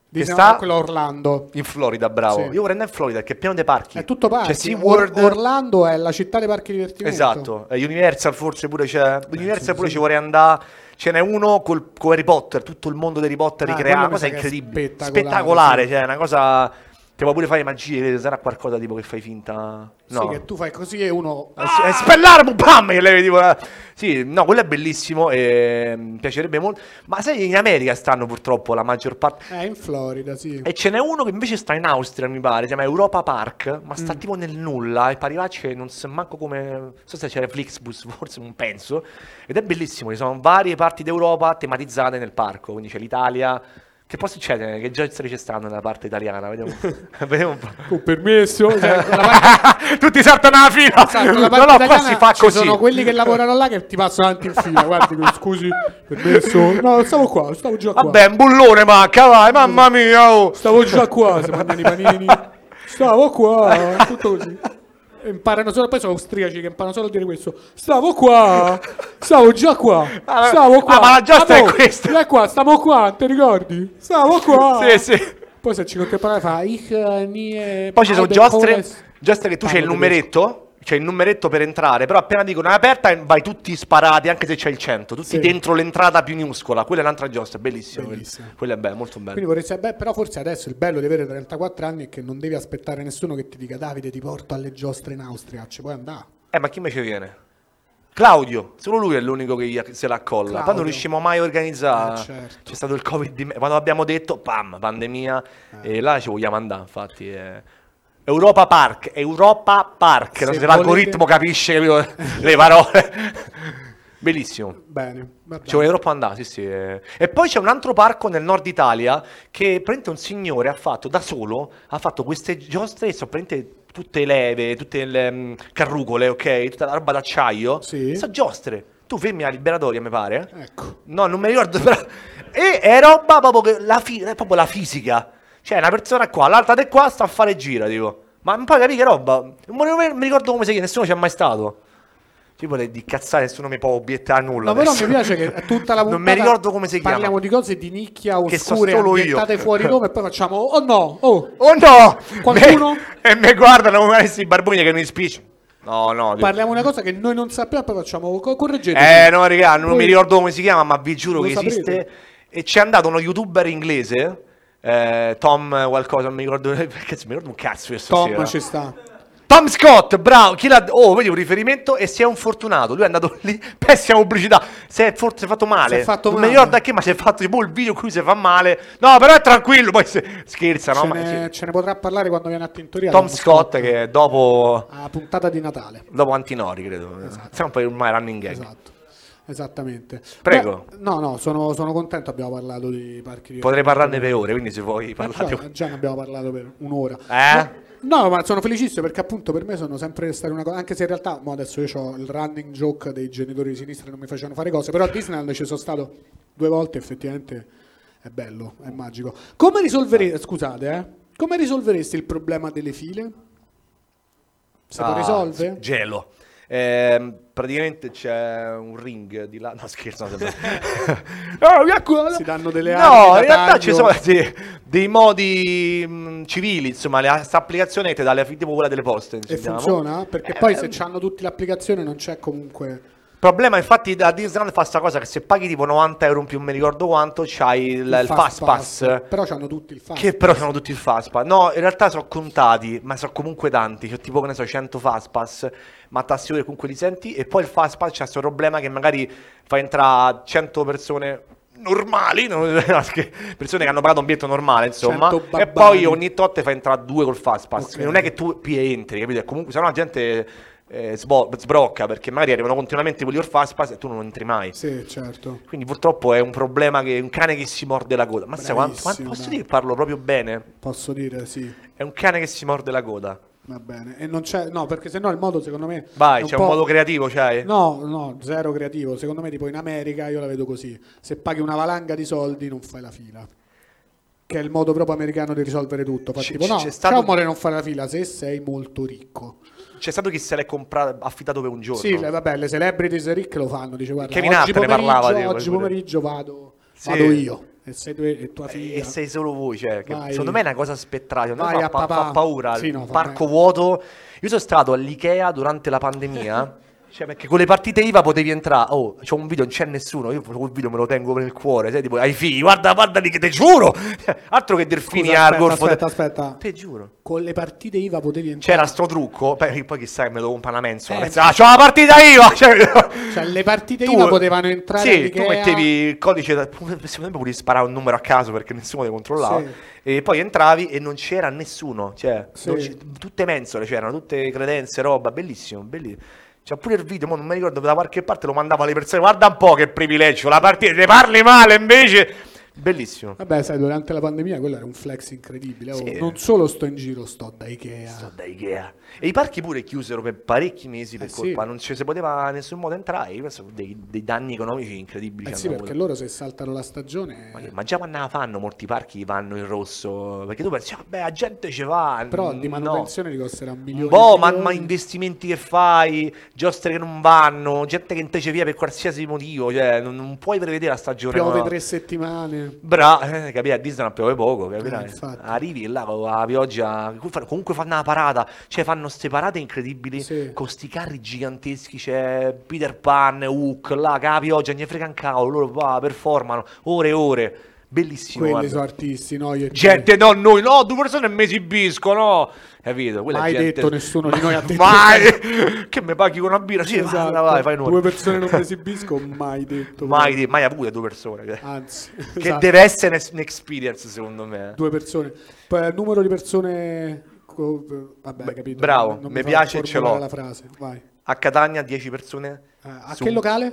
Speaker 1: Di
Speaker 2: che sta
Speaker 1: quello a Orlando.
Speaker 2: in Florida, bravo.
Speaker 1: Sì.
Speaker 2: Io vorrei andare in Florida, che è pieno di parchi.
Speaker 1: È tutto parchi.
Speaker 2: C'è Cioè, SeaWorld.
Speaker 1: Or- Orlando è la città dei parchi divertimento.
Speaker 2: Esatto, eh, Universal forse pure c'è. Universal pure ci vorrei andare. Ce n'è uno col, con Harry Potter, tutto il mondo di Harry Potter
Speaker 1: Ah,
Speaker 2: ricreato. Una
Speaker 1: quello mi
Speaker 2: cosa
Speaker 1: sa che è
Speaker 2: incredibile.
Speaker 1: spettacolare,
Speaker 2: Spettacolare,
Speaker 1: sì.
Speaker 2: cioè, una cosa Ti puoi pure fare magie, sarà qualcosa tipo che fai finta. No.
Speaker 1: Sì, che tu fai così e uno...
Speaker 2: Eh, sì, eh, Spellarmo, pam! Che lei tipo, la- Sì, no, quello è bellissimo e mi piacerebbe molto. Ma sai, in America stanno purtroppo la maggior parte.
Speaker 1: Eh, in Florida, sì.
Speaker 2: E ce n'è uno che invece sta in Austria, mi pare, si chiama Europa Park, ma
Speaker 1: Mm.
Speaker 2: sta tipo nel nulla, e Parivacce non so manco come... Non so se c'era Flixbus, forse, non penso. Ed è bellissimo, ci sono varie parti d'Europa tematizzate nel parco, quindi c'è l'Italia... Che poi succede? Che giostre ci stanno nella parte italiano? Vediamo, vediamo un po'.
Speaker 1: Con Oh, permesso, cioè, quella parte-
Speaker 2: Tutti saltano la fila.
Speaker 1: Esatto, la
Speaker 2: no,
Speaker 1: parte
Speaker 2: no, qua
Speaker 1: italiana
Speaker 2: si fa
Speaker 1: ci
Speaker 2: così.
Speaker 1: sono quelli che lavorano là che ti passano avanti in fila. Guardi, dico, scusi, permesso. No, stavo qua, stavo già qua.
Speaker 2: Vabbè, un bullone manca, vai, mamma mia. oh.
Speaker 1: Mm. Stavo già qua, si mandano i panini. Stavo qua, tutto così. E Imparano solo, poi sono austriaci che imparano solo a dire questo. Stavo qua, stavo già qua,
Speaker 2: Ah,
Speaker 1: stavo qua.
Speaker 2: ah, ma la giostra è
Speaker 1: Stavo-
Speaker 2: questa.
Speaker 1: è qua, stavo qua, ti ricordi? Stavo qua.
Speaker 2: Sì, sì.
Speaker 1: Poi se ci contemporanea fa ich eh, nie
Speaker 2: Poi ci sono
Speaker 1: beide
Speaker 2: giostre,
Speaker 1: Poles-
Speaker 2: giostre che tu c'hai il
Speaker 1: Parlo
Speaker 2: numeretto, c'è il numeretto per entrare, però appena dicono è aperta vai tutti sparati, anche se c'è il 100, tutti
Speaker 1: Sì.
Speaker 2: dentro l'entrata minuscola, quella è un'altra giostra, è bellissimo.
Speaker 1: Bellissimo.
Speaker 2: Quello è bello, molto bello.
Speaker 1: Quindi vorresti, beh, però forse adesso il bello di avere 34 anni è che non devi aspettare nessuno che ti dica Davide ti porto alle giostre in Austria, ci puoi andare.
Speaker 2: Eh, ma chi invece viene? Claudio, solo lui è l'unico che gli- se la colla. Poi
Speaker 1: Claudio.
Speaker 2: non riusciamo mai a organizzare.
Speaker 1: Eh, certo.
Speaker 2: C'è stato il Covid di me- quando abbiamo detto pam, pandemia
Speaker 1: Eh.
Speaker 2: e là ci vogliamo andare, infatti eh. Europa Park, Europa Park, non so
Speaker 1: Se
Speaker 2: se l'algoritmo capisce capito, le parole. Bellissimo.
Speaker 1: Bene, va
Speaker 2: Ci vuole troppo andare, Cioè, sì, sì. eh. E poi c'è un altro parco nel nord Italia che praticamente un signore ha fatto da solo, ha fatto queste giostre, sono praticamente tutte leve, tutte le, mm, carrucole, ok? Tutta la roba d'acciaio.
Speaker 1: Sì.
Speaker 2: Sono giostre. Tu fermi a Liberatoria, mi pare.
Speaker 1: bene. Ecco.
Speaker 2: No, non mi ricordo però. E è roba proprio, che la, fi- è proprio la fisica. Cioè, una persona qua, l'altra di qua sta a fare gira, tipo. Ma poi capi che roba? Non mi- mi ricordo come si chiama, nessuno c'è mai stato. Tipo le- di cazzare, nessuno mi può obiettare a nulla.
Speaker 1: Ma però
Speaker 2: adesso.
Speaker 1: mi piace che tutta la puntata
Speaker 2: Non mi ricordo come si chiama.
Speaker 1: Parliamo di cose di nicchia
Speaker 2: Che so
Speaker 1: oscure,
Speaker 2: solo io.
Speaker 1: ambientate fuori Roma e poi facciamo oh no, oh.
Speaker 2: Oh no!
Speaker 1: Qualcuno?
Speaker 2: Me- e mi guardano come questi barboni che mi spicciano. No, no. dico-
Speaker 1: Parliamo di una cosa che noi non sappiamo e poi facciamo "Oh, co- correggete.
Speaker 2: Eh, no, raga, non
Speaker 1: Voi-
Speaker 2: mi ricordo come si chiama, ma vi giuro
Speaker 1: Lo
Speaker 2: che
Speaker 1: saprete.
Speaker 2: esiste. E c'è andato uno youtuber inglese, eh, Tom qualcosa, non mi ricordo perché mi ricordo un cazzo io stasera.
Speaker 1: Tom ci sta.
Speaker 2: Tom Scott, bravo, chi l'ha... Oh, vedi un riferimento e si è un fortunato, lui è andato lì, pessima pubblicità, si è forse fatto male,
Speaker 1: Si è fatto
Speaker 2: non mi
Speaker 1: male.
Speaker 2: ricordo a che, ma si è fatto tipo il video in cui si fa male, no però è tranquillo, poi se- scherza, no?
Speaker 1: ce,
Speaker 2: Ma
Speaker 1: ne,
Speaker 2: sì.
Speaker 1: ce ne potrà parlare quando viene a Tintoria.
Speaker 2: Tom Scott che dopo,
Speaker 1: a puntata di Natale.
Speaker 2: dopo Antinori credo, siamo poi ormai running gag.
Speaker 1: Esatto. Esattamente.
Speaker 2: Prego.
Speaker 1: Beh, no, no, sono, sono contento abbiamo parlato di parchi di Eh,
Speaker 2: Potrei parlarne per ore, quindi se vuoi parlate
Speaker 1: Già, già ne abbiamo parlato per un'ora.
Speaker 2: Eh?
Speaker 1: No, no, ma sono felicissimo perché appunto per me sono sempre state una cosa. Anche se in realtà mo adesso io ho il running joke dei genitori di sinistra che non mi facevano fare cose. Però a Disneyland ci sono stato due volte, effettivamente è bello, è magico. Come risolveresti, scusate, eh, come risolveresti il problema delle file? Se lo
Speaker 2: Ah,
Speaker 1: risolve?
Speaker 2: Gelo. Ehm, praticamente c'è un ring di là. No, scherzo. No, no, via qua.
Speaker 1: Oh, Si danno delle
Speaker 2: No,
Speaker 1: armi da
Speaker 2: in realtà
Speaker 1: taglio.
Speaker 2: ci sono sì, dei modi mh, civili, insomma, le- questa applicazione che ti dà le- tipo quella delle poste.
Speaker 1: E
Speaker 2: insomma.
Speaker 1: funziona? Perché
Speaker 2: Eh,
Speaker 1: poi
Speaker 2: beh,
Speaker 1: se hanno tutti l'applicazione non c'è comunque...
Speaker 2: Il problema, infatti, da Disneyland fa sta cosa che se paghi tipo 90 euro in più, non mi ricordo quanto, c'hai il, il fast pass.
Speaker 1: Però hanno tutti il fast
Speaker 2: Che però sono tutti il Fastpass. No, in realtà sono contati, ma sono comunque tanti. C'ho tipo, che ne so, 100 Fastpass, ma tassi che comunque li senti. E poi il Fastpass c'è questo problema che magari fa entrare 100 persone normali, non- no, che- persone che hanno pagato un biglietto normale, insomma.
Speaker 1: 100
Speaker 2: E
Speaker 1: babbani.
Speaker 2: poi ogni tot te fa entrare due col Fastpass.
Speaker 1: Ok.
Speaker 2: Quindi Non è che tu pi- entri, capito? E Comunque, se no la gente... eh, sbo- sbrocca perché magari arrivano continuamente quelli col Fastpass e tu non entri mai
Speaker 1: Sì, certo.
Speaker 2: quindi purtroppo è un problema che un cane che si morde la coda. Ma sai quanto, quanto-
Speaker 1: Bravissimo,
Speaker 2: posso
Speaker 1: dai.
Speaker 2: dire che parlo proprio bene?
Speaker 1: Posso dire sì,
Speaker 2: È un cane che si morde la coda.
Speaker 1: va bene. E non c'è, no, perché sennò il modo secondo me. è
Speaker 2: Vai, c'è
Speaker 1: po'-
Speaker 2: un modo creativo, c'hai?
Speaker 1: No, no, zero creativo. Secondo me, tipo in America, io la vedo così: se paghi una valanga di soldi, non fai la fila. Che è il modo proprio americano di risolvere tutto. Fa
Speaker 2: C'è-
Speaker 1: tipo, no,
Speaker 2: c'è
Speaker 1: c'è
Speaker 2: stato-
Speaker 1: amore, non fare la fila se sei molto ricco.
Speaker 2: C'è stato chi se l'è comprato, affittato per un giorno.
Speaker 1: Sì, le- vabbè, le celebrities ricche lo fanno. Dice, guarda,
Speaker 2: Kevin
Speaker 1: oggi
Speaker 2: Hart ne
Speaker 1: pomeriggio,
Speaker 2: parlava, tipo,
Speaker 1: oggi
Speaker 2: pure.
Speaker 1: pomeriggio vado,
Speaker 2: Sì. Eh,
Speaker 1: vado io. E sei tu e tua figlia.
Speaker 2: e sei solo voi, cioè, che
Speaker 1: Vai.
Speaker 2: secondo me è una cosa spettacolare,
Speaker 1: Vai
Speaker 2: fa,
Speaker 1: a
Speaker 2: pa-
Speaker 1: papà.
Speaker 2: fa paura,
Speaker 1: Sì, no,
Speaker 2: un
Speaker 1: fa
Speaker 2: parco
Speaker 1: bene.
Speaker 2: vuoto. Io sono stato all'Ikea durante la pandemia Cioè, perché con le partite IVA potevi entrare. Oh, c'ho un video, non c'è nessuno. Io quel video me lo tengo nel cuore. Sai, tipo, ai figli, guarda, guardali che te giuro. Altro che Delfini
Speaker 1: Scusa,
Speaker 2: Argor.
Speaker 1: aspetta, aspetta,
Speaker 2: foto-
Speaker 1: aspetta.
Speaker 2: Te giuro.
Speaker 1: Con le partite IVA potevi entrare.
Speaker 2: C'era sto trucco. Beh, poi chissà che me lo compra una mensola.
Speaker 1: Eh,
Speaker 2: pensa, ah, c'ho la partita IVA. Cioè,
Speaker 1: Cioè, le partite
Speaker 2: Tu-
Speaker 1: IVA potevano entrare.
Speaker 2: Sì,
Speaker 1: all'Ikea.
Speaker 2: tu mettevi il codice, da- secondo me potevi sparare un numero a caso perché nessuno ti controllava.
Speaker 1: Sì.
Speaker 2: E poi entravi e non c'era nessuno, cioè,
Speaker 1: Sì.
Speaker 2: non c- tutte mensole c'erano, tutte credenze, roba, bellissimo, bellissimo. C'è pure il video, mo non mi ricordo, da qualche parte lo mandavo alle persone, guarda un po' che privilegio, la partita, ne parli male invece. Bellissimo.
Speaker 1: Vabbè, sai, durante la pandemia quello era un flex incredibile. oh,
Speaker 2: Sì.
Speaker 1: Non solo sto in giro, sto da Ikea.
Speaker 2: Sto da Ikea. E i parchi pure chiusero per parecchi mesi per
Speaker 1: Eh sì.
Speaker 2: colpa, non ci si poteva in nessun modo entrare, io penso dei, dei danni economici incredibili.
Speaker 1: Eh
Speaker 2: che
Speaker 1: sì,
Speaker 2: hanno avuto.
Speaker 1: perché loro se saltano la stagione.
Speaker 2: Ma, che- ma già quando la fanno, molti parchi vanno in rosso. Perché tu pensi, vabbè, la gente ci va.
Speaker 1: Però di
Speaker 2: no.
Speaker 1: manutenzione li costerà milioni.
Speaker 2: Boh,
Speaker 1: e
Speaker 2: ma, ma
Speaker 1: milioni.
Speaker 2: investimenti che fai, giostre che non vanno, gente che invece via per qualsiasi motivo. Cioè, non, non puoi prevedere la stagione.
Speaker 1: Piove
Speaker 2: no.
Speaker 1: tre settimane.
Speaker 2: Bra, eh, capì? A Disneyland piove poco, capirai?
Speaker 1: Eh, infatti.
Speaker 2: Arrivi là con la pioggia, comunque fanno la parata, cioè fanno ste parate incredibili
Speaker 1: Sì.
Speaker 2: con sti carri giganteschi, c'è Peter Pan, Hook, là, che la pioggia, ne frega un cavolo, loro va, performano, ore e ore, bellissimo.
Speaker 1: Quelli
Speaker 2: guarda.
Speaker 1: sono artisti, no? Io e te.
Speaker 2: Gente, no, noi, no, due persone e mi esibisco, no, capito? Quella
Speaker 1: Mai
Speaker 2: gente-
Speaker 1: detto nessuno di noi ha detto
Speaker 2: Mai, che mi paghi con una birra, sì,
Speaker 1: Esatto.
Speaker 2: guarda, vai, fai
Speaker 1: Due
Speaker 2: un'ora.
Speaker 1: persone non mi esibisco, mai detto.
Speaker 2: Mai, di- mai avute due persone, che
Speaker 1: Anzi,
Speaker 2: che
Speaker 1: esatto,
Speaker 2: deve essere un'experience secondo me.
Speaker 1: due persone. Poi, eh, numero di persone. co- Vabbè,
Speaker 2: Beh,
Speaker 1: capito.
Speaker 2: bravo,
Speaker 1: non
Speaker 2: mi
Speaker 1: fa
Speaker 2: piace e ce
Speaker 1: formulare
Speaker 2: l'ho.
Speaker 1: La frase, vai. Eh,
Speaker 2: A Catania 10 persone.
Speaker 1: a
Speaker 2: Su-
Speaker 1: che locale?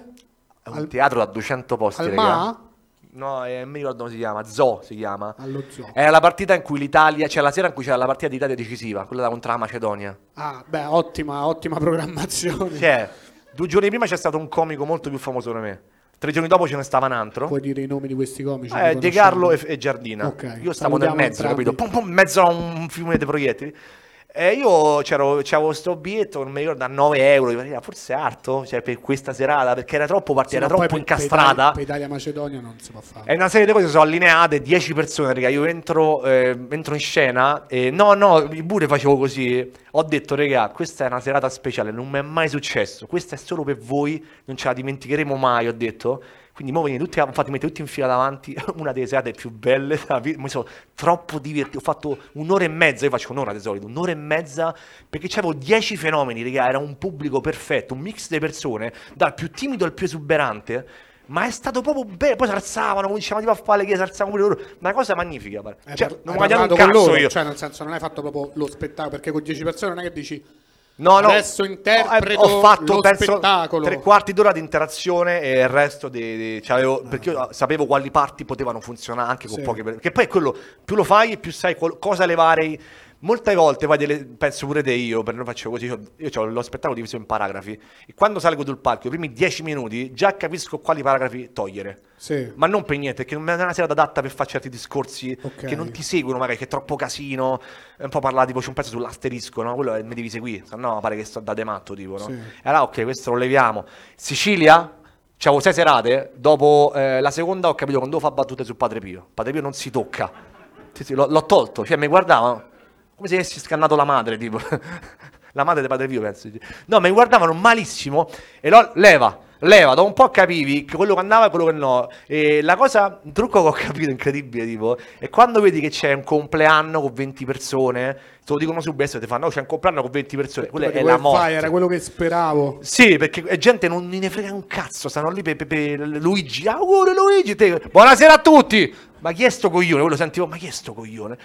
Speaker 2: È un
Speaker 1: Al-
Speaker 2: teatro da 200 posti,
Speaker 1: Al
Speaker 2: raga.
Speaker 1: Ma?
Speaker 2: No, eh, non mi ricordo come si chiama, Zoo si chiama.
Speaker 1: Allo zoo.
Speaker 2: Era la partita in cui l'Italia, cioè la sera in cui c'era la partita d'Italia decisiva, quella contro la Macedonia.
Speaker 1: Ah, beh, ottima, ottima programmazione.
Speaker 2: Cioè, due giorni prima c'è stato un comico molto più famoso di me. Tre giorni dopo ce ne stava un altro.
Speaker 1: Puoi dire i nomi di questi comici?
Speaker 2: Eh,
Speaker 1: li
Speaker 2: De Carlo e,
Speaker 1: conosciamo?
Speaker 2: e Giardina.
Speaker 1: Ok,
Speaker 2: Io stavo nel
Speaker 1: salutiamo
Speaker 2: mezzo,
Speaker 1: entrambi.
Speaker 2: capito? Pum, pum, in mezzo a un fiume di proiettili. E io c'ero, c'avevo sto biglietto, non mi ricordo, a 9 euro. Io, Forse arto, cioè per questa serata, perché era troppo
Speaker 1: Sì,
Speaker 2: partita,
Speaker 1: ma
Speaker 2: era
Speaker 1: poi
Speaker 2: troppo
Speaker 1: per- per
Speaker 2: incastrata. Eh,
Speaker 1: Italia- Per Italia-Macedonia non si può
Speaker 2: È
Speaker 1: fare.
Speaker 2: una serie di cose sono allineate, 10 persone, raga, io entro, eh, entro in scena e no, no, pure facevo così, ho detto, raga, questa è una serata speciale, non mi è mai successo, questa è solo per voi, non ce la dimenticheremo mai, ho detto. Quindi mo venite tutti, a- fate mettere tutti in fila davanti, una delle serate più belle, della vita, mi sono troppo divertito, ho fatto un'ora e mezza, io faccio un'ora di solito, un'ora e mezza, perché c'avevo 10 fenomeni, raga, era un pubblico perfetto, un mix di persone, dal più timido al più esuberante, ma è stato proprio bello. Poi si alzavano, cominciavano tipo a fare le chiese, si alzavano pure loro. Una cosa magnifica. guarda.
Speaker 1: Hai
Speaker 2: Cioè,
Speaker 1: par-
Speaker 2: non
Speaker 1: Eh, hai
Speaker 2: guadagnavo un
Speaker 1: parlato con
Speaker 2: cazzo
Speaker 1: loro,
Speaker 2: io.
Speaker 1: Cioè, nel senso, non hai fatto proprio lo spettacolo, perché con 10 persone non è che dici
Speaker 2: no, no. eh,
Speaker 1: adesso interpreto
Speaker 2: ho fatto
Speaker 1: lo
Speaker 2: penso,
Speaker 1: spettacolo.
Speaker 2: tre quarti d'ora di interazione e il resto dei, dei- cioè, avevo- perché io sapevo quali parti potevano funzionare anche con
Speaker 1: Sì.
Speaker 2: poche persone. Che poi è quello, più lo fai, più sai qual- cosa levare. Molte volte, poi delle- penso pure te io, per non faccio così, io, io ho lo spettacolo diviso in paragrafi e quando salgo sul palco, i primi 10 minuti, già capisco quali paragrafi togliere.
Speaker 1: Sì.
Speaker 2: Ma non per niente, che non è una serata adatta per fare certi discorsi
Speaker 1: Ok.
Speaker 2: che non ti seguono, magari che è troppo casino. È un po' parlare, tipo, c'è un pezzo sull'asterisco, no? Quello è, mi devi seguire, se no pare che sto da de matto, tipo, no?
Speaker 1: Sì.
Speaker 2: E allora, ok, questo lo leviamo. Sicilia, c'avevo sei serate, dopo eh, la seconda ho capito quando fa battute su Padre Pio. Padre Pio non si tocca. Sì, sì, l'ho, l'ho tolto, cioè mi guardavano come se avessi scannato la madre, tipo. la madre di Padre Pio, penso. No, mi guardavano malissimo e l'ho leva. Leva, dopo un po' capivi che quello che andava e quello che no. E la cosa, un trucco che ho capito incredibile, tipo, è quando vedi che c'è un compleanno con 20 persone, te lo dicono subito e ti fanno, no, c'è un compleanno con 20 persone, quella
Speaker 1: Cioè, Tipo
Speaker 2: è
Speaker 1: di
Speaker 2: la
Speaker 1: Wi-Fi,
Speaker 2: morte.
Speaker 1: Era quello che speravo.
Speaker 2: Sì, perché è gente non ne frega un cazzo, stanno lì per, per- per Luigi. Auguri Luigi! te- Buonasera a tutti! Ma chi è sto coglione? Quello sentivo, ma chi è sto coglione?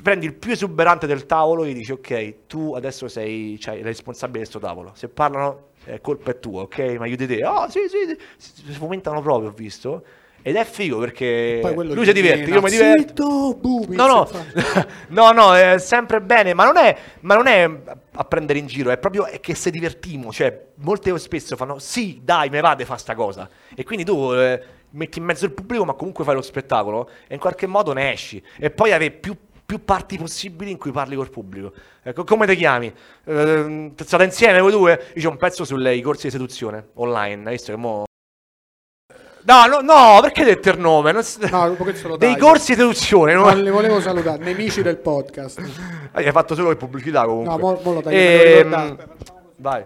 Speaker 2: Prendi il più esuberante del tavolo e gli dici, ok, tu adesso sei cioè, il responsabile di sto tavolo. Se parlano, eh, colpa è tua, ok? Ma aiuti te. Ah, sì, sì, sì. Si fomentano proprio, ho visto. Ed è figo perché
Speaker 1: Poi quello
Speaker 2: lui
Speaker 1: ti
Speaker 2: si diverte,
Speaker 1: mena.
Speaker 2: io mi diverto.
Speaker 1: Zitto, Bubi,
Speaker 2: No, no,
Speaker 1: zitto.
Speaker 2: no, no, è sempre bene, ma non è, ma non è a prendere in giro, è proprio è che se divertimo, cioè molte spesso fanno sì, dai, me vade, fa sta cosa. E quindi tu eh, metti in mezzo il pubblico, ma comunque fai lo spettacolo e in qualche modo ne esci. E poi avere più, più parti possibili in cui parli col pubblico. Ecco, come ti chiami? Ehm, state insieme voi due? Io c'ho un pezzo sui corsi di seduzione online, hai visto che mo... No, no, no, perché hai detto il nome? Non s-
Speaker 1: No, dopo che se lo
Speaker 2: Dei
Speaker 1: taglio.
Speaker 2: corsi di seduzione, non-
Speaker 1: Non li volevo salutare, nemici del podcast.
Speaker 2: Ah, Hai fatto solo le pubblicità comunque.
Speaker 1: No, mo- mo lo taglio,
Speaker 2: Ehm,
Speaker 1: me lo ricordate.
Speaker 2: Vai.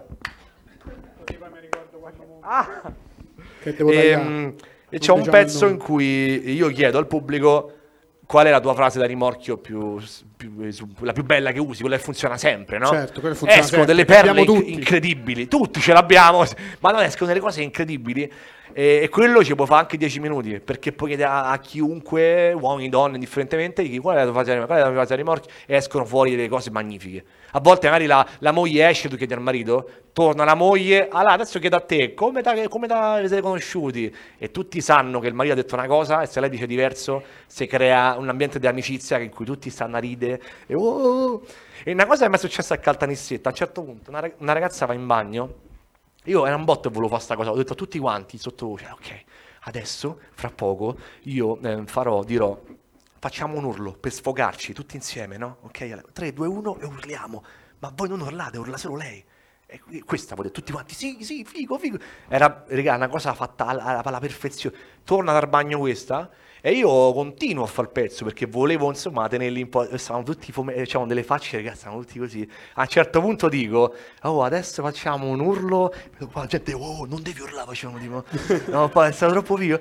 Speaker 3: fatto qualche...
Speaker 2: Ah!
Speaker 1: Che devo tagliare.
Speaker 2: Ehm, e c'è un
Speaker 1: diciamo il
Speaker 2: pezzo
Speaker 1: nome.
Speaker 2: in cui io chiedo al pubblico qual è la tua frase da rimorchio più, più- su- la più bella che usi, quella che funziona sempre, no?
Speaker 1: Certo, quella funziona sempre,
Speaker 2: escono delle
Speaker 1: che
Speaker 2: perle
Speaker 1: abbiamo
Speaker 2: inc-
Speaker 1: tutti.
Speaker 2: incredibili, tutti ce l'abbiamo, ma no, escono delle cose incredibili e, e quello ci può fare anche 10 minuti, perché puoi chiedere a, a chiunque, uomini, donne, indifferentemente, gli chiedi, qual è la tua frase da rimorchio, qual è la tua frase da rimorchio e escono fuori delle cose magnifiche. A volte magari la, la moglie esce, tu chiedi al marito, torna la moglie, allora adesso chiedo a te, come, da- come da- vi siete conosciuti? E tutti sanno che il marito ha detto una cosa e se lei dice diverso, si crea un ambiente di amicizia in cui tutti stanno a ridere. E, oh, oh, oh. E una cosa che mi è successa a Caltanissetta, a un certo punto una, rag- una ragazza va in bagno, io era un botto e volevo fare sta cosa, ho detto a tutti quanti sottovoce, ok, adesso, fra poco, io eh, farò, dirò, facciamo un urlo per sfogarci tutti insieme, no? Ok, 3, 2, 1 e urliamo, ma voi non orlate, urla solo lei. E qui- questa vuol dire tutti quanti, sì, sì, figo, figo. Era, raga, una cosa fatta alla, alla- alla perfezione. Torna dal bagno questa e io continuo a far pezzo perché volevo, insomma, tenerli un po'. e Stavano tutti, fome- eh, c'erano delle facce, ragazzi, stavano tutti così. A un certo punto dico, oh, adesso facciamo un urlo. La gente, oh, non devi urlare, facevano tipo. No, poi è stato troppo figo.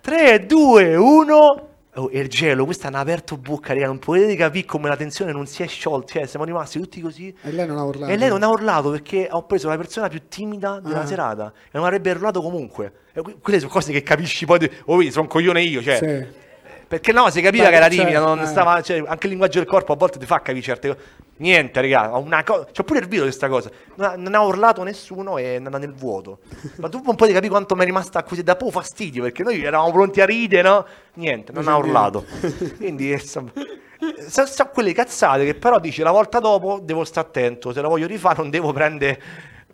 Speaker 2: 3, 2, 1... Oh, e il gelo, questa hanno aperto bocca, raga, non potete capire come la tensione non si è sciolta, cioè siamo rimasti tutti così.
Speaker 1: E lei non ha urlato.
Speaker 2: E lei non ha urlato perché ho preso la persona più timida della
Speaker 1: Ah.
Speaker 2: serata e non avrebbe urlato comunque. E que- quelle sono cose che capisci poi, di- oh, vedi, sono un coglione io, cioè.
Speaker 1: Sì.
Speaker 2: Perché no, si capiva
Speaker 1: Beh,
Speaker 2: che era
Speaker 1: certo,
Speaker 2: timida, non
Speaker 1: eh.
Speaker 2: stava- cioè, anche il linguaggio del corpo a volte ti fa capire certe cose. Niente, raga, ho una cosa, c'ho pure il video di questa cosa. Non ha, non ha urlato nessuno e è andata nel vuoto. Ma tu un po' di capire quanto mi è rimasta così da poco fastidio, perché noi eravamo pronti a ridere, no? Niente, non
Speaker 1: Non
Speaker 2: ha
Speaker 1: c'è
Speaker 2: urlato. Quindi, insomma, so, so quelle cazzate che però dici la volta dopo devo stare attento, se la voglio rifare non devo prendere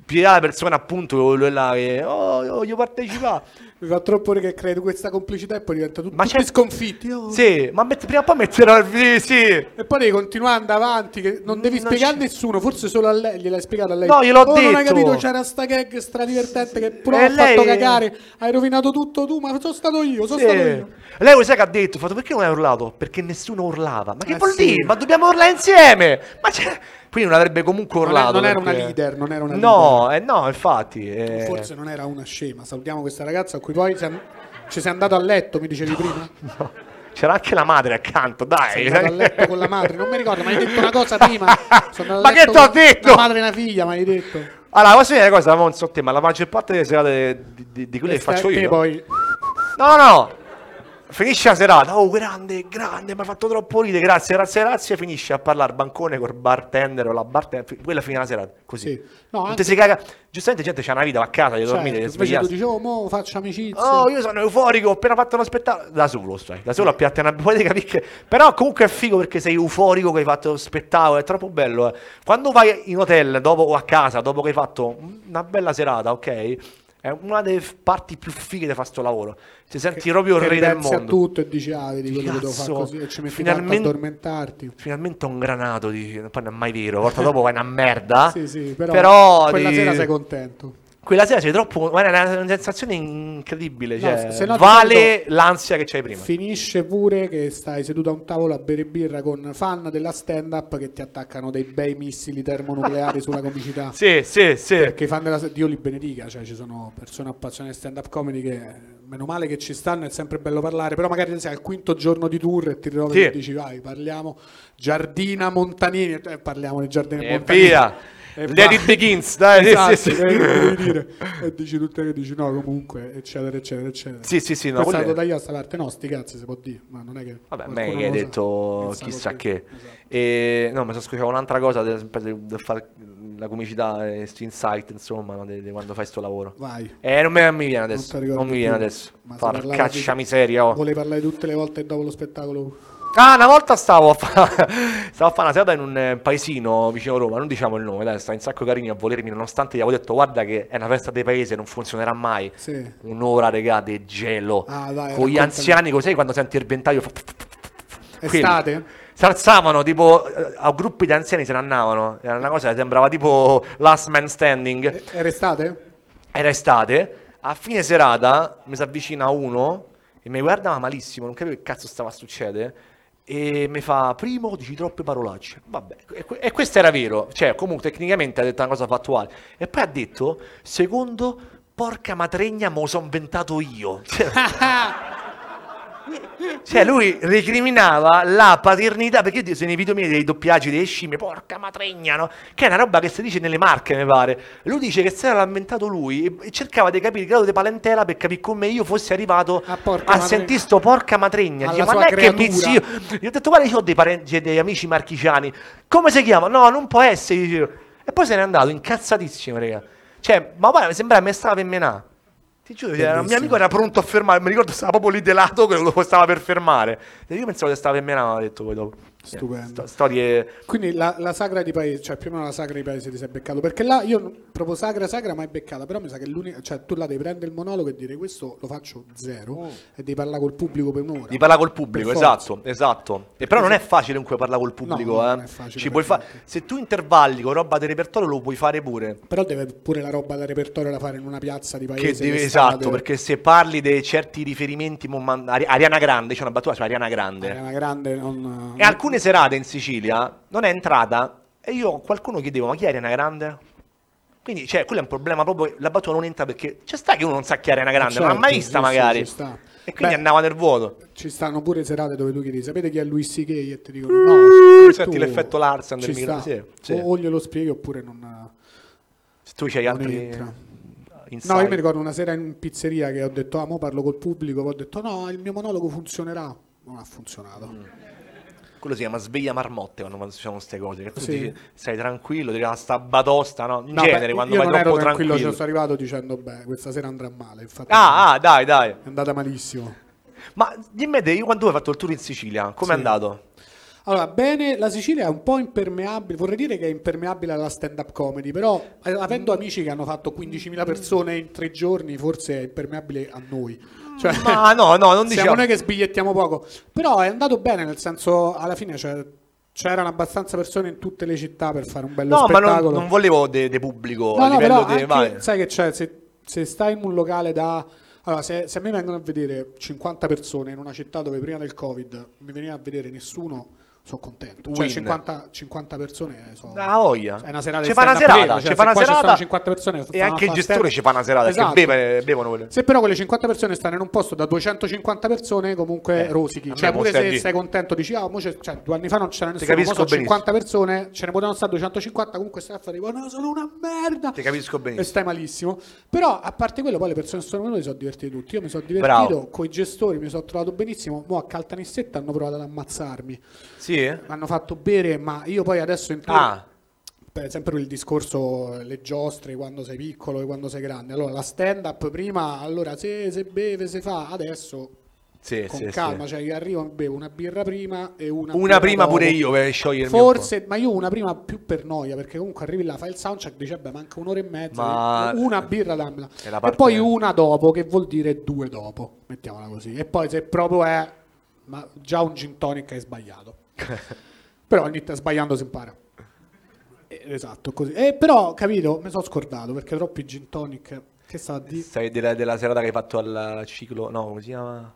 Speaker 2: pigliare la persona appunto che là che oh, io voglio partecipare.
Speaker 1: Mi fa troppo ridere che credo questa complicità e poi diventa tutto
Speaker 2: Ma
Speaker 1: tutti
Speaker 2: c'è-
Speaker 1: sconfitti. oh.
Speaker 2: Sì, ma met- prima o poi metterò il video, sì.
Speaker 1: E poi devi continuare ad andare avanti, che non devi
Speaker 2: Non
Speaker 1: spiegare a
Speaker 2: c'è-
Speaker 1: nessuno, forse solo a lei, gliel'hai spiegato a lei.
Speaker 2: No, gliel'ho
Speaker 1: "Oh, Non hai
Speaker 2: detto."
Speaker 1: capito, c'era sta gag stradivertente che pure
Speaker 2: E
Speaker 1: ha fatto
Speaker 2: lei-
Speaker 1: cagare, hai rovinato tutto tu, ma sono stato io, sono
Speaker 2: Sì.
Speaker 1: stato io.
Speaker 2: Lei lo sai che ha detto? Ha fatto perché non hai urlato? Perché nessuno urlava. Ma che
Speaker 1: Eh,
Speaker 2: vuol
Speaker 1: sì.
Speaker 2: dire? Ma dobbiamo urlare insieme! Ma c'è- Quindi non avrebbe comunque
Speaker 1: Non è-
Speaker 2: urlato.
Speaker 1: non era
Speaker 2: perché-
Speaker 1: una leader, non era una
Speaker 2: No, eh, no, infatti. eh.
Speaker 1: Forse non era una scema. Salutiamo questa ragazza a cui poi siamo- ci sei andato a letto, mi dicevi prima.
Speaker 2: No. C'era anche la madre accanto, dai.
Speaker 1: Sei andato a letto con la madre, non mi ricordo, ma hai detto una cosa prima. Sono andato a
Speaker 2: Ma che
Speaker 1: letto
Speaker 2: t'ho
Speaker 1: con
Speaker 2: detto?
Speaker 1: Una madre e una figlia, ma hai detto.
Speaker 2: Allora, posso dire una cosa, ma non so te, ma la maggior parte delle serate di, di- di quelle che
Speaker 1: Questa-
Speaker 2: faccio
Speaker 1: te
Speaker 2: io.
Speaker 1: poi
Speaker 2: No, no. Finisce la serata, oh grande, grande, mi ha fatto troppo ridere, grazie, grazie, grazie, finisce a parlare bancone col bartender o la bartender, quella fine della serata, così.
Speaker 1: Sì. No,
Speaker 2: Non
Speaker 1: anche-
Speaker 2: te si caga, giustamente gente c'ha una vita, va a casa, devi dormire, devi
Speaker 1: certo, invece tu
Speaker 2: svegliarsi.
Speaker 1: dicevo, mo faccio amicizia.
Speaker 2: Oh, io sono euforico, ho appena fatto uno spettacolo. Da solo, stai. Da solo a piattana. Potete capire che... Però comunque è figo perché sei euforico che hai fatto lo spettacolo, è troppo bello. eh. Quando vai in hotel dopo, o a casa, dopo che hai fatto una bella serata, ok? È una delle f- parti più fighe di fare sto lavoro. Ti senti proprio il
Speaker 1: che
Speaker 2: re del
Speaker 1: ringrazi a
Speaker 2: mondo.
Speaker 1: tutto e dici, ah, vedi quello che devo fare
Speaker 2: Cazzo,
Speaker 1: così e ci metti
Speaker 2: finalmente-
Speaker 1: tanto a addormentarti.
Speaker 2: Finalmente ho un granato, dici. Poi non è mai vero. La volta dopo vai una merda.
Speaker 1: Sì, sì, però, quella
Speaker 2: Ah, di-
Speaker 1: sera sei contento.
Speaker 2: Quella sera sei troppo. guarda, è una, una sensazione incredibile.
Speaker 1: No,
Speaker 2: cioè,
Speaker 1: se no ti
Speaker 2: vale
Speaker 1: mando-
Speaker 2: l'ansia che c'hai prima.
Speaker 1: Finisce pure che stai seduto a un tavolo a bere birra con fan della stand-up che ti attaccano dei bei missili termonucleari sulla comicità.
Speaker 2: Sì, sì, sì.
Speaker 1: Perché i fan della Dio li benedica, cioè ci sono persone appassionate di stand-up comedy che eh, meno male che ci stanno, è sempre bello parlare, però magari sei al quinto giorno di tour e ti ritrovi
Speaker 2: Sì.
Speaker 1: e dici vai, parliamo Giardina Montanini, eh, parliamo di Giardina
Speaker 2: E
Speaker 1: Montanini.
Speaker 2: via.
Speaker 1: E
Speaker 2: Lady
Speaker 1: Eh, va-
Speaker 2: Begins, dai, sì,
Speaker 1: Esatto,
Speaker 2: sì, sì.
Speaker 1: eh, devi dire. E dici tutte che dici no, comunque, eccetera, eccetera, eccetera.
Speaker 2: Sì, sì, sì, no,
Speaker 1: Questo è
Speaker 2: quelle-
Speaker 1: stato tagliato a sta parte, no, sti cazzi si può dire, ma non è che...
Speaker 2: Vabbè, a
Speaker 1: qualcuno
Speaker 2: me che hai
Speaker 1: lo sa.
Speaker 2: detto
Speaker 1: Il sacco
Speaker 2: chissà
Speaker 1: di-
Speaker 2: che.
Speaker 1: esatto.
Speaker 2: E, no, mi sono scusato un'altra cosa del, sempre del- del fare la comicità e sti insight, insomma, no, di, di quando fai sto lavoro.
Speaker 1: Vai.
Speaker 2: Eh, non, me- non mi viene adesso.
Speaker 1: te
Speaker 2: Non,
Speaker 1: ricordi
Speaker 2: mi viene
Speaker 1: più.
Speaker 2: adesso.
Speaker 1: Ma se parlavi
Speaker 2: Porcaccia
Speaker 1: di-
Speaker 2: miseria. oh.
Speaker 1: Volevi parlare tutte le volte dopo lo spettacolo?
Speaker 2: Ah, una volta stavo a, fa- stavo a fare una serata in un eh, paesino vicino a Roma, non diciamo il nome, dai, sta un sacco carini a volermi, nonostante gli avevo detto guarda che è una festa dei paesi, non funzionerà mai.
Speaker 1: Sì.
Speaker 2: Un'ora, regà, di gelo.
Speaker 1: Ah, vai,
Speaker 2: Con gli
Speaker 1: raccontami.
Speaker 2: anziani, cos'è quando senti il ventaglio? fa- Quelli.
Speaker 1: Estate?
Speaker 2: Si alzavano, tipo, eh, a gruppi di anziani se ne andavano. Era una cosa che sembrava tipo last man standing.
Speaker 1: E- Eh, Era estate?
Speaker 2: Era estate, a fine serata mi si avvicina uno e mi guardava malissimo, non capivo che cazzo stava a succedere. E mi fa, primo dici troppe parolacce. Vabbè, e, que- e questo era vero, cioè comunque tecnicamente ha detto una cosa fattuale. E poi ha detto, secondo Porca matregna, me lo sono inventato io.
Speaker 1: Ah!
Speaker 2: Cioè, lui recriminava la paternità, perché io se nei video miei dei doppiaggi delle scimmie, porca matregna, no? Che è una roba che si dice nelle marche, mi pare. Lui dice che se era lamentato lui e- e cercava di capire il grado di parentela per capire come io fossi arrivato
Speaker 1: A
Speaker 2: a,
Speaker 1: Ah, porca matregna.
Speaker 2: sentire sto porca matregna.
Speaker 1: Alla
Speaker 2: Dice, ma
Speaker 1: sua
Speaker 2: non è che mi
Speaker 1: creatura."
Speaker 2: zio... Gli ho detto, guarda, io ho dei parenti, degli amici marchigiani. Come si chiama? No, non può essere, dicevo. E poi se n'è andato, incazzatissimo, raga. Cioè, ma guarda, mi sembrava che mi stava per menà. Ti giuro, cioè, un mio
Speaker 1: Bellissimo.
Speaker 2: amico era pronto a fermare, mi ricordo stava proprio lì delato che lo stava per fermare. E io pensavo che stava per me, no, ho detto poi dopo.
Speaker 1: Stupendo.
Speaker 2: Sto- storie...
Speaker 1: Quindi la, la sagra di paese, cioè più o meno la sagra di paese ti sei beccato, perché là io non- proprio sagra sagra mai beccata, però mi sa che l'unica, cioè tu la devi prendere il monologo e dire questo lo faccio zero e devi parlare col pubblico per un'ora.
Speaker 2: Di Mm. parlare col pubblico,
Speaker 1: Per forza.
Speaker 2: esatto, esatto. E però non è facile comunque parlare col pubblico,
Speaker 1: no,
Speaker 2: eh.
Speaker 1: non è facile
Speaker 2: Ci
Speaker 1: per
Speaker 2: puoi fa-
Speaker 1: niente.
Speaker 2: Se tu intervalli con roba di repertorio lo puoi fare pure.
Speaker 1: Però deve pure la roba da repertorio da fare in una piazza di paese.
Speaker 2: Che devi-
Speaker 1: d'estate.
Speaker 2: esatto, perché se parli di certi riferimenti, mo man- Ari- Ariana Grande, c'è una battuta su Ariana Grande.
Speaker 1: Era Eh, una grande non-
Speaker 2: E alcune serate in Sicilia non è entrata e io qualcuno chiedevo ma chi è Ariana Grande? Quindi cioè, quello è un problema proprio, la battuta non entra perché c'è sta che uno non sa chi è Ariana Grande,
Speaker 1: Certo,
Speaker 2: non l'ha mai vista
Speaker 1: sì, sì,
Speaker 2: magari.
Speaker 1: ci sta.
Speaker 2: E quindi
Speaker 1: Beh,
Speaker 2: andava nel vuoto.
Speaker 1: Ci stanno pure serate dove tu chiedi, sapete chi è Luis C.K. e ti dicono no. e
Speaker 2: Mm, Senti
Speaker 1: tu-
Speaker 2: l'effetto Larsen del
Speaker 1: ci sta.
Speaker 2: microfono, sì, sì.
Speaker 1: O, o glielo spieghi oppure non...
Speaker 2: Se tu c'hai
Speaker 1: non
Speaker 2: altri
Speaker 1: entra.
Speaker 2: insight.
Speaker 1: No, io mi ricordo una sera in pizzeria che ho detto, ah, mo parlo col pubblico, poi ho detto, no, il mio monologo funzionerà. Non ha funzionato.
Speaker 2: Mm. Quello si chiama sveglia marmotte quando succedono queste cose. Che tu
Speaker 1: Sì.
Speaker 2: dici, sei tranquillo, ti dà sta batosta, no? In
Speaker 1: No,
Speaker 2: genere,
Speaker 1: beh,
Speaker 2: quando
Speaker 1: io
Speaker 2: vai
Speaker 1: non ero
Speaker 2: troppo
Speaker 1: tranquillo, cioè,
Speaker 2: tranquillo.
Speaker 1: ci sono arrivato dicendo, beh, questa sera andrà male. Infatti
Speaker 2: Ah, ah, dai, dai.
Speaker 1: è andata malissimo.
Speaker 2: Ma dimmi te, io quando hai fatto il tour in Sicilia, come è
Speaker 1: Sì.
Speaker 2: andato?
Speaker 1: Allora, bene, la Sicilia è un po' impermeabile, vorrei dire che è impermeabile alla stand-up comedy, però eh, avendo amici che hanno fatto 15.000 persone in tre giorni, forse è impermeabile a noi. Cioè,
Speaker 2: Mm, Ma no, no, non
Speaker 1: siamo
Speaker 2: diciamo.
Speaker 1: noi che sbigliettiamo poco, però è andato bene, nel senso, alla fine cioè, c'erano abbastanza persone in tutte le città per fare un bello
Speaker 2: No, ma
Speaker 1: spettacolo.
Speaker 2: non, non volevo de, de pubblico
Speaker 1: No,
Speaker 2: a
Speaker 1: no,
Speaker 2: livello
Speaker 1: però
Speaker 2: di
Speaker 1: anche-
Speaker 2: vai.
Speaker 1: sai che c'è, se, se stai in un locale da... Allora, se, se a me vengono a vedere 50 persone in una città dove prima del Covid mi veniva a vedere nessuno, sono contento. Cioè
Speaker 2: Win.
Speaker 1: 50, 50 persone eh, sono...
Speaker 2: Ah, voglia.
Speaker 1: È una serata
Speaker 2: Ci
Speaker 1: di
Speaker 2: fa una
Speaker 1: stand-up
Speaker 2: serata,
Speaker 1: vero, cioè,
Speaker 2: ci
Speaker 1: se
Speaker 2: fa una
Speaker 1: qua ci
Speaker 2: serata.
Speaker 1: stanno 50 persone, fa
Speaker 2: e
Speaker 1: una
Speaker 2: anche il
Speaker 1: fast-
Speaker 2: gestore ci fa una serata
Speaker 1: Esatto.
Speaker 2: che beve- bevono quelle.
Speaker 1: Se però quelle 50 persone stanno in un posto da 250 persone, comunque
Speaker 2: Eh, a
Speaker 1: rosichi.
Speaker 2: me
Speaker 1: Cioè, pure se
Speaker 2: posso dire-
Speaker 1: sei contento, dici, ah, mo c'è- cioè, due anni fa non c'era nessuno,
Speaker 2: capisco
Speaker 1: mo sono
Speaker 2: benissimo.
Speaker 1: 50 persone, ce ne potevano stare 250, comunque stai a fare, tipo, no, sono una merda
Speaker 2: Ti capisco benissimo.
Speaker 1: e stai malissimo. Però a parte quello, poi le persone che sono venute si sono divertite tutti. Io mi sono divertito
Speaker 2: Bravo.
Speaker 1: con i gestori, mi sono trovato benissimo. Mo a Caltanissetta hanno provato ad ammazzarmi,
Speaker 2: Sì? eh?
Speaker 1: mi hanno fatto bere, ma io poi adesso in tour-
Speaker 2: Ah,
Speaker 1: per esempio il discorso eh, le giostre quando sei piccolo e quando sei grande. Allora la stand up prima, allora se, se beve, se fa, adesso
Speaker 2: sì,
Speaker 1: con
Speaker 2: sì, sì.
Speaker 1: calma, cioè io arrivo, bevo una birra prima e una
Speaker 2: Una
Speaker 1: birra
Speaker 2: prima
Speaker 1: dopo.
Speaker 2: pure io per sciogliermi un po'.
Speaker 1: Forse, ma io una prima più per noia, perché comunque arrivi là, fai il soundcheck, dici, beh, manca un'ora e mezza, eh,
Speaker 2: Ma- eh,
Speaker 1: una birra dammela.
Speaker 2: È la
Speaker 1: E
Speaker 2: parte-
Speaker 1: poi una dopo, che vuol dire due dopo, mettiamola così. E poi se proprio è, ma già un gin tonic hai sbagliato. Però ogni tanto sbagliando si impara. Eh, Esatto, così. Eh, però, capito, mi sono scordato, perché troppi gin tonic, che stava a dire?
Speaker 2: Sai della, della serata che hai fatto al ciclo, no, come si chiama?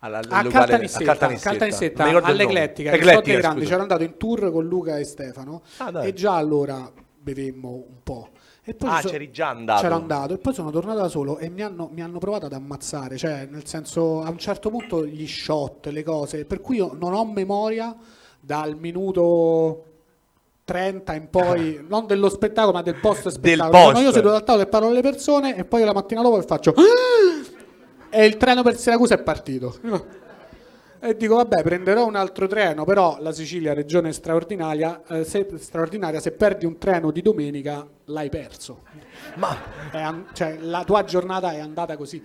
Speaker 2: Alla, al
Speaker 1: a
Speaker 2: locale-
Speaker 1: Ah, Caltanissetta,
Speaker 2: a Caltanissetta.
Speaker 1: Caltanissetta,
Speaker 2: Mi ricordo il nome.
Speaker 1: all'Eclettica, che
Speaker 2: Eclettica,
Speaker 1: Eclettica grandi,
Speaker 2: scusa.
Speaker 1: c'ero andato in tour con Luca e Stefano
Speaker 2: Ah, dai.
Speaker 1: e già allora bevemmo un po'. E poi
Speaker 2: Ah,
Speaker 1: so-
Speaker 2: c'eri già andato.
Speaker 1: C'ero andato e poi sono tornato da solo e mi hanno, mi hanno provato ad ammazzare, cioè nel senso a un certo punto gli shot, le cose, per cui io non ho memoria dal minuto 30 in poi, non dello spettacolo ma del post spettacolo.
Speaker 2: post.
Speaker 1: Sono Io seduto al tavolo e parlo alle persone e poi la mattina dopo faccio... "Ah!" E il treno per Siracusa è partito. E dico, vabbè, prenderò un altro treno, però la Sicilia è regione straordinaria, eh, se, straordinaria, se perdi un treno di domenica l'hai perso.
Speaker 2: Ma
Speaker 1: È an- cioè, la tua giornata è andata così.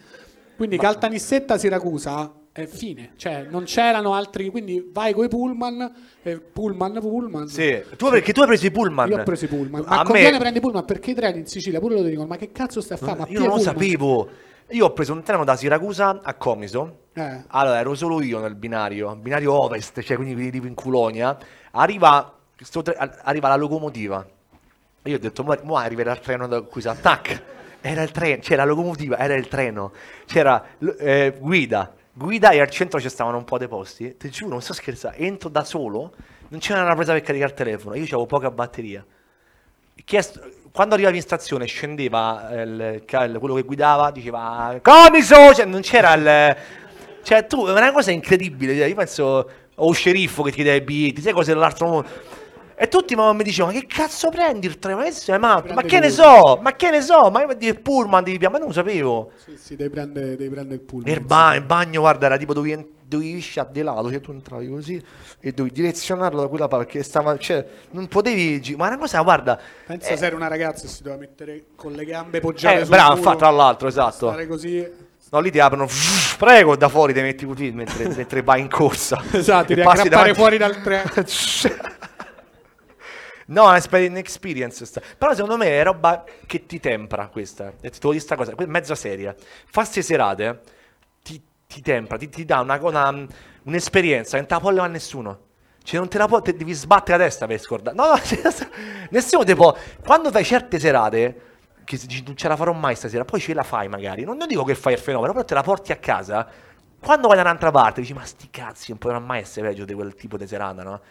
Speaker 1: Quindi Caltanissetta Siracusa è fine, cioè non c'erano altri, quindi vai coi pullman, eh, pullman, pullman.
Speaker 2: sì, tu, perché tu hai preso i pullman?
Speaker 1: Io ho preso i pullman, ma
Speaker 2: A
Speaker 1: conviene
Speaker 2: me-
Speaker 1: prendere i pullman perché i treni in Sicilia pure lo dicono, ma che cazzo stai a fare? Ma
Speaker 2: Io
Speaker 1: pia
Speaker 2: non lo
Speaker 1: pullman?"
Speaker 2: sapevo. Io ho preso un treno da Siracusa a Comiso.
Speaker 1: Eh.
Speaker 2: Allora, ero solo io nel binario, binario ovest, cioè quindi quelli tipo in Culonia. Arriva, sto tre- a- arriva la locomotiva. E Io ho detto, mo, mo arriverà il treno da cui si attacca. Era il treno, c'era la locomotiva, era il treno. C'era l- eh, guida. Guida e al centro ci stavano un po' dei posti. Ti giuro, non sto scherzando. Entro da solo, non c'era una presa per caricare il telefono. Io avevo poca batteria. chiesto- quando arrivavi in stazione scendeva eh, il ca- il- quello che guidava, diceva Comiso, cioè non c'era il... Cioè tu, è una cosa incredibile, cioè, io penso, o un sceriffo che ti dà i biglietti, sai cose dell'altro mondo. E tutti mi mi dicevano, ma che cazzo prendi il treno? Ma che sei matto? Ma
Speaker 1: Prendi
Speaker 2: che ne
Speaker 1: lui."
Speaker 2: so? Ma che ne so? Ma io di pullman, di ma non lo sapevo.
Speaker 1: Sì, sì, devi prendere, devi prendere il pullman.
Speaker 2: Il, ba- il bagno, guarda, era tipo dovevi, dovevi sciare di lato, cioè tu entravi così e dovevi direzionarlo da quella parte perché stava, cioè, non potevi, gi- ma è una cosa, guarda,
Speaker 1: Pensa
Speaker 2: eh,
Speaker 1: se era una ragazza e si doveva mettere con le gambe poggiate
Speaker 2: eh,
Speaker 1: sul
Speaker 2: bravo,
Speaker 1: muro,
Speaker 2: fa- tra l'altro, esatto.
Speaker 1: stare così.
Speaker 2: No, lì ti aprono, prego, da fuori ti metti così mentre, mentre vai in corsa.
Speaker 1: Esatto,
Speaker 2: E
Speaker 1: devi
Speaker 2: passi
Speaker 1: aggrappare
Speaker 2: davanti-
Speaker 1: fuori dal treno.
Speaker 2: No, è un'esper- un'experience. sta- Però secondo me è roba che ti tempra questa. E ti devo dire sta cosa, que- mezza seria. Fa ste serate, ti, ti tempra, ti, ti dà una, una- un'esperienza che non te la può levare nessuno. Cioè non te la può, te devi sbattere la testa per scordare. No, no, nessuno te può... Quando fai certe serate, che se dici, non ce la farò mai stasera, poi ce la fai magari. Non, non dico che fai il fenomeno, però te la porti a casa. Quando vai da un'altra parte dici, ma sti cazzi, non potrà mai essere peggio di quel tipo di serata, no?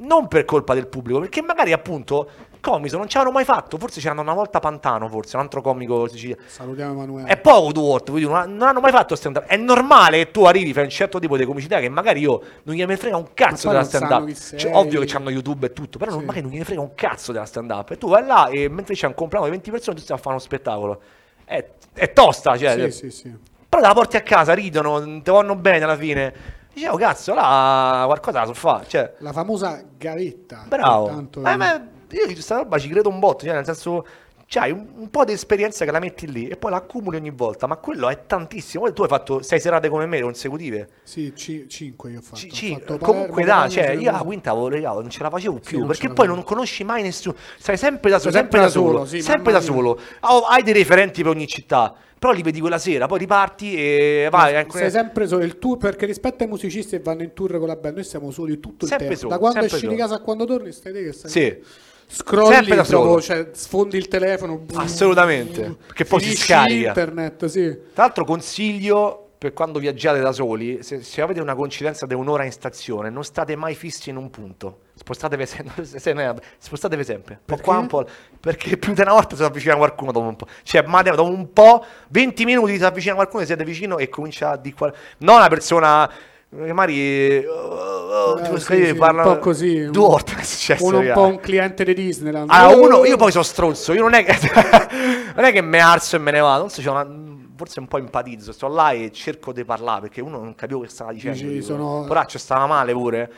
Speaker 2: non per colpa del pubblico, perché magari appunto Comiso non ci avevano mai fatto, forse c'erano una volta Pantano, forse un altro comico siciliano.
Speaker 1: Salutiamo Emanuele.
Speaker 2: È poco tu World, quindi non, non hanno mai fatto stand up. È normale che tu arrivi, fai un certo tipo di comicità che magari io non gliene frega un cazzo
Speaker 1: Ma poi non
Speaker 2: della stand
Speaker 1: sanno
Speaker 2: up.
Speaker 1: chi sei.
Speaker 2: ovvio che hanno YouTube e tutto, però non,
Speaker 1: Sì.
Speaker 2: magari non gliene frega un cazzo della stand up. E tu vai là e mentre c'è un compleanno di 20 persone tu stai a fare uno spettacolo. È, è tosta, cioè.
Speaker 1: Sì, sì, sì.
Speaker 2: Però te la porti a casa, ridono, ti vanno bene alla fine. Dicevo, cazzo, là qualcosa la so fare. Cioè,
Speaker 1: La famosa gavetta.
Speaker 2: Bravo.
Speaker 1: Tanto-
Speaker 2: Eh, ma io di questa roba ci credo un botto, cioè nel senso c'hai un, un po' di esperienza che la metti lì e poi la accumuli ogni volta, ma quello è tantissimo. Poi Tu hai fatto sei serate come me consecutive.
Speaker 1: Sì, 5 io ho fatto.
Speaker 2: Ci-
Speaker 1: Ho
Speaker 2: ci-
Speaker 1: fatto Palermo,
Speaker 2: comunque da,
Speaker 1: Catania,
Speaker 2: cioè io la
Speaker 1: Treviso.
Speaker 2: quinta avevo legato, non ce la facevo più,
Speaker 1: non ce
Speaker 2: perché
Speaker 1: la
Speaker 2: poi
Speaker 1: facevo.
Speaker 2: non conosci mai nessuno, stai sempre da,
Speaker 1: Stai
Speaker 2: sempre da solo,
Speaker 1: sì,
Speaker 2: sempre da
Speaker 1: mamma mia.
Speaker 2: solo. Ah, Hai dei referenti per ogni città, però li vedi quella sera, poi riparti e vai. eh, alcune-
Speaker 1: Sei sempre solo il tour perché rispetto ai musicisti che vanno in tour con la band, noi siamo soli tutto il
Speaker 2: Sempre
Speaker 1: tempo.
Speaker 2: solo,
Speaker 1: da quando
Speaker 2: sempre
Speaker 1: esci di
Speaker 2: solo.
Speaker 1: casa a quando torni, stai te che stai
Speaker 2: Sì.
Speaker 1: Scrolli
Speaker 2: Sempre da
Speaker 1: dopo,
Speaker 2: solo.
Speaker 1: cioè, sfondi il telefono. boom,
Speaker 2: Assolutamente,
Speaker 1: boom,
Speaker 2: perché poi si
Speaker 1: finisci
Speaker 2: scarica.
Speaker 1: internet, sì.
Speaker 2: Tra l'altro consiglio per quando viaggiate da soli, se, se avete una coincidenza di un'ora in stazione, non state mai fissi in un punto. Spostatevi, se- no, se- se- no, spostatevi sempre. Un po'
Speaker 1: Perché?
Speaker 2: qua, un po' là. Perché più di una volta si avvicina qualcuno dopo un po'. Cioè, ma dopo un po', 20 minuti si avvicina qualcuno, siete vicino e comincia a di qual- Non una persona... eh, Magari eh, oh, oh,
Speaker 1: Eh,
Speaker 2: tipo,
Speaker 1: sì,
Speaker 2: eh,
Speaker 1: sì,
Speaker 2: parla-
Speaker 1: un po' così, un-
Speaker 2: Due volte è successo.
Speaker 1: Uno un
Speaker 2: raga.
Speaker 1: po' un cliente di Disneyland. Oh,
Speaker 2: Ah, uno, io poi sono stronzo, io non è che, non è che me arso e me ne vado, non so, c'ho una- forse un po' empatizzo, sto là e cerco di parlare perché uno non capivo che stava dicendo.
Speaker 1: Dici,
Speaker 2: tipo.
Speaker 1: sono-
Speaker 2: Poraccio stava male pure,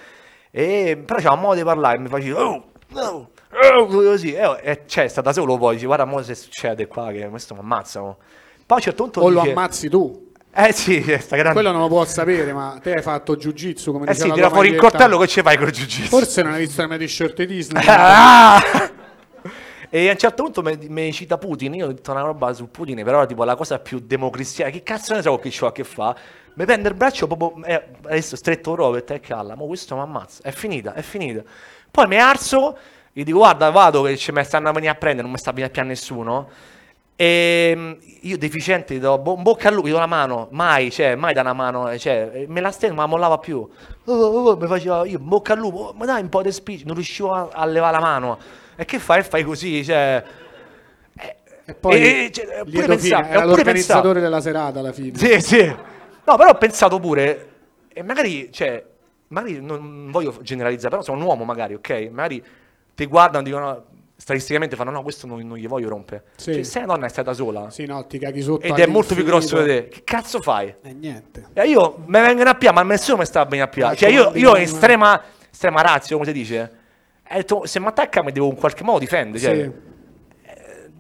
Speaker 2: e, però c'era un modo di parlare, mi faceva oh, oh, oh", così, e, e cioè, sta da solo poi, dice, guarda mo se succede qua che questo mi ammazzano. Poi a un certo punto
Speaker 1: O lo
Speaker 2: dice-
Speaker 1: ammazzi tu.
Speaker 2: Eh sì, eh, sta grande...
Speaker 1: Quello non lo può sapere, ma te hai fatto jiu-jitsu come
Speaker 2: eh
Speaker 1: diceva
Speaker 2: sì,
Speaker 1: la
Speaker 2: tira
Speaker 1: tua
Speaker 2: fuori il
Speaker 1: maglietta.
Speaker 2: coltello che ci fai con il jiu-jitsu?
Speaker 1: Forse non hai visto le mie t-shirt di Disney.
Speaker 2: Ah! E a un certo punto me- mi cita Putin, io ho detto una roba su Putin, però tipo la cosa più democristiana, che cazzo ne so che c'ho a che fa? Mi prende il braccio proprio, eh, adesso stretto proprio e calla, ma questo mi ammazza, è finita, è finita. Poi mi alzo, gli dico guarda vado che ci mi stanno a venire a prendere, non mi sta a venire più a nessuno. E mm, io deficiente gli do bo- un bocca al lupo, gli do la mano, mai, cioè, mai da una mano, eh, cioè, eh, me la stendo, ma mollava più. Oh, oh, oh, mi faceva io, bocca al lupo, oh, ma dai un po' di spicci, non riuscivo a, a levare la mano. E che fai? E fai così, cioè...
Speaker 1: E poi
Speaker 2: Eh, eh, cioè, eh, pure
Speaker 1: lieto
Speaker 2: pensavo-
Speaker 1: fine,
Speaker 2: eh,
Speaker 1: era
Speaker 2: pure
Speaker 1: l'organizzatore della serata alla fine.
Speaker 2: Sì, sì. No, però ho pensato pure, e magari, cioè, magari non non voglio generalizzare, però sono un uomo magari, ok? Magari ti guardano e dicono, statisticamente fanno, no, questo non, non gli voglio rompere.
Speaker 1: Sì.
Speaker 2: Cioè, se la donna è stata sola
Speaker 1: Sì, no, ti caghi sotto.
Speaker 2: ed è molto più grosso di
Speaker 1: all'infinito.
Speaker 2: te, che cazzo fai?
Speaker 1: E Eh, niente.
Speaker 2: E io me vengono a pia, ma nessuno mi sta bene a pia.
Speaker 1: Ah,
Speaker 2: Cioè, io,
Speaker 1: c'è
Speaker 2: io
Speaker 1: un-
Speaker 2: in estrema, estrema razio, come si dice, e ho detto, se mi attacca mi devo in qualche modo difendere. Cioè,
Speaker 1: Sì.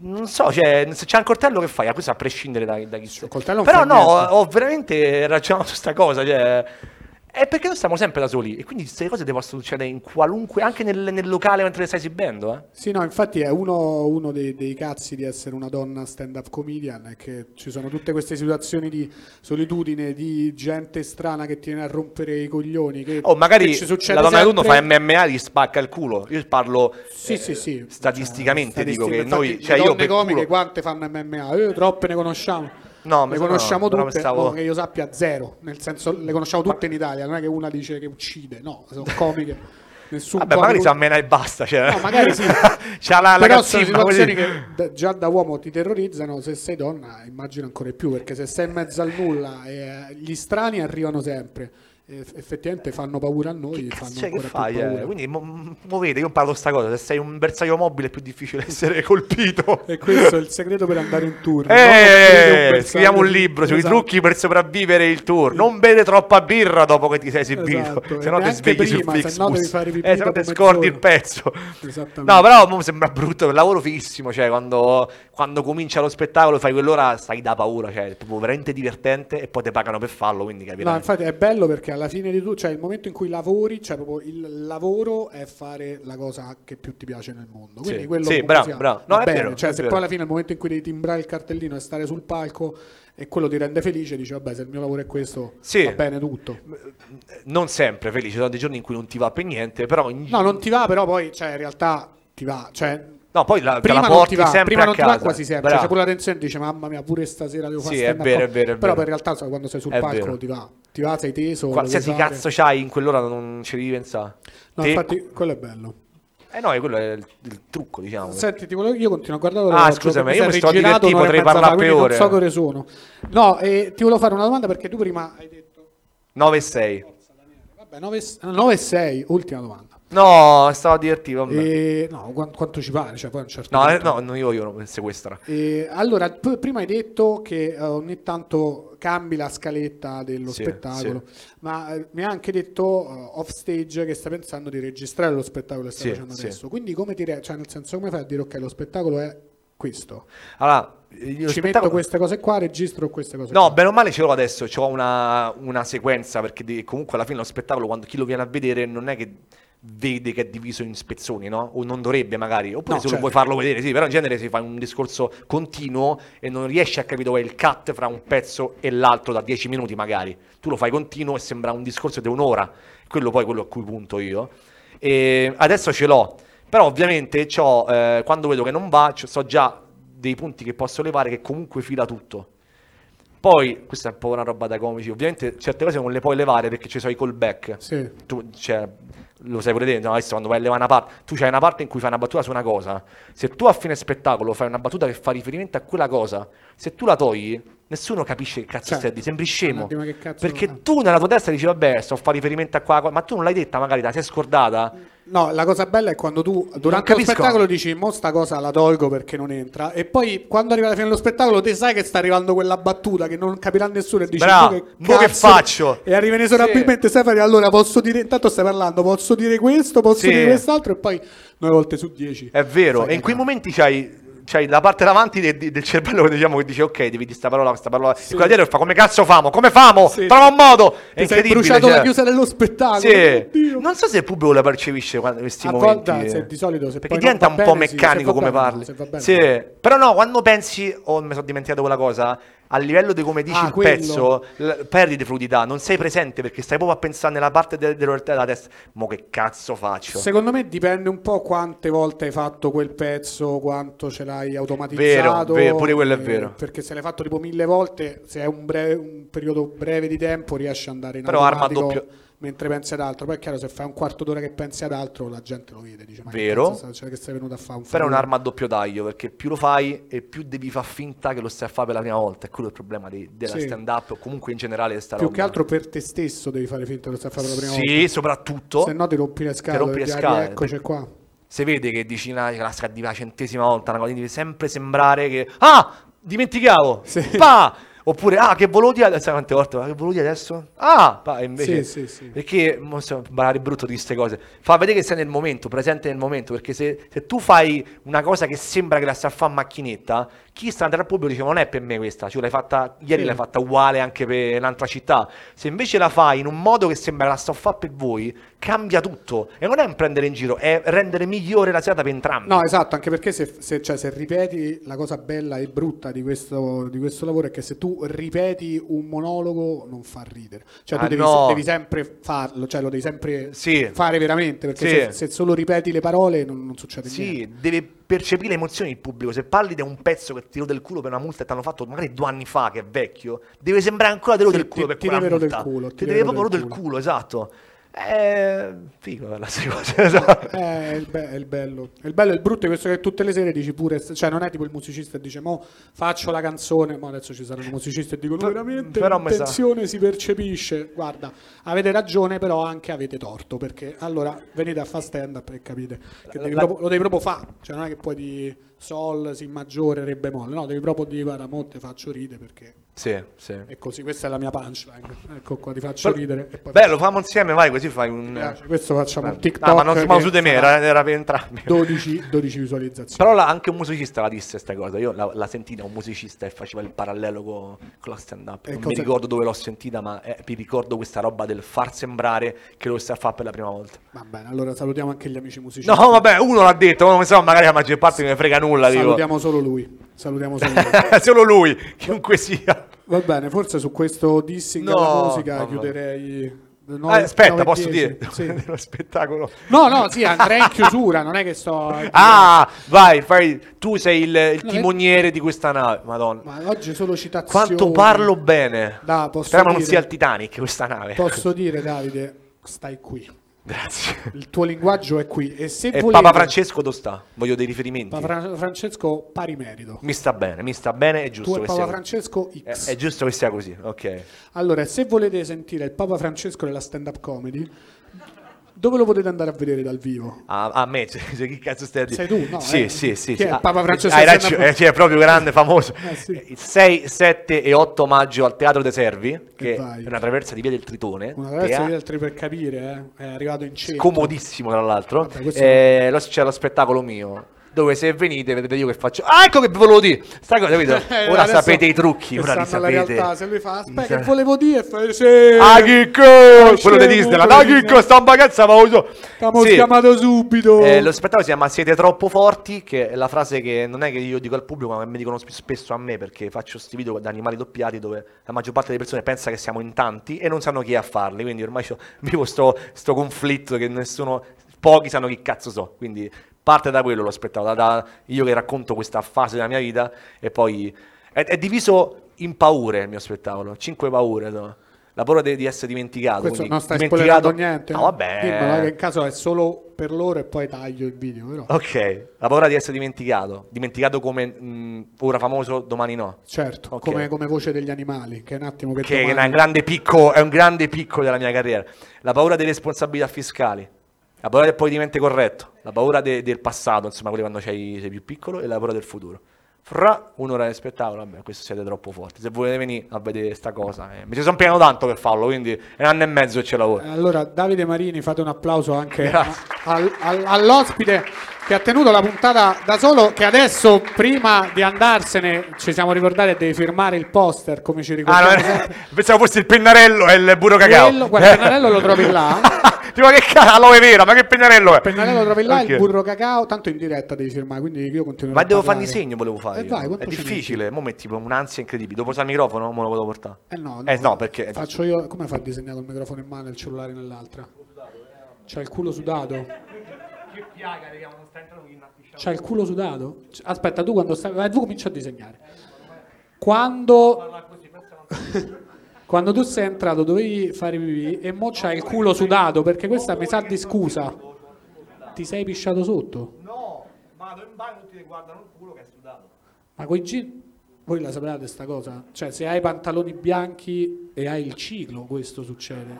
Speaker 2: non so, cioè, se c'è un coltello che fai? A questo a prescindere da, da chi sei.
Speaker 1: coltello non
Speaker 2: Però
Speaker 1: fa
Speaker 2: no,
Speaker 1: niente.
Speaker 2: ho veramente ragionato su sta cosa, cioè... È perché noi stiamo sempre da soli e quindi queste cose ti possono succedere in qualunque, anche nel, nel locale mentre stai esibendo, eh.
Speaker 1: Sì, no, infatti è uno, uno dei, dei cazzi di essere una donna stand-up comedian, è che ci sono tutte queste situazioni di solitudine, di gente strana che ti viene a rompere i coglioni. Che,
Speaker 2: O Oh, magari
Speaker 1: che ci succede
Speaker 2: la donna di turno
Speaker 1: sempre.
Speaker 2: fa MMA e gli spacca il culo. Io parlo
Speaker 1: Sì,
Speaker 2: eh,
Speaker 1: sì, sì.
Speaker 2: statisticamente, dico che
Speaker 1: Infatti,
Speaker 2: noi,
Speaker 1: le
Speaker 2: cioè io
Speaker 1: donne
Speaker 2: per
Speaker 1: comiche
Speaker 2: culo-
Speaker 1: quante fanno MMA? Eh, troppe ne conosciamo.
Speaker 2: No, mi
Speaker 1: le
Speaker 2: sa-
Speaker 1: conosciamo
Speaker 2: no, però
Speaker 1: tutte,
Speaker 2: pensavo-
Speaker 1: no, che io sappia zero, nel senso le conosciamo tutte in Italia, non è che una dice che uccide, no, sono comiche. Nessun
Speaker 2: Vabbè,
Speaker 1: po'
Speaker 2: magari
Speaker 1: di-
Speaker 2: si ammena e basta. Cioè.
Speaker 1: No, magari sì.
Speaker 2: C'ha la, la
Speaker 1: Però sono
Speaker 2: cazzimma, così.
Speaker 1: situazioni che da- già da uomo ti terrorizzano, se sei donna immagino ancora di più, perché se sei in mezzo al nulla eh, gli strani arrivano sempre, E f- effettivamente fanno paura a noi,
Speaker 2: Cazzo,
Speaker 1: fanno
Speaker 2: cioè, che
Speaker 1: ancora
Speaker 2: fai?
Speaker 1: più
Speaker 2: eh?
Speaker 1: paura.
Speaker 2: Quindi mo- mo vedi, io imparo sta cosa. Se sei un bersaglio mobile è più difficile essere colpito.
Speaker 1: E questo è il segreto per andare in tour. non offrire
Speaker 2: Eh,
Speaker 1: bersaglio-
Speaker 2: scriviamo un libro sui
Speaker 1: Esatto.
Speaker 2: trucchi per sopravvivere il tour. Non bere troppa birra dopo che ti sei esibito,
Speaker 1: Esatto, e
Speaker 2: se no ti
Speaker 1: neanche
Speaker 2: svegli sul
Speaker 1: prima, se no devi
Speaker 2: Flixbus.
Speaker 1: fare pipì
Speaker 2: Eh, se no ti
Speaker 1: dopo
Speaker 2: scordi il
Speaker 1: mezz'ora.
Speaker 2: pezzo.
Speaker 1: Esattamente.
Speaker 2: No, però mo mi sembra brutto, è un lavoro fissimo, cioè quando, quando comincia lo spettacolo fai quell'ora stai da paura, cioè è proprio veramente divertente e poi ti pagano per farlo, quindi
Speaker 1: No,
Speaker 2: capirai.
Speaker 1: infatti è bello perché alla fine di tutto, cioè il momento in cui lavori, cioè proprio il lavoro è fare la cosa che più ti piace nel mondo. Quindi
Speaker 2: Sì,
Speaker 1: quello
Speaker 2: sì,
Speaker 1: comunque
Speaker 2: bravo,
Speaker 1: sia-
Speaker 2: bravo.
Speaker 1: va
Speaker 2: No, è
Speaker 1: bene.
Speaker 2: vero,
Speaker 1: cioè,
Speaker 2: è
Speaker 1: se
Speaker 2: vero.
Speaker 1: poi alla fine il momento in cui devi timbrare il cartellino e stare sul palco e quello ti rende felice, dici vabbè, se il mio lavoro è questo,
Speaker 2: Sì.
Speaker 1: va bene tutto.
Speaker 2: Non sempre, felice, ci sono dei giorni in cui non ti va per niente, però in-
Speaker 1: No, non ti va, però poi cioè in realtà ti va, cioè
Speaker 2: No, poi la, te
Speaker 1: prima
Speaker 2: la
Speaker 1: non ti
Speaker 2: porti
Speaker 1: va,
Speaker 2: sempre
Speaker 1: prima
Speaker 2: a
Speaker 1: non ti
Speaker 2: casa.
Speaker 1: va quasi sempre.
Speaker 2: Bravo.
Speaker 1: C'è pure la tensione dice mamma mia, pure stasera devo fare
Speaker 2: Sì, è
Speaker 1: stand-up
Speaker 2: vero, è
Speaker 1: comedy".
Speaker 2: vero, è
Speaker 1: Però
Speaker 2: vero.
Speaker 1: poi in realtà so, quando sei sul
Speaker 2: È
Speaker 1: palco
Speaker 2: vero.
Speaker 1: ti va. Ti va, sei teso, lo
Speaker 2: Qualsiasi
Speaker 1: devi fare.
Speaker 2: cazzo c'hai in quell'ora non ci devi pensare.
Speaker 1: cioè. No,
Speaker 2: Te-
Speaker 1: infatti quello è bello.
Speaker 2: Eh no, quello è il, il trucco, diciamo.
Speaker 1: Senti, ti volevo- io continuo a guardare
Speaker 2: Ah,
Speaker 1: la-
Speaker 2: scusami,
Speaker 1: mi
Speaker 2: io
Speaker 1: sono
Speaker 2: mi sto
Speaker 1: rigirato
Speaker 2: divertendo,
Speaker 1: un'ora e
Speaker 2: potrei
Speaker 1: mezza fa,
Speaker 2: parlare per
Speaker 1: quindi
Speaker 2: ore.
Speaker 1: Non so che ore sono. No, e ti volevo fare una domanda perché tu prima hai detto
Speaker 2: 9 e 6.
Speaker 1: vabbè, 9 e 6, ultima domanda.
Speaker 2: No, stavo divertito, vabbè.
Speaker 1: E, no, quan- quanto ci pare, cioè poi a un certo
Speaker 2: No, eh,
Speaker 1: punto-
Speaker 2: no, non io, io non sequestra.
Speaker 1: E, Eh, allora, p- prima hai detto che eh, ogni tanto cambi la scaletta dello
Speaker 2: Sì,
Speaker 1: spettacolo, ma eh, mi ha anche detto off stage che stai pensando di registrare lo spettacolo che stai
Speaker 2: Sì,
Speaker 1: facendo
Speaker 2: sì.
Speaker 1: adesso. Quindi come ti re- cioè nel senso come fai a dire ok, lo spettacolo è questo?
Speaker 2: Allora, io
Speaker 1: Ci metto queste cose qua, registro queste cose
Speaker 2: No,
Speaker 1: qua.
Speaker 2: bene o male ce l'ho adesso, ho una, una sequenza perché di- comunque alla fine lo spettacolo quando chi lo viene a vedere non è che vede che è diviso in spezzoni, no? O non dovrebbe magari, oppure
Speaker 1: No,
Speaker 2: se lo
Speaker 1: certo.
Speaker 2: vuoi farlo vedere, sì, però in genere si fa un discorso continuo e non riesci a capire dove è il cut fra un pezzo e l'altro da 10 minuti magari. Tu lo fai continuo e sembra un discorso di un'ora, quello poi è quello a cui punto io. E adesso ce l'ho, però ovviamente c'ho, eh, quando vedo che non va, c'ho- so già dei punti che posso levare che comunque fila tutto. Poi, questa è un po' una roba da comici, ovviamente certe cose non le puoi levare perché ci sono i callback.
Speaker 1: Sì.
Speaker 2: Tu, cioè, lo sai pure te, no? adesso quando vai a levare una parte, tu c'hai una parte in cui fai una battuta su una cosa. Se tu a fine spettacolo fai una battuta che fa riferimento a quella cosa, se tu la togli, nessuno capisce che cazzo
Speaker 1: Certo.
Speaker 2: stai a dire, sembri scemo.
Speaker 1: Guardi, ma che cazzo-
Speaker 2: Perché
Speaker 1: eh.
Speaker 2: tu nella tua testa dici, vabbè, sto a fare riferimento a quella cosa, ma tu non l'hai detta magari, te la sei scordata.
Speaker 1: No, la cosa bella è quando tu durante lo
Speaker 2: capisco.
Speaker 1: spettacolo dici mo sta cosa la tolgo perché non entra e poi quando arriva la fine dello spettacolo te sai che sta arrivando quella battuta che non capirà nessuno e dici
Speaker 2: Bravo,
Speaker 1: "Mo
Speaker 2: mo che
Speaker 1: cazzo?"
Speaker 2: faccio?
Speaker 1: E arriva inesorabilmente Stefani allora posso dire intanto stai parlando, posso dire questo, posso
Speaker 2: Sì.
Speaker 1: dire quest'altro e poi nove volte su dieci.
Speaker 2: È vero,
Speaker 1: sai
Speaker 2: e in
Speaker 1: che
Speaker 2: quei
Speaker 1: fa.
Speaker 2: momenti c'hai, c'hai la parte davanti de- de- del cervello che diciamo che dice ok, devi di sta parola, questa parola, e quella dietro fa come cazzo famo, come famo,
Speaker 1: Sì.
Speaker 2: trova un modo, è
Speaker 1: Ti sei
Speaker 2: incredibile.
Speaker 1: bruciato
Speaker 2: cioè.
Speaker 1: la chiusa dello spettacolo.
Speaker 2: Sì.
Speaker 1: oddio.
Speaker 2: Non so se il pubblico la percepisce quando- questi
Speaker 1: A
Speaker 2: momenti.
Speaker 1: volte, eh, se- di solito, se
Speaker 2: perché
Speaker 1: poi non
Speaker 2: diventa
Speaker 1: va
Speaker 2: un po'
Speaker 1: bene, sì, se
Speaker 2: meccanico
Speaker 1: va
Speaker 2: come
Speaker 1: bene,
Speaker 2: parli.
Speaker 1: se va bene.
Speaker 2: Sì. Però no, quando pensi oh, mi sono dimenticato quella cosa, a livello di come dici
Speaker 1: Ah,
Speaker 2: il
Speaker 1: quello.
Speaker 2: pezzo, l- perdi di fluidità, non sei presente perché stai proprio a pensare nella parte del- del- della testa, mo che cazzo faccio?
Speaker 1: Secondo me dipende un po' quante volte hai fatto quel pezzo, quanto ce l'hai automatizzato.
Speaker 2: Vero, vero, pure quello è
Speaker 1: eh,
Speaker 2: vero.
Speaker 1: Perché se l'hai fatto tipo mille volte, se è un, breve- un periodo breve di tempo, riesci ad andare in
Speaker 2: Però arma a
Speaker 1: automatico
Speaker 2: doppio-
Speaker 1: mentre pensi ad altro. Poi è chiaro, se fai un quarto d'ora che pensi ad altro, la gente lo vede. Dice, ma
Speaker 2: Vero.
Speaker 1: Che, cazzo sta- cioè, che sei venuto a fare un
Speaker 2: Però è
Speaker 1: favore?"
Speaker 2: un'arma a doppio taglio perché più lo fai e più devi far finta che lo stai a fare per la prima volta. È quello il problema dei- della
Speaker 1: Sì.
Speaker 2: stand up o comunque in generale di sta
Speaker 1: Più
Speaker 2: roba.
Speaker 1: che altro per te stesso devi fare finta che lo stai facendo la prima
Speaker 2: Sì,
Speaker 1: volta.
Speaker 2: soprattutto
Speaker 1: Se no ti rompi le scale.
Speaker 2: rompi le scale,
Speaker 1: Eccoci
Speaker 2: perché-
Speaker 1: qua.
Speaker 2: se vede che dici una classica di la centesima volta, una cosa, devi sempre sembrare che ah, dimenticavo.
Speaker 1: Sì.
Speaker 2: Pa! Oppure ah, che volevo dire adesso sai quante volte, "Ah, che volevo dire adesso? Ah, pa! E invece
Speaker 1: Sì, sì, sì.
Speaker 2: perché mo so, parlare brutto di queste cose. Fa vedere che sei nel momento, presente nel momento, perché se, se tu fai una cosa che sembra che la stai a fare a macchinetta, chi sta andando al pubblico dice "Ma non è per me questa, cioè l'hai fatta ieri
Speaker 1: Sì.
Speaker 2: l'hai fatta uguale anche per un'altra città". Se invece la fai in un modo che sembra che la sto a fare per voi, cambia tutto. E non è un prendere in giro, è rendere migliore la serata per entrambi.
Speaker 1: No, esatto, anche perché se, se- cioè, se ripeti la cosa bella e brutta di questo, di questo lavoro è che se tu ripeti un monologo non fa ridere. Cioè tu
Speaker 2: Ah,
Speaker 1: devi,
Speaker 2: no.
Speaker 1: devi sempre farlo, cioè lo devi sempre
Speaker 2: Sì.
Speaker 1: fare veramente, perché
Speaker 2: Sì.
Speaker 1: se, se solo ripeti le parole non, non succede niente.
Speaker 2: Sì, deve percepire le emozioni il pubblico. Se parli di un pezzo che ti rode il culo per una multa e ti hanno fatto magari due anni fa, che è vecchio, deve sembrare ancora te rode
Speaker 1: Sì,
Speaker 2: il culo
Speaker 1: ti-
Speaker 2: per
Speaker 1: ti
Speaker 2: quella
Speaker 1: deve rodere
Speaker 2: multa.
Speaker 1: il culo,
Speaker 2: ti deve proprio rodere il
Speaker 1: culo.
Speaker 2: culo, esatto. Eh, figo per la esatto. seconda.
Speaker 1: Eh, è, il be- è il bello. È il bello e il brutto è questo che tutte le sere dici pure, cioè non è tipo il musicista e dice mo faccio la canzone, ma adesso ci saranno musicisti e dicono
Speaker 2: Per-
Speaker 1: veramente
Speaker 2: però mi sa-
Speaker 1: attenzione si percepisce. Guarda, avete ragione però anche avete torto perché allora venite a fare stand up e capite che
Speaker 2: La-
Speaker 1: devi
Speaker 2: la-
Speaker 1: proprio- lo devi proprio fare, cioè non è che poi di sol, si maggiore, re bemolle, no, devi proprio dire guarda mo te faccio ridere perché
Speaker 2: sì, sì.
Speaker 1: è così, questa è la mia punchline. Ecco qua ti faccio ridere e poi
Speaker 2: Bello, fammo insieme, vai, così fai un... eh.
Speaker 1: piace. questo facciamo un TikTok
Speaker 2: Ah, ma non si ma
Speaker 1: che
Speaker 2: su di me,
Speaker 1: sarà-
Speaker 2: era, era per entrambi.
Speaker 1: 12, 12 visualizzazioni.
Speaker 2: Però la- anche un musicista la disse questa cosa. Io la, la sentii da un musicista e faceva il parallelo con, con la stand up.
Speaker 1: E
Speaker 2: Non mi
Speaker 1: cosa-
Speaker 2: ricordo dove l'ho sentita, ma eh, mi ricordo questa roba del far sembrare che lo stai a fare per la prima volta.
Speaker 1: Va bene, allora salutiamo anche gli amici musicisti.
Speaker 2: No, vabbè, uno l'ha detto, ma non so, magari la maggior parte non ne frega nulla. Dico.
Speaker 1: salutiamo solo lui. Salutiamo solo lui.
Speaker 2: Solo lui, chiunque sia.
Speaker 1: Va bene, forse su questo dissing
Speaker 2: No,
Speaker 1: alla musica
Speaker 2: mamma mia.
Speaker 1: chiuderei.
Speaker 2: Ah, aspetta, posso dire?
Speaker 1: Sì.
Speaker 2: Lo spettacolo.
Speaker 1: No, no, sì, andrei in chiusura, non è che sto...
Speaker 2: Ah, vai, fai- tu sei il, il timoniere di questa nave. Madonna.
Speaker 1: Ma oggi solo citazioni.
Speaker 2: Quanto parlo bene.
Speaker 1: Da, posso
Speaker 2: Speriamo non
Speaker 1: dire-
Speaker 2: sia il Titanic questa nave.
Speaker 1: Posso dire, Davide, stai qui.
Speaker 2: Grazie.
Speaker 1: Il tuo linguaggio è qui. E se
Speaker 2: E
Speaker 1: volete...
Speaker 2: Papa Francesco dove sta? Voglio dei riferimenti.
Speaker 1: Papa Fra- Francesco, pari merito.
Speaker 2: Mi sta bene, mi sta bene, è
Speaker 1: Tu
Speaker 2: giusto
Speaker 1: e
Speaker 2: che
Speaker 1: Papa
Speaker 2: sia
Speaker 1: Francesco
Speaker 2: così.
Speaker 1: X.
Speaker 2: È, è giusto che sia così, ok.
Speaker 1: Allora, se volete sentire il Papa Francesco nella stand-up comedy, dove lo potete andare a vedere dal vivo?
Speaker 2: A, a me, cioè, cioè, chi cazzo stai a
Speaker 1: Sei
Speaker 2: dire?
Speaker 1: tu, no,
Speaker 2: Sì,
Speaker 1: eh.
Speaker 2: sì, sì.
Speaker 1: Chi è?
Speaker 2: sì.
Speaker 1: Papa Francesco
Speaker 2: Hai
Speaker 1: Senna-
Speaker 2: ragione, eh, sì, è proprio grande, famoso.
Speaker 1: Eh, sì.
Speaker 2: Il 6, 7 e 8 maggio al Teatro dei Servi, che
Speaker 1: vai.
Speaker 2: è una traversa di Via del Tritone.
Speaker 1: Una ragazza
Speaker 2: Tea-
Speaker 1: di altri per capire, eh, è arrivato in centro.
Speaker 2: comodissimo tra l'altro.
Speaker 1: Vabbè, questo
Speaker 2: Eh, lo- c'è lo spettacolo mio. Dove se venite vedete io che faccio. Ah, ecco che vi volevo dire! Sta cosa, capito?
Speaker 1: Eh,
Speaker 2: Ora
Speaker 1: adesso
Speaker 2: sapete i trucchi,
Speaker 1: che
Speaker 2: ora li
Speaker 1: sanno la
Speaker 2: sapete. Mm.
Speaker 1: realtà, se lui fa, aspetta,
Speaker 2: Sa-
Speaker 1: che volevo dire? Fa, sì,
Speaker 2: Ah, Chicco! Quello di
Speaker 1: scemo,
Speaker 2: Disneyland.
Speaker 1: quello
Speaker 2: Ah,
Speaker 1: di
Speaker 2: Chicco, sta in vacanza, ma uso.
Speaker 1: t'amo
Speaker 2: Sì.
Speaker 1: chiamato subito.
Speaker 2: Eh, lo spettacolo si chiama Siete troppo forti, che è la frase che non è che io dico al pubblico, ma mi dicono sp- spesso a me perché faccio questi video da animali doppiati dove la maggior parte delle persone pensa che siamo in tanti e non sanno chi è a farli. Quindi ormai c'ho- vivo sto, sto conflitto che nessuno, pochi sanno chi cazzo so. Quindi parte da quello lo spettacolo, da, da io che racconto questa fase della mia vita e poi è, è diviso in paure il mio spettacolo, cinque paure. insomma. La paura di, di essere dimenticato.
Speaker 1: Questo
Speaker 2: quindi
Speaker 1: non stai
Speaker 2: dimenticato-
Speaker 1: spoilerando niente.
Speaker 2: No, vabbè.
Speaker 1: Dimmelo, che in caso è solo per loro e poi taglio il video, però.
Speaker 2: Ah. Ok, la paura di essere dimenticato, dimenticato come mh, ora famoso, domani no.
Speaker 1: Certo,
Speaker 2: Ok.
Speaker 1: come, come voce degli animali, che è un attimo che,
Speaker 2: Che è,
Speaker 1: domani-
Speaker 2: un grande picco, è un grande picco della mia carriera. La paura delle responsabilità fiscali, la paura che poi diventi corretto, la paura de- del passato, insomma, quelli quando sei, sei più piccolo, e la paura del futuro. Fra un'ora di spettacolo, vabbè, questo siete troppo forti. Se volete venire a vedere sta cosa, eh. mi ci sono piano tanto per farlo, quindi è un anno e mezzo che ce lavoro.
Speaker 1: Eh, Allora, Davide Marini, fate un applauso anche
Speaker 2: Grazie.
Speaker 1: a- al- al- all'ospite che ha tenuto la puntata da solo, che adesso, prima di andarsene, ci siamo ricordati, devi firmare il poster, come ci
Speaker 2: Ah,
Speaker 1: ricordiamo
Speaker 2: non è-
Speaker 1: sempre.
Speaker 2: pensavo fosse il pennarello e il burro cacao.
Speaker 1: Quello- guarda, il pennarello lo trovi là.
Speaker 2: Tipo che cazzo, aloe vera, ma che pennarello è?
Speaker 1: Il pennarello lo trovi là,
Speaker 2: Ok.
Speaker 1: il burro cacao, tanto in diretta devi firmare, quindi io continuerò
Speaker 2: Ma
Speaker 1: a
Speaker 2: devo fare un
Speaker 1: parlare.
Speaker 2: disegno, volevo fare.
Speaker 1: Eh,
Speaker 2: io.
Speaker 1: vai, quanto
Speaker 2: è
Speaker 1: ci metti?
Speaker 2: difficile, mo metti un'ansia incredibile. Devo usare il microfono? Mo lo devo portare.
Speaker 1: Eh no,
Speaker 2: Eh no, perché-
Speaker 1: Faccio io... Come fa a disegnare col microfono in mano e il cellulare nell'altra? C'ha il culo sudato.
Speaker 3: Che piaga, raga, non sta entrando in affisciato.
Speaker 1: C'ha il culo sudato? C- Aspetta, tu quando stai... Vai, tu cominci a disegnare. Quando...
Speaker 3: Parla così, pensa non
Speaker 1: Quando tu sei entrato dovevi fare pipì e mo c'hai il culo sudato perché questa mi sa di scusa. Ti sei pisciato sotto?
Speaker 3: No, vado in bagno tutti ti guardano il culo che è sudato.
Speaker 1: Ma coi jeans voi la sapevate sta cosa? Cioè se hai i pantaloni bianchi e hai il ciclo questo succede.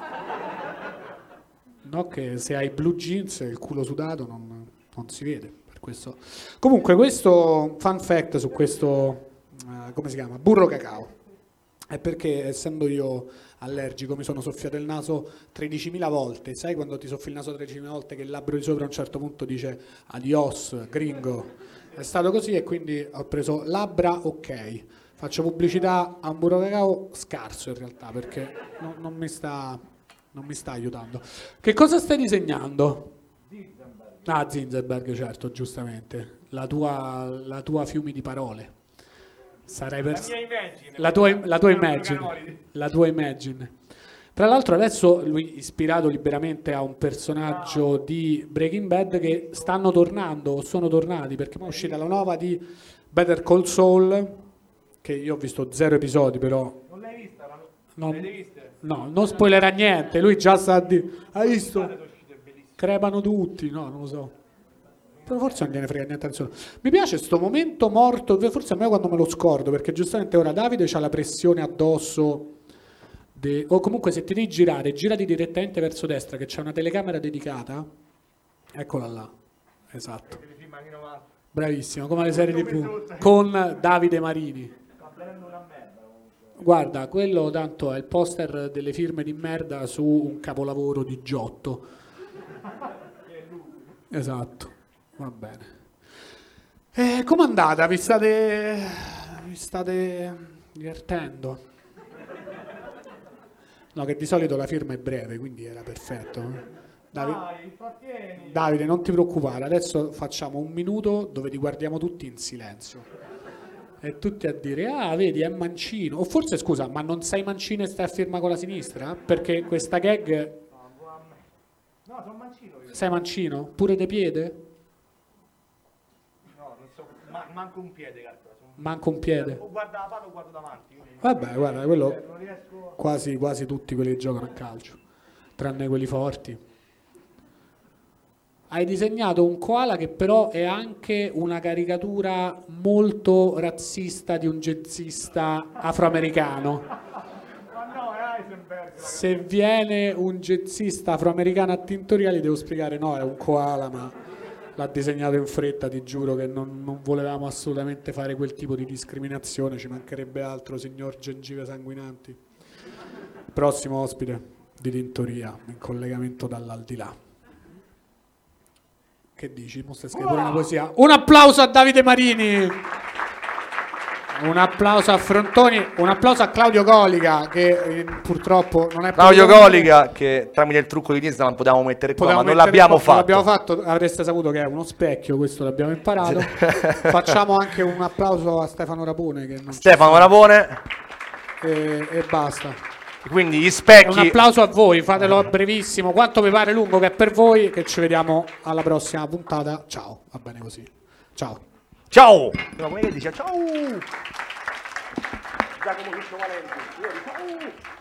Speaker 1: No che se hai i blue jeans e il culo sudato non, non si vede. Per questo. Comunque questo fun fact su questo, eh, come si chiama? Burro cacao. È perché essendo io allergico mi sono soffiato il naso 13.000 volte. Sai quando ti soffi il naso 13.000 volte che il labbro di sopra a un certo punto dice adios, gringo. È stato così e quindi ho preso labbra ok. Faccio pubblicità a un burro cacao scarso in realtà perché non, non mi sta, non mi sta aiutando. Che cosa stai disegnando? Ah, Zinzerberg, certo, giustamente. La tua, la tua fiumi di parole. Sarai per...
Speaker 3: La mia immagine.
Speaker 1: La tua, la tua
Speaker 3: Bruno
Speaker 1: immagine.
Speaker 3: Canoli.
Speaker 1: La tua immagine. Tra l'altro adesso lui ispirato liberamente a un personaggio
Speaker 3: Ah.
Speaker 1: di Breaking Bad che stanno tornando o sono tornati perché poi è uscita la nuova di Better Call Saul che io ho visto zero episodi però
Speaker 3: Non l'hai vista? Ma...
Speaker 1: No,
Speaker 3: Le viste?
Speaker 1: no, non spoilerà niente, lui già sa di... Hai
Speaker 3: Guarda
Speaker 1: visto?
Speaker 3: che uscite bellissime.
Speaker 1: Crepano tutti, no, non lo so. Però forse non gliene frega niente a nessuno. Mi piace sto momento morto, forse a me quando me lo scordo, perché giustamente ora Davide ha la pressione addosso. de- O comunque se ti devi girare, girati direttamente verso destra, che c'è una telecamera dedicata. Eccola là. Esatto.
Speaker 3: Che li film anni 90.
Speaker 1: Bravissimo, come le serie TV con Davide Marini. Guarda, quello tanto è il poster delle firme di merda su un capolavoro di Giotto. Esatto, va bene. Eh, com'è andata? Vi state, vi state divertendo? No, che di solito la firma è breve, quindi era perfetto. Davi-
Speaker 3: Dai, trattieni.
Speaker 1: Davide, non ti preoccupare, adesso facciamo un minuto dove ti guardiamo tutti in silenzio. E tutti a dire, ah, vedi, è mancino. O forse, scusa, ma non sei mancino e stai a firma con la sinistra? Perché questa gag,
Speaker 3: No, sono mancino io.
Speaker 1: sei mancino? Pure de piede?
Speaker 3: No, non so. Ma, manco un piede, calcola. sono-
Speaker 1: Manco un piede.
Speaker 3: O guarda la palla o guardo davanti. io non-
Speaker 1: Vabbè, guarda, quello
Speaker 3: Non riesco.
Speaker 1: quasi, quasi tutti quelli che giocano a calcio, tranne quelli forti. Hai disegnato un koala che però è anche una caricatura molto razzista di un jazzista afroamericano.
Speaker 3: Ma no, è Heisenberg. ragazzi.
Speaker 1: Se viene un jazzista afroamericano a Tintoriali devo spiegare no, è un koala, ma l'ha disegnato in fretta, ti giuro che non, non volevamo assolutamente fare quel tipo di discriminazione, ci mancherebbe altro, signor Gengive Sanguinanti. Prossimo ospite di Tintoria, in collegamento dall'aldilà. Che dici? Mo stai scrivendo pure una poesia. Un applauso a Davide Marini! Un applauso a Frontoni, un applauso a Claudio Golica che eh, purtroppo non è
Speaker 2: Claudio
Speaker 1: potuto venire.
Speaker 2: Golica, che tramite il trucco di Disneyland potevamo mettere qua,
Speaker 1: Potevamo
Speaker 2: ma non
Speaker 1: mettere qua,
Speaker 2: l'abbiamo fatto.
Speaker 1: non l'abbiamo fatto, avreste saputo che è uno specchio, questo l'abbiamo imparato. Facciamo anche un applauso a Stefano Rapone che non
Speaker 2: Stefano Maravone,
Speaker 1: e, e basta.
Speaker 2: quindi gli
Speaker 1: E Un
Speaker 2: specchi.
Speaker 1: applauso a voi, fatelo brevissimo, quanto vi pare lungo che è per voi, che ci vediamo alla prossima puntata. Ciao, va bene così. Ciao.
Speaker 2: Ciao! No, come che dice? Ciao! Giacomo Cristo Valenti. Ciao!